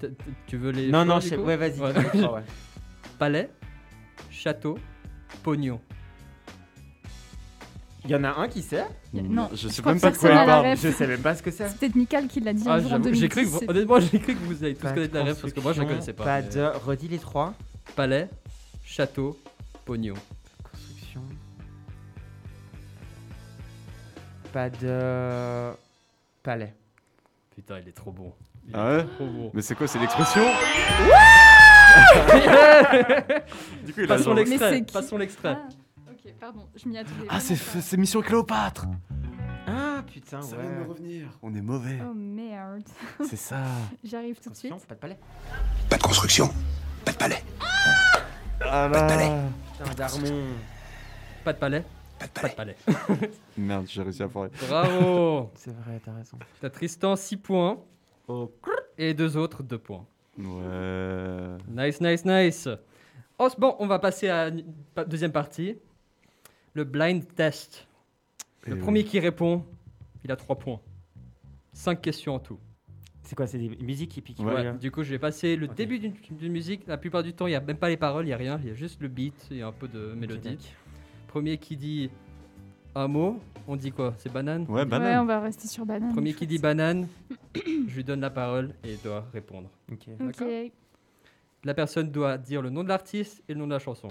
[SPEAKER 4] T- t- Tu veux les.
[SPEAKER 7] Non,
[SPEAKER 4] choix,
[SPEAKER 7] non,
[SPEAKER 4] du
[SPEAKER 7] je sais.
[SPEAKER 4] coup
[SPEAKER 7] Ouais, vas-y.
[SPEAKER 4] Ouais.
[SPEAKER 7] tu les prends, ouais.
[SPEAKER 4] Palais, château, pognon.
[SPEAKER 7] Il y en a un qui sait.
[SPEAKER 5] Y a-
[SPEAKER 6] Non,
[SPEAKER 5] Non,
[SPEAKER 6] Mm. je sais
[SPEAKER 5] crois
[SPEAKER 6] même
[SPEAKER 5] que
[SPEAKER 6] pas de quoi
[SPEAKER 5] personne
[SPEAKER 6] il
[SPEAKER 5] n'a la
[SPEAKER 6] parle.
[SPEAKER 5] ref.
[SPEAKER 7] Je sais même pas ce que c'est.
[SPEAKER 5] C'est peut-être Michael qui l'a dit
[SPEAKER 4] Ah,
[SPEAKER 5] un jour en
[SPEAKER 4] j'avoue,
[SPEAKER 5] 2010.
[SPEAKER 4] j'ai cru que vous-
[SPEAKER 5] c'est-
[SPEAKER 4] honnêtement, j'ai cru que vous alliez tous
[SPEAKER 7] Pas de
[SPEAKER 4] connaître la ref parce que moi je la connaissais
[SPEAKER 7] construction,
[SPEAKER 4] pas.
[SPEAKER 7] Pas
[SPEAKER 4] mais-
[SPEAKER 7] de. Redis les trois.
[SPEAKER 4] Palais, château, pognon.
[SPEAKER 7] Construction. Pas de. Palais.
[SPEAKER 4] Putain, il est trop bon. Il est
[SPEAKER 6] Ah ouais
[SPEAKER 4] trop bon.
[SPEAKER 6] Mais c'est quoi, c'est l'expression Du coup, il a
[SPEAKER 4] Passons
[SPEAKER 6] genre-
[SPEAKER 5] Mais
[SPEAKER 4] l'extrait.
[SPEAKER 5] c'est qui
[SPEAKER 4] Passons l'extrait.
[SPEAKER 5] Ah, ok, pardon, je m'y attendais.
[SPEAKER 6] Ah,
[SPEAKER 5] vraiment
[SPEAKER 6] c'est
[SPEAKER 5] pas.
[SPEAKER 6] c'est Mission Cléopâtre
[SPEAKER 7] Ah putain,
[SPEAKER 6] Ça
[SPEAKER 7] ouais.
[SPEAKER 6] vient de me revenir. Oh. On est mauvais,
[SPEAKER 5] Oh merde,
[SPEAKER 6] c'est ça.
[SPEAKER 5] j'arrive tout de suite.
[SPEAKER 7] Construction, pas de palais.
[SPEAKER 9] Pas de construction, pas de palais,
[SPEAKER 6] Ah là
[SPEAKER 7] Putain, Darmon.
[SPEAKER 4] Pas de palais. Pas de palais.
[SPEAKER 6] Merde, j'ai réussi à foirer.
[SPEAKER 4] Bravo.
[SPEAKER 7] C'est vrai, t'as raison.
[SPEAKER 4] T'as Tristan 6 points
[SPEAKER 7] Oh.
[SPEAKER 4] et deux autres 2 points.
[SPEAKER 6] Ouais.
[SPEAKER 4] Nice, nice, nice. Oh, c'est bon, on va passer à une pa- deuxième partie. Le blind test. Le
[SPEAKER 6] Eh
[SPEAKER 4] premier
[SPEAKER 6] oui.
[SPEAKER 4] qui répond, il a 3 points. 5 questions en tout.
[SPEAKER 7] C'est quoi C'est des musiques qui piquent
[SPEAKER 6] Ouais.
[SPEAKER 7] ouais.
[SPEAKER 4] Du coup, je vais passer le
[SPEAKER 7] Ok.
[SPEAKER 4] début d'une d'une musique. La plupart du temps, il n'y a même pas les paroles, il n'y a rien. Il y a juste le beat, il y a un peu de mélodie.
[SPEAKER 7] d'accord.
[SPEAKER 4] Premier qui dit un mot, on dit quoi C'est banane
[SPEAKER 6] Ouais,
[SPEAKER 5] Ouais, on va rester sur banane.
[SPEAKER 4] Premier qui dit banane, je lui donne la parole et il doit répondre.
[SPEAKER 7] Ok.
[SPEAKER 5] Ok.
[SPEAKER 4] La personne doit dire le nom de l'artiste et le nom de la chanson.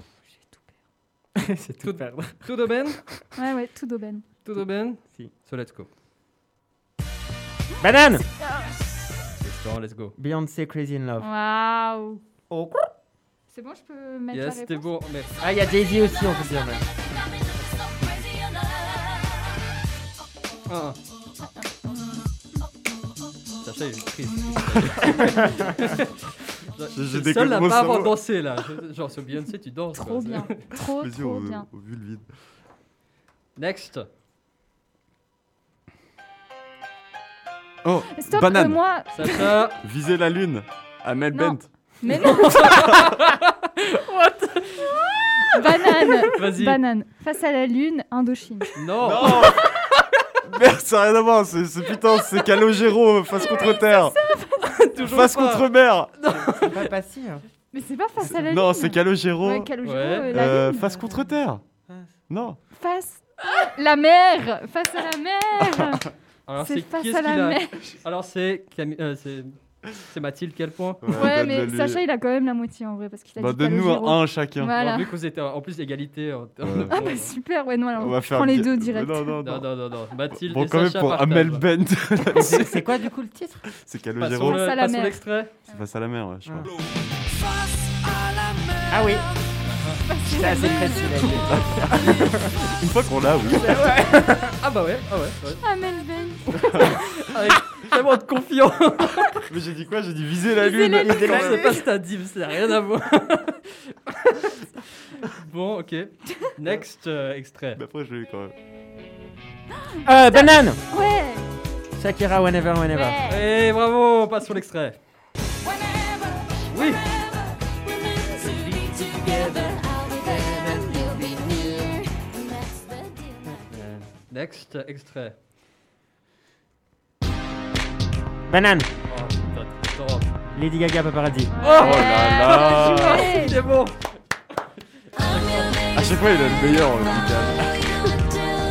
[SPEAKER 7] C'est tout perdre.
[SPEAKER 4] Tout de ben
[SPEAKER 5] Ouais, ouais, tout d'aubaine.
[SPEAKER 4] Tout de ben
[SPEAKER 7] Si.
[SPEAKER 4] So let's go.
[SPEAKER 7] Banane
[SPEAKER 4] Instant, let's go.
[SPEAKER 7] Beyoncé Crazy in Love.
[SPEAKER 5] Waouh.
[SPEAKER 7] Oh.
[SPEAKER 5] C'est bon, je peux mettre
[SPEAKER 4] Yes,
[SPEAKER 5] la
[SPEAKER 4] c'était
[SPEAKER 5] réponse
[SPEAKER 4] bon, merci.
[SPEAKER 7] Ah, il y a Jay-Z aussi, on peut dire. ouais.
[SPEAKER 4] Ah. Sacha, il est triste.
[SPEAKER 6] J'ai
[SPEAKER 4] C'est le
[SPEAKER 6] des
[SPEAKER 4] seul à
[SPEAKER 6] gros
[SPEAKER 4] pas avoir
[SPEAKER 6] cerveaux.
[SPEAKER 4] dansé là. Genre sur Beyoncé, tu danses.
[SPEAKER 5] Trop
[SPEAKER 4] quoi.
[SPEAKER 5] bien. Trop,
[SPEAKER 6] Vas-y,
[SPEAKER 5] trop
[SPEAKER 6] on,
[SPEAKER 5] bien.
[SPEAKER 6] on vu le vide.
[SPEAKER 4] Next.
[SPEAKER 6] Oh,
[SPEAKER 5] Stop, euh,
[SPEAKER 6] banane.
[SPEAKER 5] moi.
[SPEAKER 4] Sacha.
[SPEAKER 6] Viser la lune. Amel
[SPEAKER 5] Non.
[SPEAKER 6] Bent.
[SPEAKER 5] Mais non Banane
[SPEAKER 4] Vas-y.
[SPEAKER 5] Banane. Face à la lune, Indochine.
[SPEAKER 4] Non.
[SPEAKER 6] Merde, ça n'a rien à voir. C'est c'est- putain, c'est Calogero face contre terre.
[SPEAKER 4] Toujours
[SPEAKER 6] Face
[SPEAKER 4] pas.
[SPEAKER 6] contre mer.
[SPEAKER 7] C'est pas passé. hein.
[SPEAKER 5] Mais c'est pas face à la lune.
[SPEAKER 6] Non, c'est Calogero.
[SPEAKER 5] Ouais, Calogero,
[SPEAKER 4] Ouais.
[SPEAKER 5] euh, la
[SPEAKER 6] Euh,
[SPEAKER 5] lune.
[SPEAKER 6] face contre terre.
[SPEAKER 7] Ah.
[SPEAKER 6] Non.
[SPEAKER 5] Face à la mer Face à la mer
[SPEAKER 4] Alors
[SPEAKER 5] C'est
[SPEAKER 4] c'est
[SPEAKER 5] face
[SPEAKER 4] qui
[SPEAKER 5] à
[SPEAKER 4] est-ce
[SPEAKER 5] la
[SPEAKER 4] qu'il a
[SPEAKER 5] mer
[SPEAKER 4] Alors c'est Camille- euh, c'est c'est Mathilde quel point
[SPEAKER 5] Ouais,
[SPEAKER 6] donne-le
[SPEAKER 5] mais
[SPEAKER 6] lui.
[SPEAKER 5] Sacha, il a quand même la moitié en vrai. Parce qu'il a
[SPEAKER 6] Bah,
[SPEAKER 5] dit
[SPEAKER 6] donne-nous
[SPEAKER 5] Calogero.
[SPEAKER 6] un chacun.
[SPEAKER 5] Voilà.
[SPEAKER 4] Bon, vu que vous étiez en plus égalité. en termes de
[SPEAKER 6] Ouais.
[SPEAKER 5] Ah,
[SPEAKER 4] points,
[SPEAKER 5] bah super, ouais, non, alors
[SPEAKER 6] On
[SPEAKER 5] on,
[SPEAKER 6] va faire
[SPEAKER 5] prend les
[SPEAKER 6] bi-
[SPEAKER 5] deux
[SPEAKER 6] Mais
[SPEAKER 5] direct.
[SPEAKER 6] Non, non, non.
[SPEAKER 4] Non, non, non, non. Mathilde
[SPEAKER 6] Bon,
[SPEAKER 4] et
[SPEAKER 6] quand même,
[SPEAKER 4] Sacha
[SPEAKER 6] pour
[SPEAKER 4] partagent.
[SPEAKER 6] Amel Bent,
[SPEAKER 7] C'est c'est quoi du coup le titre
[SPEAKER 6] c'est
[SPEAKER 4] Passons,
[SPEAKER 6] Calogero.
[SPEAKER 4] le,
[SPEAKER 5] Face à la
[SPEAKER 4] passons
[SPEAKER 5] mer.
[SPEAKER 4] l'extrait.
[SPEAKER 6] C'est face à la mer, ouais, je crois.
[SPEAKER 7] Ah oui. C'est assez précis. là.
[SPEAKER 6] Une fois qu'on l'a, oui.
[SPEAKER 4] Ah bah ouais, ah ouais. ouais.
[SPEAKER 5] Ah, Melvin
[SPEAKER 4] Avec tellement de confiance.
[SPEAKER 6] Mais j'ai dit quoi J'ai dit viser la
[SPEAKER 5] Viser
[SPEAKER 6] lune.
[SPEAKER 5] la
[SPEAKER 4] Je sais pas si t'as dit, mais ça n'a rien à voir. bon, ok. Next euh, extrait.
[SPEAKER 6] Mais après, je l'ai eu quand même.
[SPEAKER 7] Euh, banane
[SPEAKER 5] Ouais
[SPEAKER 7] Shakira, whenever, whenever.
[SPEAKER 4] Et Eh, bravo, passons l'extrait. Oui. Euh, Next extrait.
[SPEAKER 7] Banane
[SPEAKER 4] Oh putain, t'es trop fort.
[SPEAKER 7] Lady Gaga, paparazzi.
[SPEAKER 6] Oh
[SPEAKER 4] Oh,
[SPEAKER 6] là là
[SPEAKER 5] Ah. Ouais.
[SPEAKER 4] ah, c'est bon.
[SPEAKER 6] À chaque fois, il a le meilleur euh, en musical.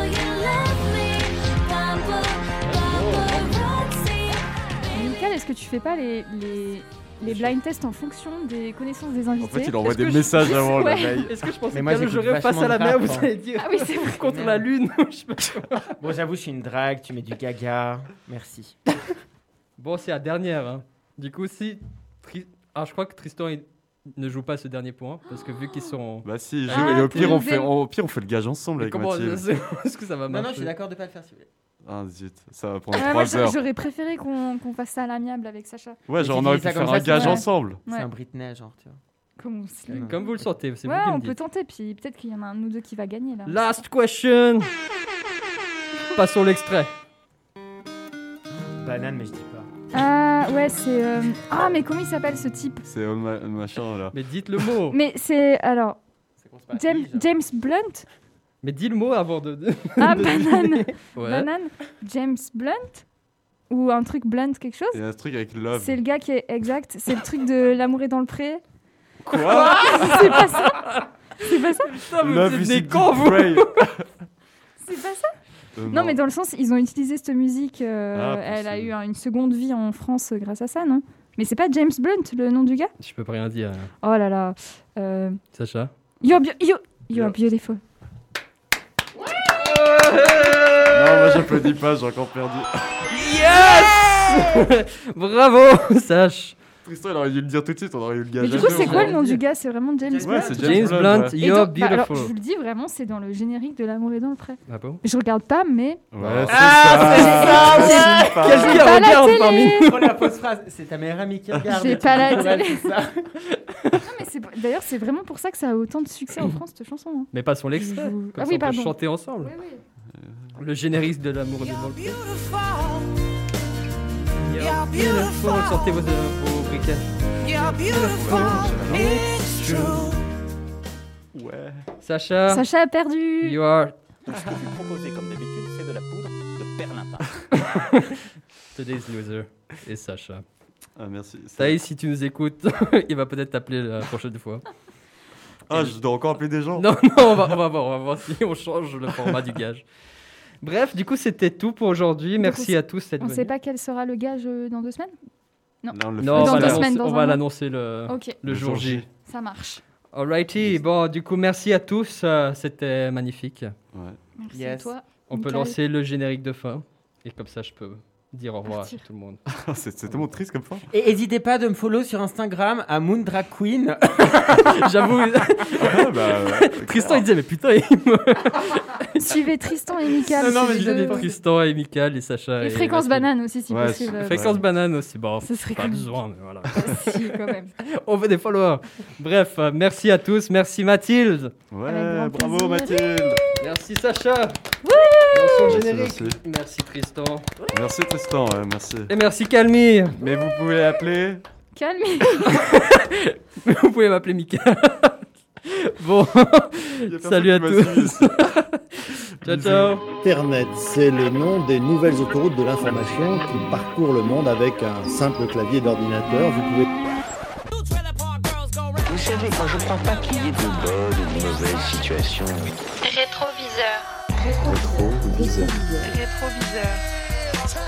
[SPEAKER 5] Michael, est-ce que tu fais pas les, les, les blind tests en fonction des connaissances des invités
[SPEAKER 6] En fait, il envoie
[SPEAKER 4] Est-ce
[SPEAKER 6] des
[SPEAKER 4] que je-
[SPEAKER 6] messages avant la
[SPEAKER 5] Ouais.
[SPEAKER 6] veille.
[SPEAKER 4] Est-ce que je pensais
[SPEAKER 7] Mais moi,
[SPEAKER 4] que
[SPEAKER 7] j'écoute
[SPEAKER 4] j'aurais face
[SPEAKER 7] vachement
[SPEAKER 4] à la
[SPEAKER 7] de
[SPEAKER 4] mer,
[SPEAKER 7] rap,
[SPEAKER 4] vous
[SPEAKER 7] hein.
[SPEAKER 4] allez dire
[SPEAKER 5] Ah oui, c'est vrai.
[SPEAKER 4] contre la lune je sais pas quoi.
[SPEAKER 7] Bon, j'avoue, je suis une drague, tu mets du Gaga. Merci.
[SPEAKER 4] Bon, c'est la dernière. hein. Du coup, si. Tri- Ah, je crois que Tristan il ne joue pas ce dernier point hein, parce que vu qu'ils sont.
[SPEAKER 6] Bah si, je-
[SPEAKER 5] Ah,
[SPEAKER 6] et au
[SPEAKER 5] t'es
[SPEAKER 6] pire, on
[SPEAKER 5] mauvais.
[SPEAKER 6] fait, au pire, on fait le gage ensemble
[SPEAKER 4] Mais
[SPEAKER 6] Oh, avec
[SPEAKER 4] comment
[SPEAKER 6] Mathilde.
[SPEAKER 4] est-ce que ça va marcher
[SPEAKER 7] d'accord de pas le faire si vous voulez.
[SPEAKER 6] Ah zut, ça va prendre
[SPEAKER 5] Ah, moi,
[SPEAKER 6] 3
[SPEAKER 5] j'a-
[SPEAKER 6] heures.
[SPEAKER 5] j'aurais préféré qu'on qu'on fasse ça à l'amiable avec Sacha.
[SPEAKER 6] Ouais, genre on
[SPEAKER 7] Mais
[SPEAKER 6] aurait
[SPEAKER 7] si
[SPEAKER 6] pu
[SPEAKER 7] ça comme
[SPEAKER 6] faire
[SPEAKER 7] ça,
[SPEAKER 6] un
[SPEAKER 7] c'est
[SPEAKER 6] gage
[SPEAKER 5] vrai.
[SPEAKER 6] ensemble.
[SPEAKER 5] Ouais.
[SPEAKER 7] C'est un Britney, genre, tu vois.
[SPEAKER 5] Comme on se lève.
[SPEAKER 4] Euh, Comme vous le sentez, c'est
[SPEAKER 5] Ouais,
[SPEAKER 4] vous qui
[SPEAKER 5] on
[SPEAKER 4] me
[SPEAKER 5] peut
[SPEAKER 4] dites.
[SPEAKER 5] tenter, puis peut-être qu'il y en a un de nous deux qui va gagner là.
[SPEAKER 4] Last question Passons l'extrait.
[SPEAKER 7] Banane, mais je dis pas.
[SPEAKER 5] Ah, ouais, c'est. euh, Ah, mais comment il s'appelle ce type
[SPEAKER 6] C'est un ma- un machin là.
[SPEAKER 4] Mais dites le mot.
[SPEAKER 5] Mais c'est. Alors,
[SPEAKER 7] Ça commence par
[SPEAKER 6] Bah,
[SPEAKER 7] I,
[SPEAKER 5] James,
[SPEAKER 7] genre.
[SPEAKER 5] James Blunt
[SPEAKER 4] Mais dis le mot avant de. de-
[SPEAKER 5] Ah, banane
[SPEAKER 4] Ouais.
[SPEAKER 5] Banane James Blunt Ou un truc Blunt quelque chose
[SPEAKER 6] Il y a un truc avec Love.
[SPEAKER 5] C'est le gars qui est exact, c'est le truc de l'amour est dans le pré.
[SPEAKER 6] Quoi
[SPEAKER 5] C'est pas ça C'est pas ça
[SPEAKER 4] Putain, mais
[SPEAKER 6] Love
[SPEAKER 4] vous êtes
[SPEAKER 6] is
[SPEAKER 4] des
[SPEAKER 6] in the
[SPEAKER 4] cons, vous
[SPEAKER 6] brain.
[SPEAKER 5] C'est pas ça
[SPEAKER 6] Euh,
[SPEAKER 5] Non, mais dans le sens, ils ont utilisé cette musique, euh,
[SPEAKER 6] Ah,
[SPEAKER 5] elle a
[SPEAKER 6] possible.
[SPEAKER 5] eu un- une seconde vie en France euh, grâce à ça, non Mais c'est pas James Blunt le nom du gars
[SPEAKER 4] Je peux pas rien dire, hein.
[SPEAKER 5] Oh là là euh,
[SPEAKER 4] Sacha.
[SPEAKER 5] You're, beau- you- you're beautiful.
[SPEAKER 6] Non, moi j'applaudis pas, j'ai encore perdu.
[SPEAKER 4] Bravo, Sach
[SPEAKER 6] Tristan, il aurait dû le dire tout de suite, on aurait eu le gage.
[SPEAKER 5] Mais du coup,
[SPEAKER 4] jamais
[SPEAKER 5] c'est
[SPEAKER 4] entendu
[SPEAKER 5] quoi le nom
[SPEAKER 4] dire.
[SPEAKER 5] du gars C'est vraiment James
[SPEAKER 7] Ouais,
[SPEAKER 5] Blunt
[SPEAKER 6] Ouais, c'est James,
[SPEAKER 4] James
[SPEAKER 6] Blunt.
[SPEAKER 4] Blunt,
[SPEAKER 6] ouais.
[SPEAKER 5] Et
[SPEAKER 4] you're
[SPEAKER 5] donc, bah, alors,
[SPEAKER 4] beautiful.
[SPEAKER 5] je vous le dis vraiment, c'est dans le générique de L'amour est dans le pré.
[SPEAKER 4] Ah bon
[SPEAKER 5] Je regarde pas, mais.
[SPEAKER 6] Ouais, c'est
[SPEAKER 4] Ah,
[SPEAKER 6] ça.
[SPEAKER 4] c'est ça,
[SPEAKER 6] Facile, pas.
[SPEAKER 4] Quel
[SPEAKER 5] J'ai
[SPEAKER 4] gars
[SPEAKER 5] pas la
[SPEAKER 4] regarde
[SPEAKER 5] télé
[SPEAKER 4] parmi nous
[SPEAKER 7] Oh, la fausse phrase, c'est ta meilleure amie qui regarde.
[SPEAKER 5] Ah, J'ai pas la
[SPEAKER 7] Ouais,
[SPEAKER 5] télé.
[SPEAKER 7] c'est ça.
[SPEAKER 5] Non, mais c'est- D'ailleurs, c'est vraiment pour ça que ça a autant de succès en France, cette chanson. hein.
[SPEAKER 4] Mais passons l'extrait.
[SPEAKER 5] Je vous-
[SPEAKER 4] Comme
[SPEAKER 5] Ah
[SPEAKER 4] ça,
[SPEAKER 5] oui,
[SPEAKER 4] on peut
[SPEAKER 5] pardon.
[SPEAKER 4] chanter ensemble.
[SPEAKER 5] Ouais, ouais.
[SPEAKER 4] Le générique de l'amour du monde. Sortez vos, euh, vos briquets.
[SPEAKER 6] Ouais.
[SPEAKER 4] Sacha,
[SPEAKER 5] Sacha a perdu.
[SPEAKER 4] you are...
[SPEAKER 2] vous proposez, comme d'habitude, c'est de la poudre de perlimpin.
[SPEAKER 4] Today's loser. Et Sacha.
[SPEAKER 6] Ah, merci.
[SPEAKER 4] Thaïs, si tu nous écoutes, il va peut-être t'appeler la prochaine fois.
[SPEAKER 6] Ah, je dois encore appeler des gens
[SPEAKER 4] Non, non, on va, on va voir, on va voir si on change le format du gage. Bref, du coup, c'était tout pour aujourd'hui. Merci
[SPEAKER 5] on
[SPEAKER 4] à tous d'être
[SPEAKER 5] On ne sait
[SPEAKER 4] venus.
[SPEAKER 5] pas quel sera le gage euh, dans deux semaines Non.
[SPEAKER 4] Non, on
[SPEAKER 5] dans
[SPEAKER 4] va
[SPEAKER 5] deux
[SPEAKER 4] l'annoncer-
[SPEAKER 5] semaines, dans
[SPEAKER 4] on
[SPEAKER 5] un
[SPEAKER 4] va
[SPEAKER 5] mois.
[SPEAKER 4] l'annoncer le,
[SPEAKER 5] Ok.
[SPEAKER 4] le jour J.
[SPEAKER 5] Ça marche.
[SPEAKER 4] Alrighty, bon, du coup, merci à tous. euh, C'était magnifique.
[SPEAKER 5] Merci
[SPEAKER 7] Yes.
[SPEAKER 5] à toi.
[SPEAKER 4] On peut
[SPEAKER 5] Michael.
[SPEAKER 4] lancer le générique de fin. Et comme ça, je peux dire au revoir à tout le monde.
[SPEAKER 6] Ah, C'est c'est tellement triste comme fin.
[SPEAKER 7] Et n'hésitez pas de me follow sur Instagram à Moondrag Queen.
[SPEAKER 4] J'avoue.
[SPEAKER 6] Ah, bah,
[SPEAKER 4] Tristan, il disait, mais putain, il
[SPEAKER 5] Suivez Tristan et Mika.
[SPEAKER 4] Non, non, mais
[SPEAKER 5] c'est
[SPEAKER 4] je
[SPEAKER 5] les
[SPEAKER 4] dis
[SPEAKER 5] deux.
[SPEAKER 4] Tristan et Michael et Sacha.
[SPEAKER 5] Et Fréquence Banane aussi, si possible.
[SPEAKER 4] s- Fréquence
[SPEAKER 5] Ouais.
[SPEAKER 4] Banane aussi. Bon,
[SPEAKER 5] Ce serait
[SPEAKER 4] pas
[SPEAKER 5] cool.
[SPEAKER 4] besoin, mais voilà.
[SPEAKER 5] Si, quand même.
[SPEAKER 4] On veut des followers. Bref, euh, merci à tous. Merci Mathilde.
[SPEAKER 6] Ouais, bravo Mathilde
[SPEAKER 4] Merci Sacha. Dans son
[SPEAKER 6] Merci,
[SPEAKER 4] générique.
[SPEAKER 6] merci.
[SPEAKER 4] Merci Tristan.
[SPEAKER 6] Merci Tristan, ouais, merci.
[SPEAKER 4] Et merci Calmy.
[SPEAKER 6] Mais vous pouvez appeler
[SPEAKER 5] Calme.
[SPEAKER 4] Vous pouvez m'appeler Mika. Bon,
[SPEAKER 6] Il y a personne
[SPEAKER 4] salut à
[SPEAKER 6] qui m'a
[SPEAKER 4] tous. ciao, ciao.
[SPEAKER 1] Internet, c'est le nom des nouvelles autoroutes de l'information qui parcourent le monde avec un simple clavier d'ordinateur. Vous pouvez
[SPEAKER 2] Vous savez, moi je crois pas qu'il y ait de bonnes ou de mauvaises situations.
[SPEAKER 3] Rétroviseur.
[SPEAKER 2] Rétroviseur.
[SPEAKER 3] Rétroviseur.